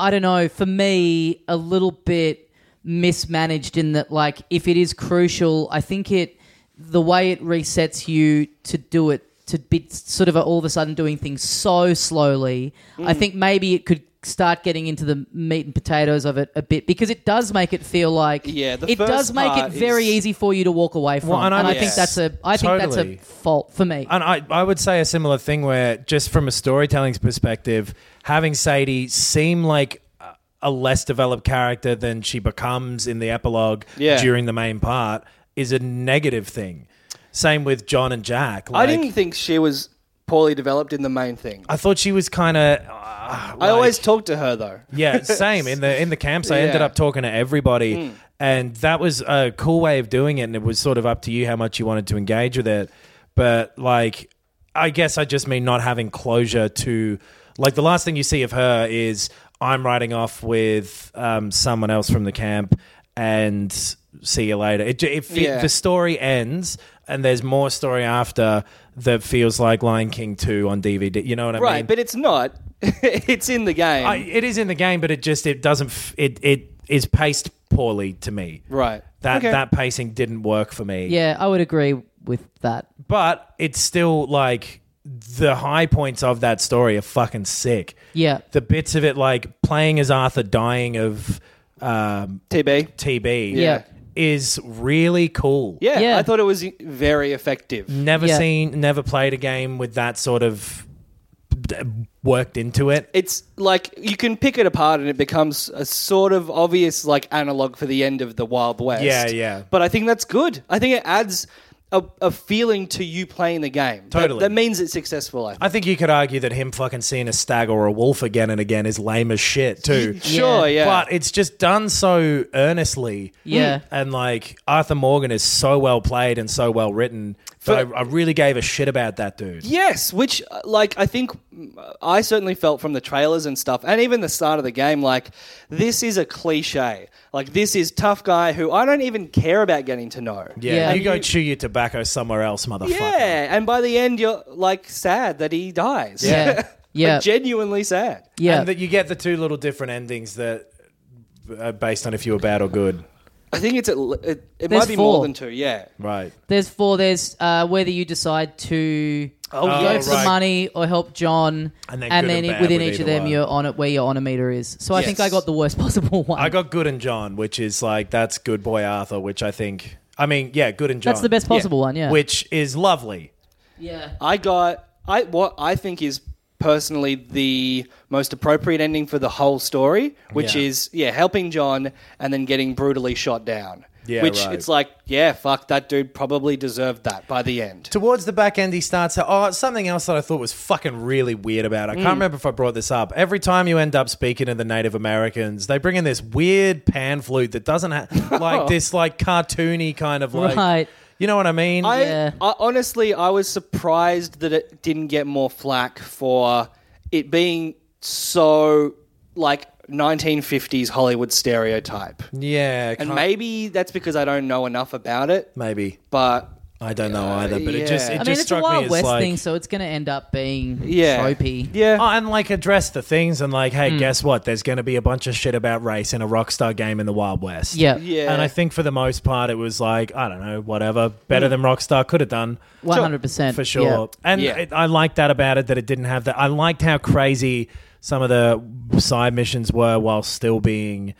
I don't know. For me, a little bit mismanaged in that, like, if it is crucial, I think it the way it resets you to do it to be sort of all of a sudden doing things so slowly. I
Mm.
think maybe it could start getting into the meat and potatoes of it a bit because it does make it feel like
Yeah, the
it
first
does make it
part
very
is-
easy for you to walk away from.
Well,
and
and I
I,
would-
think that's a I think
Totally.
that's a fault for me.
And I, I would say a similar thing where, just from a storytelling perspective, having Sadie seem like a- a less developed character than she becomes in the epilogue
Yeah.
during the main part is a negative thing. Same with John and Jack.
I
Like,
didn't think she was poorly developed in the main thing.
I thought she was kind of.
I always talked to her though.
Yeah, same in the in the camps. I ended
Yeah. Hmm.
up talking to everybody, and that was a cool way of doing it. And it was sort of up to you how much you wanted to engage with it. But like, I guess I just mean not having closure to like the last thing you see of her is I'm riding off with um, someone else from the camp, and see you later. It, j- it, fe-
Yeah.
the story ends. And there's more story after that feels like Lion King 2 on DVD. You know what I
Right,
mean?
but it's not. it's in the game.
I, it is in the game, but it just it doesn't f- it it is paced poorly to me.
Right.
That
Okay.
that pacing didn't work for me.
yeah, I would agree with that.
But it's still like the high points of that story are fucking sick.
Yeah.
The bits of it like playing as Arthur dying of um,
TB.
TB.
Yeah.
Is really cool.
Yeah,
Yeah.
I thought it was very effective.
Never
Yeah.
seen, never played a game with that sort of d- worked into it.
It's like you can pick it apart and it becomes a sort of obvious like analog for the end of the Wild West.
Yeah, yeah.
But I think that's good. I think it adds a, a feeling to you playing the game. That-
Totally.
That, means it's successful. I think.
I think you could argue that him fucking seeing a stag or a wolf again and again is lame as shit too.
Sure, yeah.
But it's just done so earnestly.
Yeah.
And like Arthur Morgan is so well played and so well written. But
For-
I, I really gave a shit about that dude.
Yes, which uh, like I think mm, I certainly felt from the trailers and stuff, and even the start of the game. Like this is a cliche. Like this is tough guy who I don't even care about getting to know.
Yeah.
Yeah.
You go chew your tobacco somewhere else, motherfucker.
Yeah, and by the end you're like sad that he dies.
Yeah.
Like,
Yeah.
genuinely sad.
Yeah.
And that you get the two little different endings that are based on if you were bad or good.
I think it's at, l- it, it
There's
might be
four.
more than two. Yeah,
Right.
There's four. There's uh, whether you decide to go
yes.
for the
Oh, right.
money or help John,
And
and
then
then,
good and bad
within
with
each of
either
them,
one.
you're on it where your honor meter is. So I think
Yes.
I got the worst possible one.
I got Good and John, which is like that's Good Boy Arthur, which I think I mean, yeah, Good and John.
That's the best possible one. Yeah.
Which is lovely.
yeah.
I got I what I think is personally the most appropriate ending for the whole story, which
Yeah.
is yeah, helping John and then getting brutally shot down.
Yeah,
which
right.
it's like yeah, fuck that dude probably deserved that by the end.
Towards the back end, he starts to. Oh, something else that I thought was fucking really weird about. it. I
Mm.
can't remember if I brought this up. Every time you end up speaking to the Native Americans, they bring in this weird pan flute that doesn't have like this like cartoony kind of like.
Right.
You know what I mean?
I,
Yeah.
I honestly I was surprised that it didn't get more flack for it being so like 1950s Hollywood stereotype.
yeah,
And
can't-
maybe that's because I don't know enough about it,
maybe.
but
I don't know either, but it
yeah.
just it
I
I
just
mean, it's a
struck me
Wild
as
West
like
thing, so it's going to end up being
yeah.
tropey.
Yeah.
Oh, and like address the things and like,
Mm.
hey, guess what? There's going to be a bunch of shit about race in a Rockstar game in the Wild West.
Yeah.
Yeah.
And I think for the most part, it was like, I don't know, whatever. Better
Mm.
than Rockstar could have done.
100%,
For sure.
yeah.
And
Yeah.
it, I liked that about it, that it didn't have that. I liked how crazy some of the side missions were while still being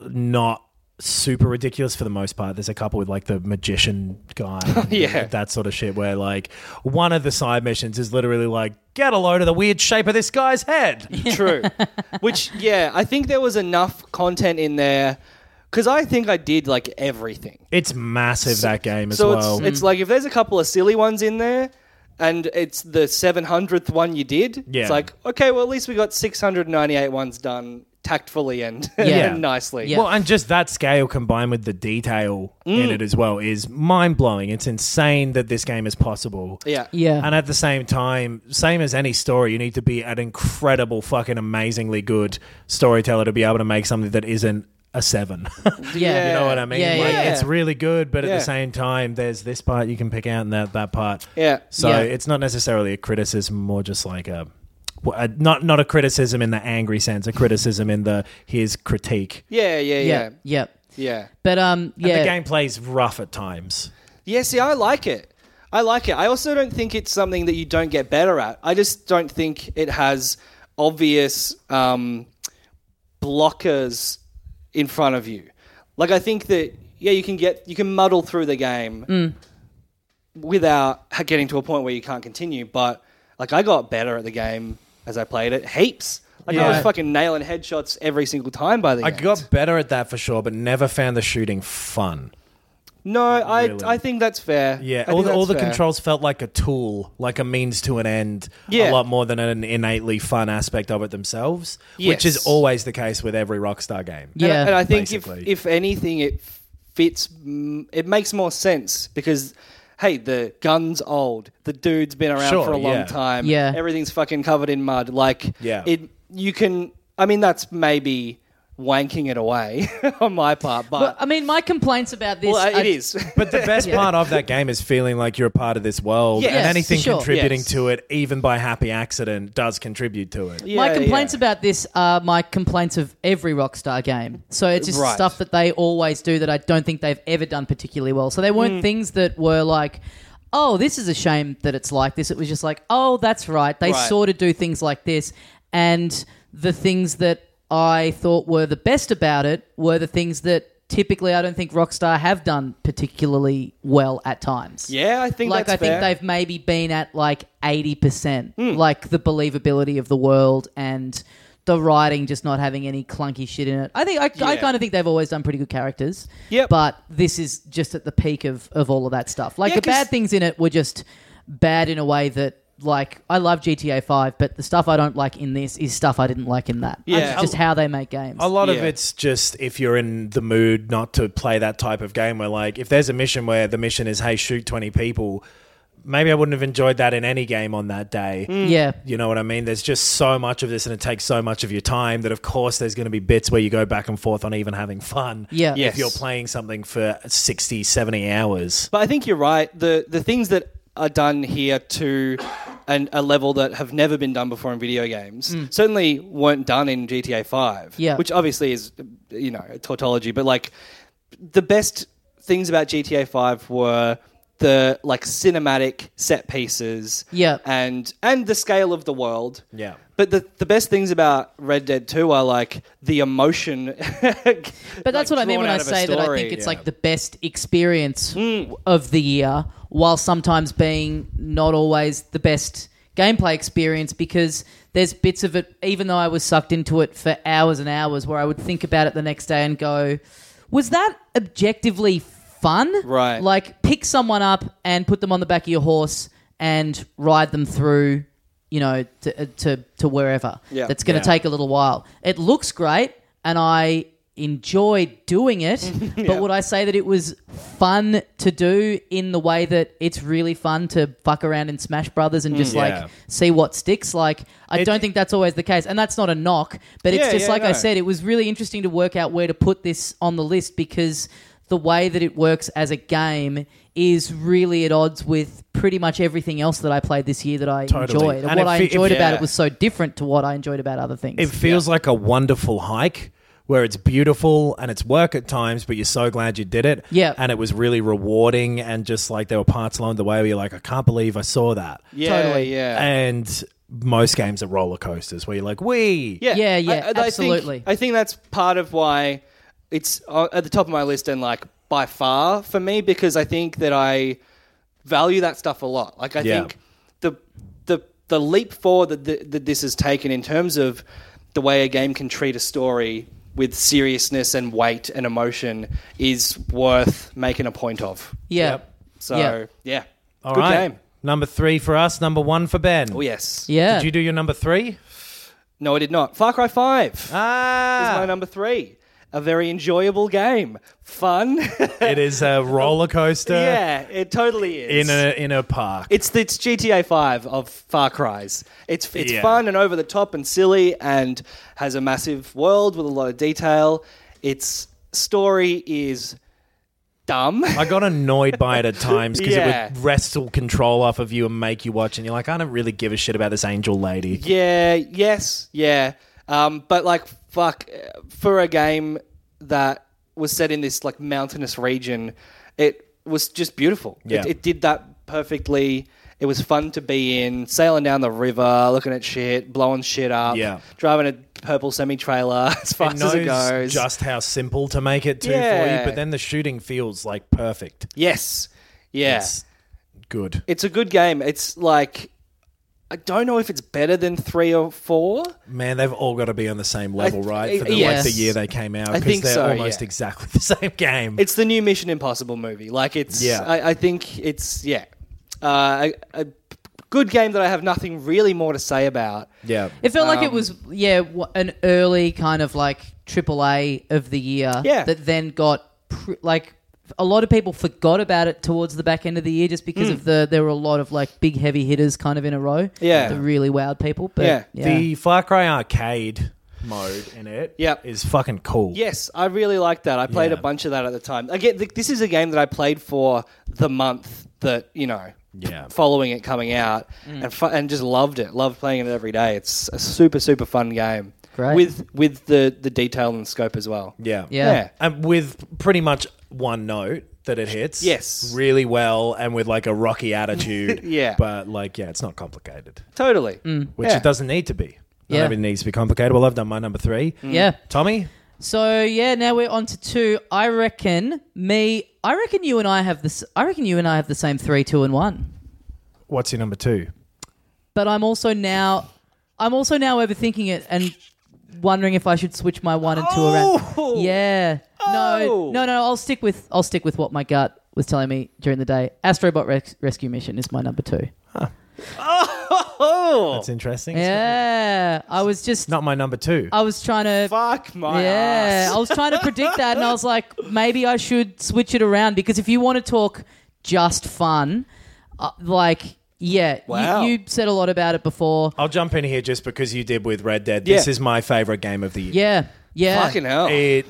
not super ridiculous for the most part. There's a couple with like the magician guy, and
Yeah.
that sort of shit. Where like one of the side missions is literally like, get a load of the weird shape of this guy's head.
True. Which, yeah, I think there was enough content in there because I think I did like everything.
It's massive that game as
so
well.
it's,
Mm.
it's like if there's a couple of silly ones in there and it's the 700th one you did,
Yeah.
it's like, okay, well, at least we got 698 ones done tactfully and,
Yeah.
and nicely.
Yeah.
Well, and just that scale combined with the detail
Mm.
in it as well is mind blowing. It's insane that this game is possible.
Yeah.
Yeah.
And at the same time, same as any story, you need to be an incredible, fucking amazingly good storyteller to be able to make something that isn't a seven.
Yeah.
You know what I mean?
Yeah,
like,
yeah.
It's really good, but at
Yeah.
the same time, there's this part you can pick out and that, that part.
Yeah.
So
Yeah.
it's not necessarily a criticism, more just like a. well, a- Not not a criticism in the angry sense, a criticism in the here's critique.
Yeah, yeah,
yeah.
yeah.
Yeah.
Yeah.
But um, yeah.
The gameplay's rough at times.
Yeah, see, I like it. I like it. I also don't think it's something that you don't get better at. I just don't think it has obvious um, blockers in front of you. Like I think that yeah, you can get you can muddle through the game without ha- getting to a point where you can't continue. But like I got better at the game as I played it heaps. Like I was
Yeah.
fucking nailing headshots every single time by the
I
end.
got better at that for sure, but never found the shooting fun.
no, I
Really.
I think that's fair. I
Yeah,
think
all the,
that's
all the
fair.
controls felt like a tool, like a means to an end,
Yeah.
a lot more than an innately fun aspect of it themselves, which is
Yes.
always the case with every Rockstar game.
And I-
Yeah.
and I think if,
Basically.
if anything, it fits. mm, It makes more sense because, hey, the gun's old. The dude's been around
Sure,
for a long
yeah.
time.
Yeah.
everything's fucking covered in mud. Like,
Yeah.
it. You can. I mean, that's maybe wanking it away on my part,
Well,
but
I mean, my complaints about this.
well,
I-
it is.
But the best part of that game is feeling like you're a part of this world,
Yes,
and anything
sure.
contributing
Yes.
to it, even by happy accident, does contribute to it.
my
Yeah,
complaints
yeah.
about this are my complaints of every Rockstar game. So it's just
Right.
stuff that they always do that I don't think they've ever done particularly well. So they weren't
Hmm.
things that were like, oh, this is a shame that it's like this. It was just like, oh, that's right. They
Right.
sort of do things like this. And the things that I thought were the best about it were the things that typically I don't think Rockstar have done particularly well at times
yeah, I think
like
that's
I think
fair. Hmm.
they've maybe been at like eighty percent, like the believability of the world and the writing just not having any clunky shit in it. I think I, I
Yeah.
kind of think they've always done pretty good characters.
Yep.
But this is just at the peak of of all of that stuff. Like
Yeah,
the
'cause-
bad things in it were just bad in a way that. Like I love GTA Five, but the stuff I don't like in this is stuff I didn't like in that.
Yeah.
It's just how they make games.
A lot of
Yeah.
it's just if you're in the mood not to play that type of game, where like if there's a mission where the mission is, hey, shoot 20 people, maybe I wouldn't have enjoyed that in any game on that day.
Mm.
yeah,
You know what I mean? There's just so much of this and it takes so much of your time that, of course, there's going to be bits where you go back and forth on even having fun.
Yeah.
If
Yes.
you're playing something for 60, 70 hours.
But I think you're right. The the things that are done here to an, a level that have never been done before in video games certainly weren't done in GTA Five.
Hmm. Yeah.
which obviously is you know a tautology, but like the best things about GTA Five were the like cinematic set pieces.
Yeah.
and and the scale of the world.
Yeah.
But the, the best things about Red Dead 2 are like the emotion. but
But that's what I mean when I say that I think it's like the best experience of the year, while sometimes being not always the best gameplay experience because there's bits of it, even though I was sucked into it for hours and hours, where I would think about it the next day and go, was that objectively fun?
Right.
Like, pick someone up and put them on the back of your horse and ride them through. You know, to uh, to, to wherever.
Yeah.
That's going to
Yeah.
take a little while. It looks great, and I enjoyed doing it. But would I say that it was fun to do in the way that it's really fun to fuck around in Smash Brothers and just
Yeah.
like see what sticks? Like, I
It-
don't think that's always the case, and that's not a knock. But it's
Yeah,
just
yeah,
like I
no.
said, it was really interesting to work out where to put this on the list because the way that it works as a game is really at odds with pretty much everything else that I played this year that I
Totally.
enjoyed. And,
And
what
it
I
fe- it-
enjoyed about it
yeah.
was so different to what I enjoyed about other things.
It feels like a wonderful hike where it's beautiful and it's work at times, but you're so glad you did it.
Yeah.
And it was really rewarding. And just like there were parts along the way where you're like, I can't believe I saw that.
Yeah,
Totally.
yeah.
And most games are roller coasters where you're like, we.
Yeah,
Yeah, yeah,
think-
absolutely.
I think that's part of why it's uh, at the top of my list and like by far for me because I think that I value that stuff a lot. Like I
Yeah.
think the the the leap forward that, th that this has taken in terms of the way a game can treat a story with seriousness and weight and emotion is worth making a point of.
yeah.
Yep.
So
Yeah.
yeah,
All
good
right.
game.
Number three for us, number one for Ben.
Oh yes.
Yeah.
Did you do your number three?
No, I did not. Far Cry Five.
Ah.
is my number three. A very enjoyable game, fun.
It is a roller coaster
yeah, it totally is.
in a in a park.
it's it's GTA Five of Far Cry's. It's it's
Yeah.
fun and over the top and silly and has a massive world with a lot of detail. Its story is dumb.
I got annoyed by it at times because
Yeah.
it would wrestle control off of you and make you watch, and you're like, I don't really give a shit about this angel lady.
Yeah, yes, yeah. Um, but like, fuck, uh, for a game that was set in this like mountainous region, it was just beautiful.
Yeah.
It, it did that perfectly. It was fun to be in, sailing down the river, looking at shit, blowing shit up,
Yeah.
driving a purple semi trailer as
It
fast as it
knows
goes.
just how simple to make it too for
Yeah.
you, but then the shooting feels like perfect.
yes. Yeah.
It's good.
It's a good game. It's like I don't know if it's better than three or four.
Man, they've all got to be on the same level, right? For the,
yes.
like the year they came out,
I
because
think
they're
so,
almost
yeah.
exactly the same game.
It's the new Mission Impossible movie. Like it's.
Yeah.
I, I think it's yeah, uh, a, a good game that I have nothing really more to say about.
yeah,
It felt like it was yeah w- an early kind of like AAA of the year
Yeah.
that then got pr- like a lot of people forgot about it towards the back end of the year just because of the there were a lot of like big heavy hitters kind of in a row
Yeah.
that really wowed people but yeah,
Yeah.
the Far Cry arcade mode in it is
Yep.
fucking cool.
Yes, I really liked that. I played
Yeah.
a bunch of that at the time. Again, th- this is a game that I played for the month that you know.
Yeah. Mm.
Following it coming out and fu- and just loved it. Loved playing it every day. It's a super super fun game.
Great.
With with the the detail and scope as well.
Yeah.
Yeah.
And with pretty much one note that it hits.
Yes.
Really well and with like a rocky attitude.
Yeah.
But like, yeah, it's not complicated,
Totally.
which
Yeah.
it doesn't need to be. Not
Yeah.
everything needs to be complicated. Well, I've done my number three.
Mm.
Yeah.
Tommy?
so yeah now we're on to two I reckon me I reckon you and I have this I reckon you and I have the same three two and one
What's your number two?
but I'm also now I'm also now overthinking it and wondering if I should switch my one and two around. Yeah. No.
Oh.
No. No. I'll stick with I'll stick with what my gut was telling me during the day. Astrobot Res- Rescue Mission is my number two.
Oh,
That's interesting.
Yeah. Oh. I was just
Not my number two.
I was trying to.
Fuck my
yeah.
ass.
I was trying to predict that, and I was like, maybe I should switch it around because if you want to talk just fun, uh, like. Yeah, you-
Wow.
you said a lot about it before.
I'll jump in here just because you did with Red Dead.
Yeah.
This is my favorite game of the year.
Yeah,
Oh,
yeah.
Fucking hell.
It,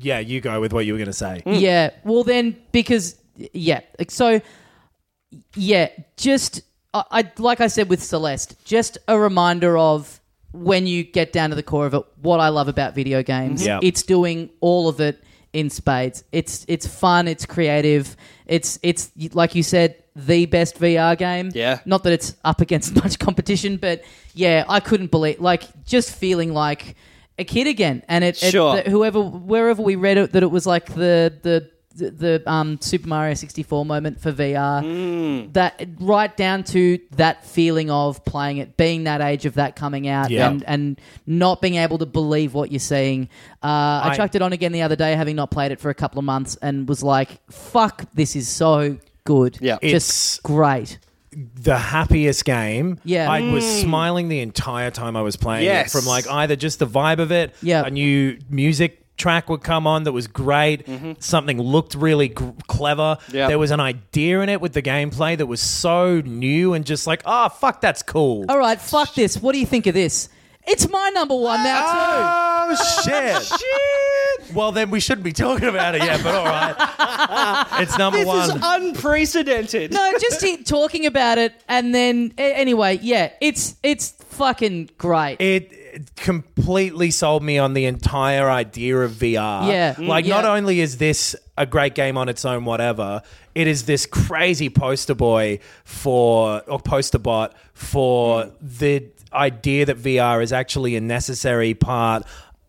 yeah, you go with what you were going to say.
Yeah. Well, then because yeah. Like, So yeah, just I, I like I said with Celeste, just a reminder of when you get down to the core of it, what I love about video games.
Yeah.
It's doing all of it in spades. It's it's fun, it's creative. It's it's like you said the best VR game.
Yeah.
Not that it's up against much competition, but yeah, I couldn't believe like just feeling like a kid again and it, it
Sure.
the- whoever wherever we read it that it was like the the the um, Super Mario 64 moment for VR that right down to that feeling of playing it being that age of that coming out
Yeah.
and and not being able to believe what you're seeing uh, I,
I-
chucked it on again the other day having not played it for a couple of months and was like fuck this is so good
Yeah.
just
It's-
great
the happiest game.
Yeah. Mm.
I was smiling the entire time I was playing
Yes.
it from like either just the vibe of it,
Yeah.
a new music track would come on that was great, something looked really gr clever.
Mm-hmm. Yeah.
There was an idea in it with the gameplay that was so new and just like, oh, fuck, that's cool.
all right fuck this what do you think of this it's my number one now too
Oh shit! shit! Well, then we shouldn't be talking about it yet, but all right. It's number
this
one.
is unprecedented.
No, just he- talking about it, and then a- anyway, yeah, it's it's fucking great.
it it completely sold me on the entire idea of VR.
Yeah. Mm,
Like,
yeah.
not only is this a great game on its own, whatever, it is this crazy poster boy for, or poster bot for the idea that VR is actually a necessary part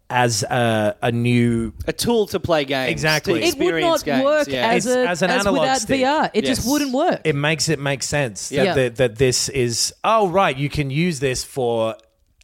as a, a new.
A tool to play games.
Exactly.
To
it would not
experience games.
work
yeah.
as,
It's-
a, as,
as an analog
without
stick.
VR. It
Yes.
just wouldn't work.
It makes it make sense that,
Yeah.
that, that this is, oh, right, you can use this for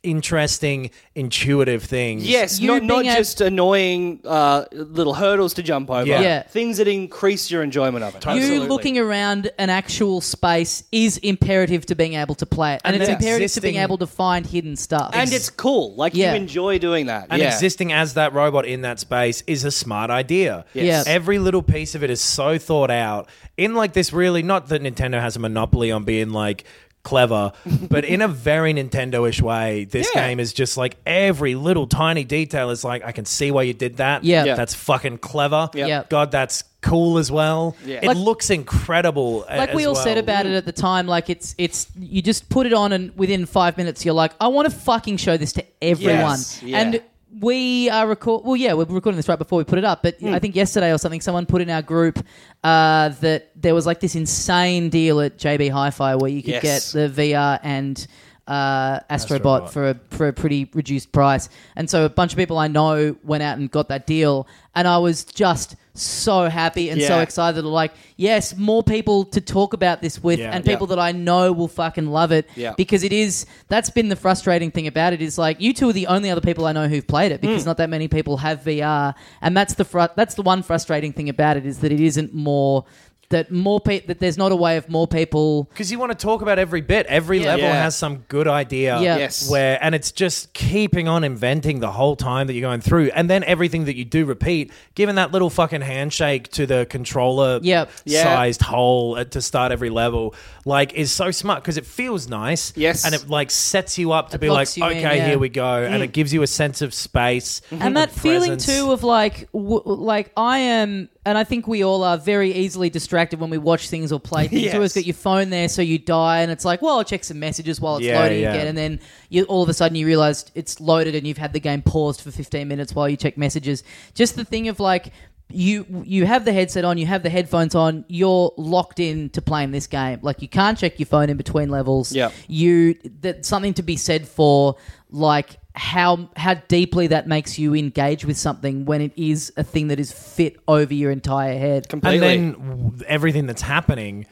interesting, intuitive things.
Yes,
You
not, not
being a-
just annoying uh, little hurdles to jump over.
Yeah.
Yeah.
Things that increase your enjoyment of it.
you looking around an actual space is imperative to being able to play it, and,
And
it's
the
imperative to
existing-
being able to find hidden stuff.
And it's cool. Like
Yeah.
you enjoy doing that.
and
yeah.
existing as that robot in that space is a smart idea.
Yes. Yeah.
Every little piece of it is so thought out in like this really not that Nintendo has a monopoly on being like clever, but in a very Nintendo-ish way, this
Yeah.
game is just like every little tiny detail is like I can see why you did that.
Yeah. Yeah.
That's fucking clever.
Yeah.
God, that's cool as well. It
Like-
looks incredible. a-
like we
as
all said
well.
about it at the time, like it's it's you just put it on and within five minutes you're like, I want to fucking show this to everyone.
Yes, yeah.
And we are record. Well, yeah, we're recording this right before we put it up. But
Hmm.
I think yesterday or something, someone put in our group uh, that there was like this insane deal at JB Hi-Fi where you could
Yes.
get the VR and uh, Astrobot,
Astrobot.
for a for a pretty reduced price. And so a bunch of people I know went out and got that deal, and I was just so happy and so
Yeah.
excited. Like, yes, more people to talk about this with,
Yeah.
and
Yeah.
people that I know will fucking love it
Yeah.
because it is that's been the frustrating thing about it is like you two are the only other people I know who've played it
Mm.
because not that many people have VR and that's the fru- that's the one frustrating thing about it is that it isn't more that more pe- that there's not a way of more people
Because you want to talk about every bit. Every
Yeah.
level
Yeah.
has some good idea.
Yeah. Yes.
Where and it's just keeping on inventing the whole time that you're going through, and then everything that you do repeat, giving that little fucking handshake to the controller
Yep.
Yeah.
sized hole at- to start every level, like is so smart because it feels nice.
Yes.
And it like sets you up to be like,
locks you
okay,
in, yeah. Mm.
here we go, and it gives you a sense of space
and that feeling
Mm-hmm. presence.
too of like w- like I am and I think we all are very easily distracted when we watch things or play things. You always
Yes.
got your phone there, so you die, and it's like, well, I'll check some messages while it's
Yeah,
loading
yeah.
again, and then you all of a sudden you realize it's loaded, and you've had the game paused for fifteen minutes while you check messages. Just the thing of like. You you have the headset on, you have the headphones on, you're locked in to playing this game. Like you can't check your phone in between levels
Yeah.
you that something to be said for like how how deeply that makes you engage with something when it is a thing that is fit over your entire head.
completely.
And then w- everything that's happening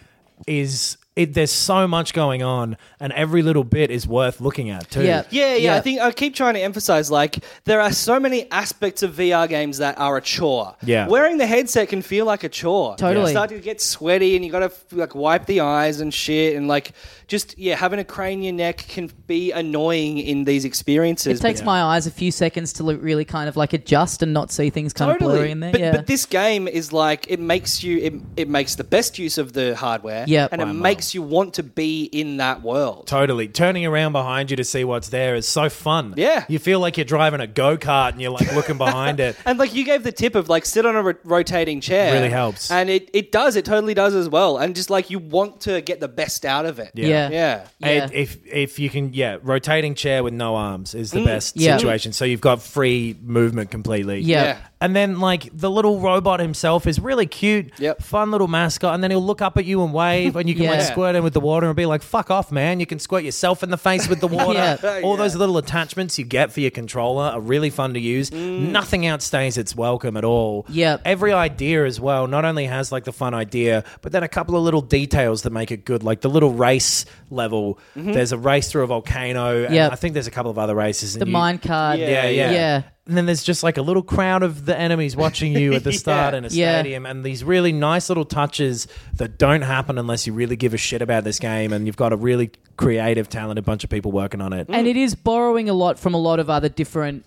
is it, there's so much going on, and every little bit is worth looking at too.
Yeah.
Yeah, yeah,
Yeah.
I think I keep trying to emphasize like there are so many aspects of VR games that are a chore.
Yeah.
Wearing the headset can feel like a chore.
Totally.
You start to get sweaty and you got to like wipe the eyes and shit and like just yeah, having a crane in your neck can be annoying in these experiences.
It takes
but-
my eyes a few seconds to look really kind of like adjust and not see things kind of blurry in there.
But,
yeah.
but this game is like it makes you it, it makes the best use of the hardware.
Yep.
And
By
it
a
makes you want to be in that world.
Totally. Turning around behind you to see what's there is so fun.
Yeah.
You feel like you're driving a go kart and you're like looking behind it.
And like you gave the tip of like sit on a ro- rotating chair.
Really helps.
And it, it does, it totally does as well. And just like you want to get the best out of it.
yeah.
Yeah.
Yeah.
And if if you can, yeah, rotating chair with no arms is the best
Mm, Yeah.
situation. So you've got free movement completely.
Yeah.
Yeah.
And then like the little robot himself is really cute,
Yep.
fun little mascot, and then he'll look up at you and wave, and you can like
Yeah.
squirt him with the water and be like, "Fuck off, man! You can squirt yourself in the face with the water."
Yeah.
All
Yeah.
those little attachments you get for your controller are really fun to use.
Mm.
Nothing outstays its welcome at all.
Yep.
Every idea as well not only has like the fun idea, but then a couple of little details that make it good, like the little race level. There's a race through a volcano. and
Mm-hmm. Yep.
I think there's a couple of other races.
the mind card.
Yeah, yeah.
Yeah.
And then there's just like a little crowd of the enemies watching you at the start in a
Yeah.
stadium, and these really nice little touches that don't happen unless you really give a shit about this game and you've got a really creative, talented bunch of people working on it.
and it is borrowing a lot from a lot of other different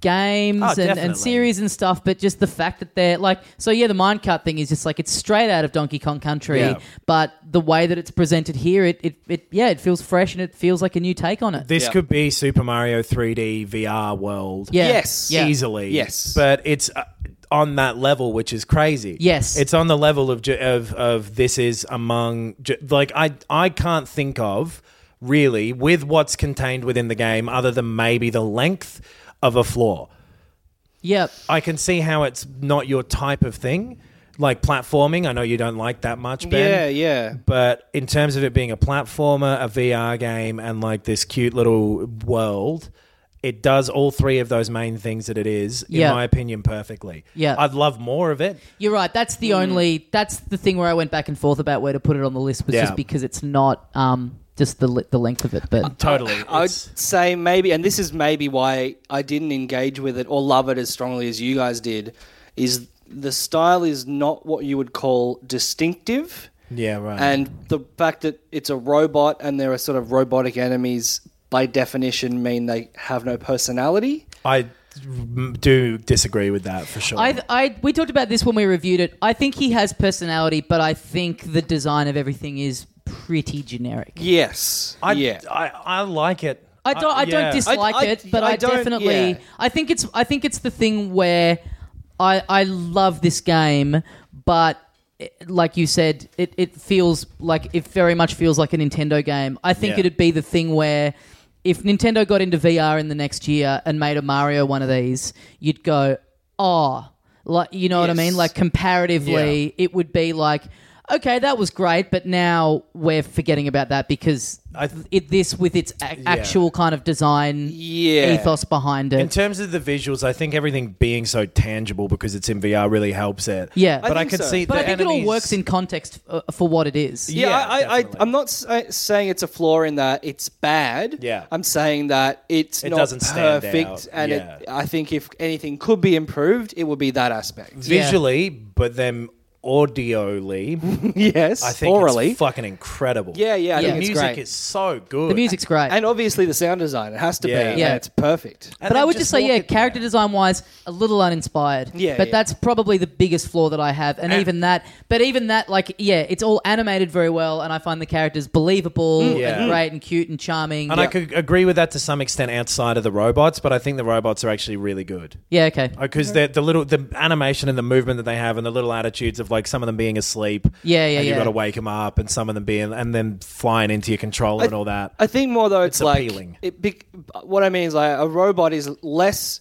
games
Oh,
and,
definitely.
and series and stuff but just the fact that they're like so yeah the minecart thing is just like it's straight out of donkey kong country
Yeah.
but the way that it's presented here it, it, it yeah it feels fresh and it feels like a new take on it
This
Yeah.
could be Super Mario 3D VR world.
yeah
Yes.
yeah
easily.
Yes.
but it's uh, on that level, which is crazy.
Yes.
it's on the level of ju- of of this is among ju- like I I can't think of really with what's contained within the game other than maybe the length of a floor.
yep
I can see how it's not your type of thing, like platforming. I know you don't like that much, Ben.
Yeah, yeah.
But in terms of it being a platformer, a VR game, and like this cute little world, it does all three of those main things that it is,
Yeah.
in my opinion, perfectly.
Yeah.
I'd love more of it.
You're right. That's
Mm.
the only. That's the thing where I went back and forth about where to put it on the list was
Yeah.
just because it's not um, just the li- the length of it. But
Totally.
I'd
It's-
say maybe, and this is maybe why I didn't engage with it or love it as strongly as you guys did, is the style is not what you would call distinctive.
Yeah, right.
And the fact that it's a robot and there are sort of robotic enemies by definition mean they have no personality.
I mm, do disagree with that for sure.
I, I we talked about this when we reviewed it. I think he has personality, but I think the design of everything is pretty generic.
Yes.
I,
yeah.
I, I like it.
I don't. I,
yeah.
don't dislike
I- I-
it, but I,
I don't-
definitely.
yeah.
I think it's. I think it's the thing where I. I love this game, but it- like you said, it, it feels like it very much feels like a Nintendo game. I think
Yeah.
it'd be the thing where if Nintendo got into VR in the next year and made a Mario one of these, you'd go, oh, like you know what I
Yes.
mean? Like comparatively, it would be like. Okay, that was great, but now we're forgetting about that because
I-
it, this, with its a- actual kind of design
Yeah.
ethos behind it,
In terms of the visuals, I think everything being so tangible because it's in VR really helps it.
Yeah.
but I,
I
can
think so.
see.
but
the
I think it all
enemies-
works in context uh, for what it is.
Yeah,
Yeah,
I, I,
definitely.
I'm not s- I- saying it's a flaw in that it's bad.
Yeah.
I'm saying that it's
It
not
doesn't stand
perfect,
out.
and
Yeah.
it, I think if anything could be improved, it would be that aspect.
Yeah.
visually, but then audioly,
yes,
I think
orally.
it's fucking incredible.
yeah, yeah,
Yeah.
I think it's
music
great.
is so good.
The music's great.
and obviously the sound design, it has to
Yeah.
be.
Yeah.
Yeah, it's perfect.
And
but I
then
would just, say,
walk
yeah,
it-
character design wise, a little uninspired.
Yeah,
But
yeah.
that's probably the biggest flaw that I have. And, even that, but even that, like, yeah, it's all animated very well, and I find the characters believable
Mm, Yeah.
and great and cute and charming.
And I could agree with that to some extent outside of the robots, but I think the robots are actually really good.
yeah, okay.
because the the little the animation and the movement that they have and the little attitudes of like some of them being asleep.
Yeah, yeah,
and You've
yeah.
got to wake them up, and some of them being and then flying into your controller and all that.
I think more though it's, like
appealing.
It, bec- what I mean is like a robot is less.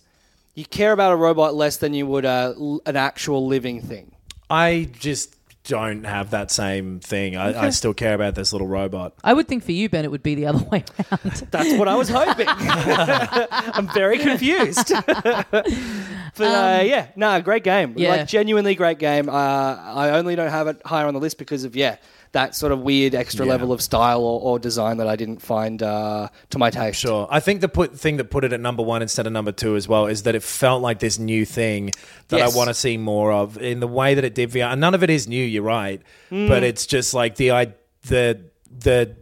You care about a robot less than you would a, an actual living thing.
I just don't have that same thing. I, I still care about this little robot.
I would think for you, Ben, it would be the other way around.
That's what I was hoping. I'm very confused. but uh, yeah, no, great game.
yeah.
Like genuinely great game. Uh, I only don't have it higher on the list because of yeah that sort of weird extra level of style or, or design that I didn't find uh, to my taste.
Sure. I think the put, thing that put it at number one instead of number two as well is that it felt like this new thing that
Yes.
I want to see more of in the way that it did VR. And none of it is new, you're right. But it's just like the I the the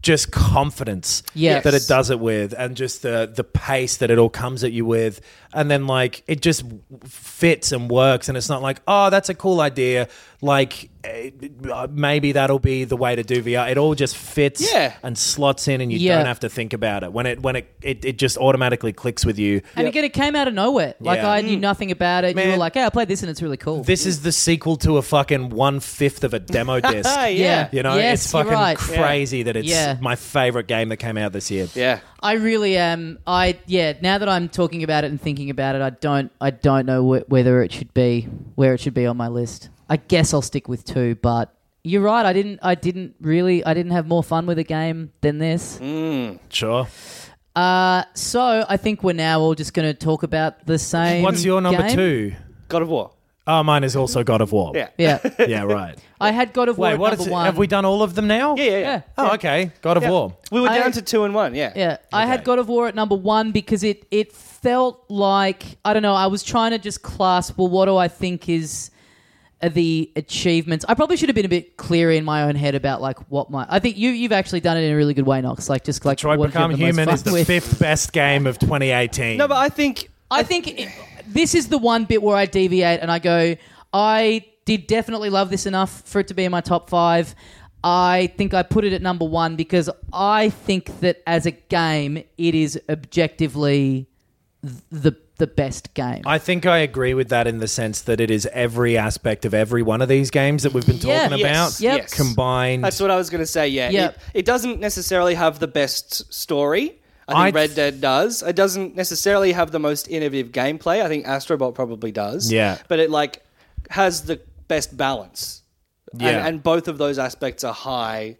just confidence
Yes.
that it does it with and just the the pace that it all comes at you with and then like it just fits and works and it's not like oh that's a cool idea like eh, uh, maybe that'll be the way to do VR it all just fits
Yeah.
and slots in and you
Yeah.
don't have to think about it when it when it it, it just automatically clicks with you
and again, it came out of nowhere. Like,
Yeah. Mm.
I knew nothing about it. You were
Man.
like, hey, I played this and it's really cool.
this is the sequel to a fucking one fifth of a demo disc
Ah, yeah.
you know
Yes,
it's
you're
fucking
right.
crazy that it's
Yeah.
my favorite game that came out this year
Yeah.
I really am. I yeah. Now that I'm talking about it and thinking about it, I don't. I don't know wh- whether it should be where it should be on my list. I guess I'll stick with two. But you're right. I didn't. I didn't really. I didn't have more fun with a game than this.
Mm. sure
Uh, so I think we're now all just going to talk about the same.
what's your number
game.
two
God of War.
Oh, mine is also God of War.
Yeah.
Yeah,
Yeah, right.
I had God of War
Wait,
at
what
number
is it?
one.
Have we done all of them now?
Yeah, yeah,
Yeah.
yeah.
Oh, okay. God of War.
We were
I-
down to two and one. Yeah.
Yeah, I had God of War at number one because it it felt like I don't know. I was trying to just class. Well, what do I think is are the achievements? I probably should have been a bit clearer in my own head about like what my. I think you you've actually done it in a really good way, Knox. Like just like
Try
what have you
Become
had the most
Human
fun
is the
with?
fifth best game of 2018.
No, but I think
I think it, this is the one bit where I deviate and I go, I did definitely love this enough for it to be in my top five. I think I put it at number one because I think that as a game, it is objectively th- the the best game.
I think I agree with that in the sense that it is every aspect of every one of these games that we've been
Yeah.
talking
Yes,
about
Yep.
yes.
combined.
That's what I was going to say. Yeah,
Yeah.
It, it doesn't necessarily have the best story. I
I'd-
think Red Dead does. It doesn't necessarily have the most innovative gameplay. I think Astrobot probably does.
Yeah.
but it like has the best balance.
Yeah.
and, and both of those aspects are high.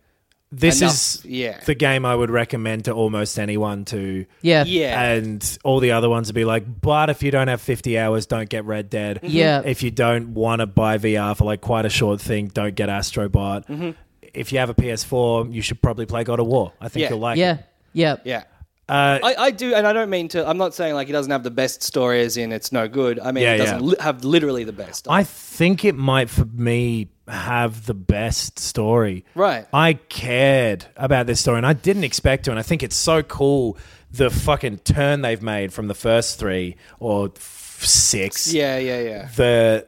this
enough-
is
yeah.
the game I would recommend to almost anyone to.
yeah.
Yeah.
And all the other ones would be like, but if you don't have 50 hours, don't get Red Dead.
Mm-hmm.
Yeah.
If you don't want to buy VR for like quite a short thing, don't get Astrobot.
Mm-hmm.
If you have a PS4, you should probably play God of War. I think
Yeah.
you'll like
Yeah.
it.
Yeah.
Yeah.
Uh,
I, I do, and I don't mean to. I'm not saying like it doesn't have the best story, as in it's no good. I mean
Yeah,
it doesn't
yeah.
li- have literally the best.
I think it might, for me, have the best story.
Right.
I cared about this story and I didn't expect to. And I think it's so cool the fucking turn they've made from the first three or f- six.
yeah, yeah, yeah.
the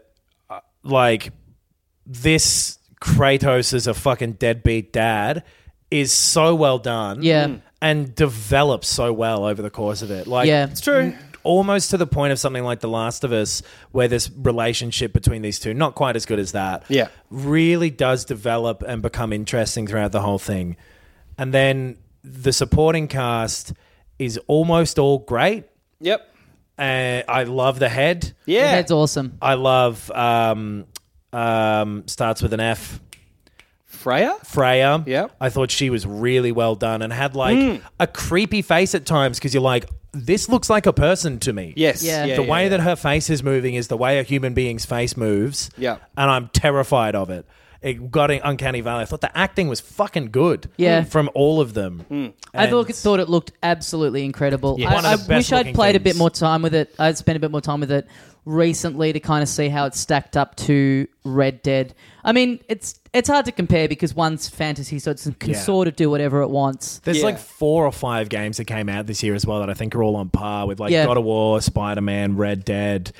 uh, like this Kratos is a fucking deadbeat dad is so well done.
Yeah. Mm.
And develops so well over the course of it. Like
Yeah.
It's true.
almost to the point of something like The Last of Us, where this relationship between these two, not quite as good as that,
Yeah.
really does develop and become interesting throughout the whole thing. And then the supporting cast is almost all great.
Yep.
Uh, I love the head.
Yeah.
That's awesome.
I love um, um, starts with an F.
Freya.
Freya.
Yep. Hmm.
I thought she was really well done and had like a creepy face at times because you're like, this looks like a person to me.
Yes.
Yeah.
the way
yeah.
that her face is moving is the way a human being's face moves.
Yeah.
And I'm terrified of it. It got in Uncanny Valley. I thought the acting was fucking good.
Yeah.
From all of them.
Hmm.
I
And-
thought, thought it looked absolutely incredible.
Yeah.
I,
One of
I
the best
wish I'd
looking
played a bit
things.
more time with it. I'd spent a bit more time with it recently to kind of see how it stacked up to Red Dead. I mean, it's it's hard to compare because one's fantasy, so it's, it can
Yeah.
sort of do whatever it wants.
There's
Yeah.
like four or five games that came out this year as well that I think are all on par with like
Yeah.
God of War, Spider Man, Red Dead.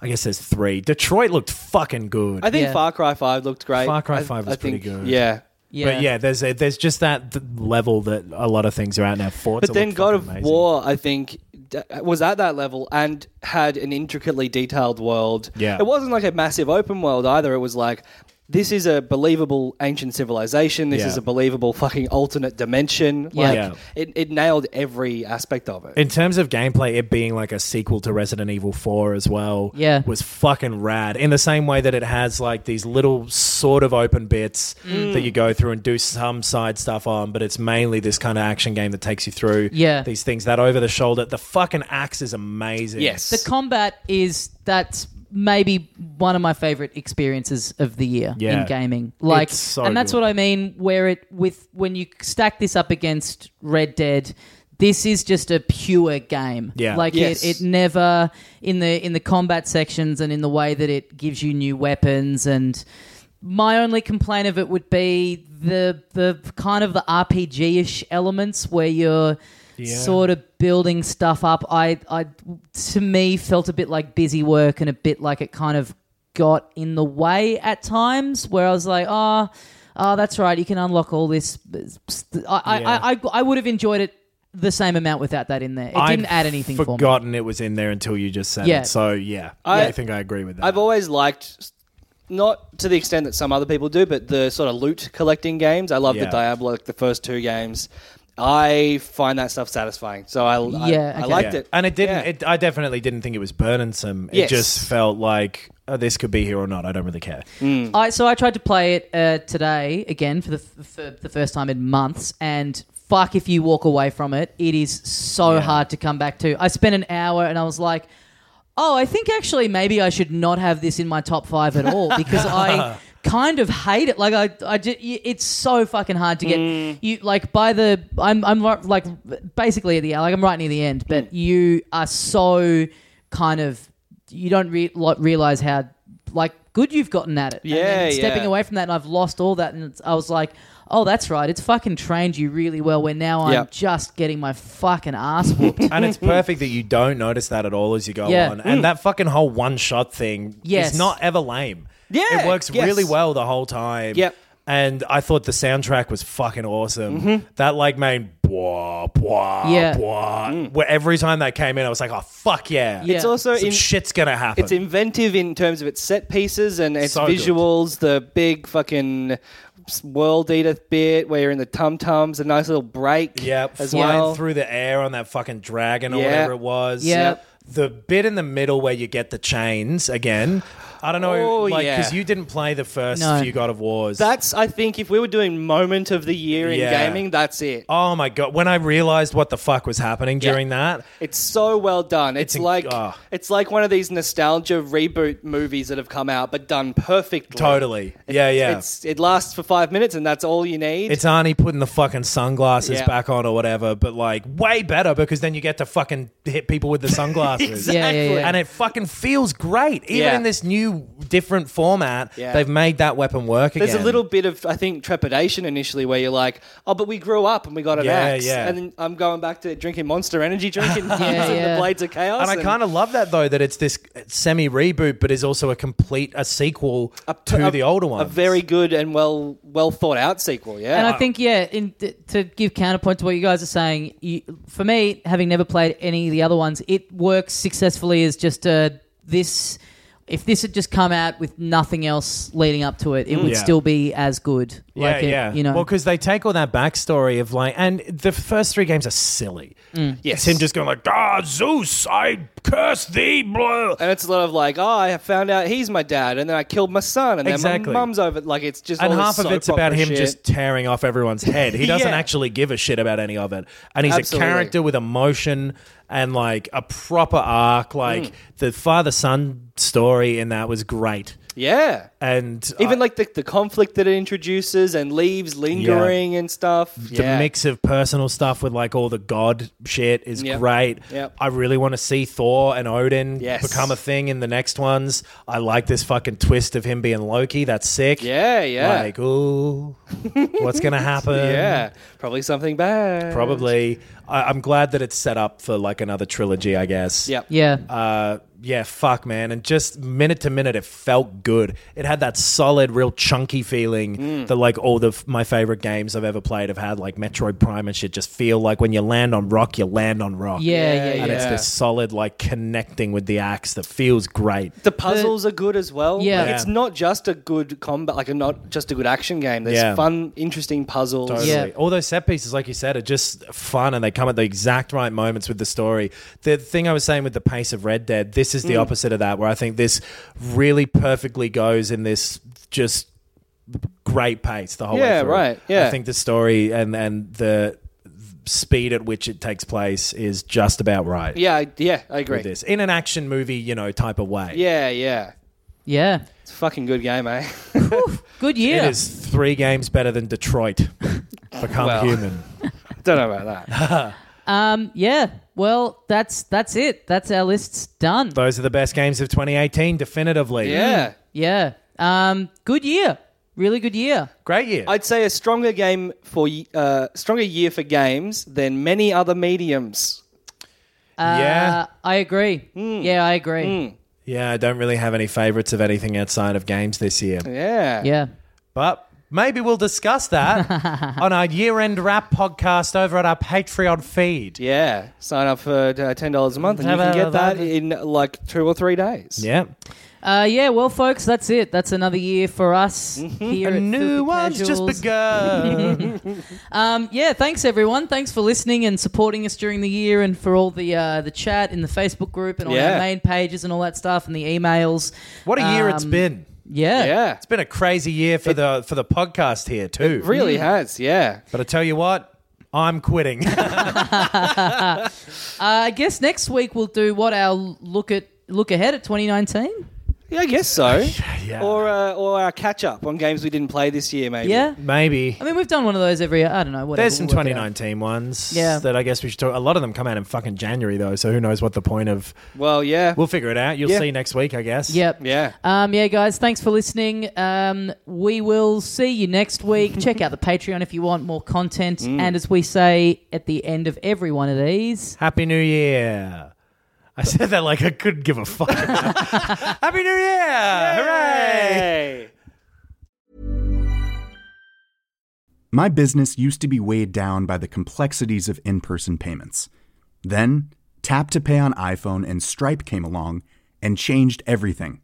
I guess there's three. Detroit looked fucking good.
I think
Yeah.
Far Cry Five looked great.
Far Cry
I-
5
I
was pretty
think-
good.
Yeah.
Yeah,
But yeah, there's a, there's just that th- level that a lot of things are out now. Forza
but then
looked
God
fucking
of
amazing.
War, I think, d- was at that level and had an intricately detailed world.
Yeah.
It wasn't like a massive open world either. It was like, this is a believable ancient civilization. This
Yeah.
is a believable fucking alternate dimension.
Yeah.
Like,
Yeah.
It, it nailed every aspect of it.
In terms of gameplay, it being like a sequel to Resident Evil 4 as well
Yeah.
was fucking rad. In the same way that it has like these little sort of open bits
Mm.
that you go through and do some side stuff on, but it's mainly this kind of action game that takes you through
Yeah.
these things. That over the shoulder, the fucking axe is amazing.
yes.
the combat is that's maybe one of my favorite experiences of the year
Yeah.
in gaming. Like,
It's so
and that's
good.
what I mean. Where it with when you stack this up against Red Dead, this is just a pure game.
Yeah.
like
Yes.
it, it never in the in the combat sections and in the way that it gives you new weapons and. My only complaint of it would be the the kind of the RPG ish elements where you're sort of building stuff up. I, I, to me, felt a bit like busy work and a bit like it kind of got in the way at times where I was like, oh, oh that's right, you can unlock all this. I, I I, I, I would have enjoyed it the same amount without that in there. It
I'd
didn't add anything for me.
Forgotten it was in there until you just said
Yeah.
it. So yeah,
I-
I, think I agree with that.
I've always liked, not to the extent that some other people do, but the sort of loot collecting games. I love the
Yeah.
Diablo, like the first two games. I find that stuff satisfying. So I, I-
Yeah,
I
okay.
liked
Yeah.
it.
and it didn't.
Yeah.
It, I definitely didn't think it was burdensome. It
Yes.
just felt like oh, this could be here or not. I don't really care.
I, so I tried to play it uh, today again for the f- for the first time in months, and fuck if you walk away from it, it is so hard to come back to. I spent an hour and I was like, oh, I think actually maybe I should not have this in my top five at all because I kind of hate it. Like I, I just, it's so fucking hard to get
Mm.
you like by the I'm I'm ri- like basically at the like I'm right near the end,
Mm.
but you are so kind of you don't re- lo- realize how like good you've gotten at it. And
Yeah,
then stepping
yeah.
away from that, and I've lost all that, and it's, I was like. Oh, that's right. It's fucking trained you really well. Where now I'm
Yep.
just getting my fucking ass whooped.
and
Mm-hmm.
it's perfect that you don't notice that at all as you go
Yeah.
on.
Mm.
And that fucking whole one shot thing
Yes.
is not ever lame.
Yeah,
It works
yes.
really well the whole time.
Yep.
And I thought the soundtrack was fucking awesome.
Mm-hmm.
That like made blah blah
Yeah.
blah. Where every time that came in, I was like, oh fuck yeah,
Yeah.
Mm. It's also
Some
in,
shit's gonna happen.
it's inventive in terms of its set pieces and its
So good.
visuals. The big fucking s- world eater bit where you're in the tum tums, a nice little break.
yeah,
as
flying
well.
through the air on that fucking dragon or
Yeah.
whatever it was.
Yeah.
The bit in the middle where you get the chains again. I don't know,
Oh,
like
yeah.
because you didn't play the first
No.
few God of Wars.
That's I think if we were doing moment of the year in
Yeah.
gaming, that's it.
Oh my god! When I realized what the fuck was happening during that,
It's so well done. It's,
inc-
like
ah.
it's like one of these nostalgia reboot movies that have come out but done perfectly.
Totally. Yeah, yeah.
It's it lasts for five minutes and that's all you need.
it's Arnie putting the fucking sunglasses
Yeah.
back on or whatever, but like way better because then you get to fucking hit people with the sunglasses.
Yeah, yeah, yeah.
And it fucking feels great, even
Yeah.
in this new different format.
Yeah.
They've made that weapon work
There's
again.
a little bit of I think trepidation initially where you're like, oh, but we grew up and we got an
Yeah,
axe,
yeah.
and then I'm going back to drinking Monster Energy, drinking
yeah.
the Blades of Chaos,
and I kind of love that though that it's this semi reboot, but is also a complete a sequel to the older one.
a very good and well well thought out sequel. Yeah,
And I think, yeah, in, t- to give counterpoint to what you guys are saying, you, for me, having never played any of the other ones, it works successfully as just a this. If this had just come out with nothing else leading up to it, it would
Mm. Yeah.
still be as good. Like it-
yeah, yeah.
You know,
well, because they take all that backstory of like, and the first three games are silly.
Mm.
Yes, him just going like, ah, Zeus, I curse thee, blah.
And it's a lot of like, oh, I found out he's my dad, and then I killed my son, and
Exactly.
then my mum's over. Like it's just
and
all this
half of
soap
it's about
opera
him
shit.
just tearing off everyone's head. He doesn't
Yeah.
actually give a shit about any of it. And he's
Absolutely.
a character with emotion and like a proper arc. Like
Mm.
the father son story in that was great.
yeah.
And
Even
I-
like the, the conflict that it introduces and leaves lingering and stuff.
the
yeah.
mix of personal stuff with like all the god shit is
Yep.
great.
Yep.
I really want to see Thor and Odin
Yes.
become a thing in the next ones. I like this fucking twist of him being Loki. That's sick.
Yeah, yeah.
Like, ooh, what's gonna happen?
yeah. Probably something bad.
Probably. I, I'm glad that it's set up for like another trilogy, I guess.
Yep.
yeah.
Uh, yeah, fuck, man. And just minute to minute, it felt good. It had that solid, real chunky feeling that like all the f- my favorite games I've ever played have had, like Metroid Prime and shit. Just feel like when you land on rock, you land on rock.
yeah, yeah, yeah.
And it's this solid, like connecting with the axe that feels great.
The puzzles are good as well.
Yeah.
Like, it's not just a good combat, like not just a good action game. There's
Yeah.
fun, interesting puzzles.
Yeah.
Totally. All those set pieces, like you said, are just fun and they come at the exact right moments with the story. The thing I was saying with the pace of Red Dead, this is the
Mm.
opposite of that, where I think this really perfectly goes in this just great pace the whole way
Yeah,
through.
right. Yeah.
I think the story and, and the speed at which it takes place is just about right.
Yeah, I, yeah, I agree.
With this. In an action movie, you know, type of way.
Yeah, yeah.
yeah.
It's a fucking good game, eh?
Good
It
year.
is three games better than Detroit. Become human.
Don't know about that.
Yeah. Well, that's that's it. That's our lists done.
Those are the best games of 2018, definitively.
Yeah.
yeah. Um. Good year. Really good year.
Great year.
I'd say a stronger game for y- uh, stronger year for games than many other mediums.
yeah. Hmm.
Uh, I agree. Yeah, I agree.
Yeah, I don't really have any favorites of anything outside of games this year.
Yeah.
Yeah.
But maybe we'll discuss that on our year end wrap podcast over at our Patreon feed.
Yeah. Sign up for uh, ten dollars a month, and you can get that in like two or three days.
Yeah.
Uh, yeah, well, folks, that's it. That's another year for us
Mm-hmm.
here.
A
at
new
Filthy
one's just
Casuals.
begun.
Um, yeah, thanks everyone. Thanks for listening and supporting us during the year, and for all the uh, the chat in the Facebook group and on
Yeah.
our main pages and all that stuff, and the emails.
what a year it's
Um,
been.
Yeah,
Yeah.
It's been a crazy year for the for the podcast here too.
Really has. Yeah.
But I tell you what, I'm quitting.
Uh, I guess next week we'll do what our look at look ahead at 2019.
Yeah, I guess so.
yeah.
Or uh, or our catch up on games we didn't play this year, maybe.
Yeah,
Maybe.
uh, I mean we've done one of those every. year. I don't know. Whatever.
There's some
we'll work it out.
2019 ones
Yeah.
that I guess we should talk. A lot of them come out in fucking January though, so who knows what the point of
Well, yeah.
We'll figure it out. You'll
Yeah.
see next week, I guess.
Yep.
yeah.
Um, yeah, guys, thanks for listening. Um, we will see you next week. Check out the Patreon if you want more content. And as we say at the end of every one of these,
Happy New Year. I said that like I couldn't give a fuck. Happy New Year! Hooray!
Hey.
My business used to be weighed down by the complexities of in person payments. Then, Tap to Pay on iPhone and Stripe came along and changed everything.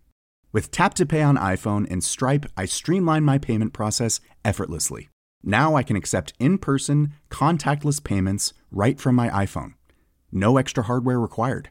With Tap to Pay on iPhone and Stripe, I streamline my payment process effortlessly. Now I can accept in person, contactless payments right from my iPhone. No extra hardware required.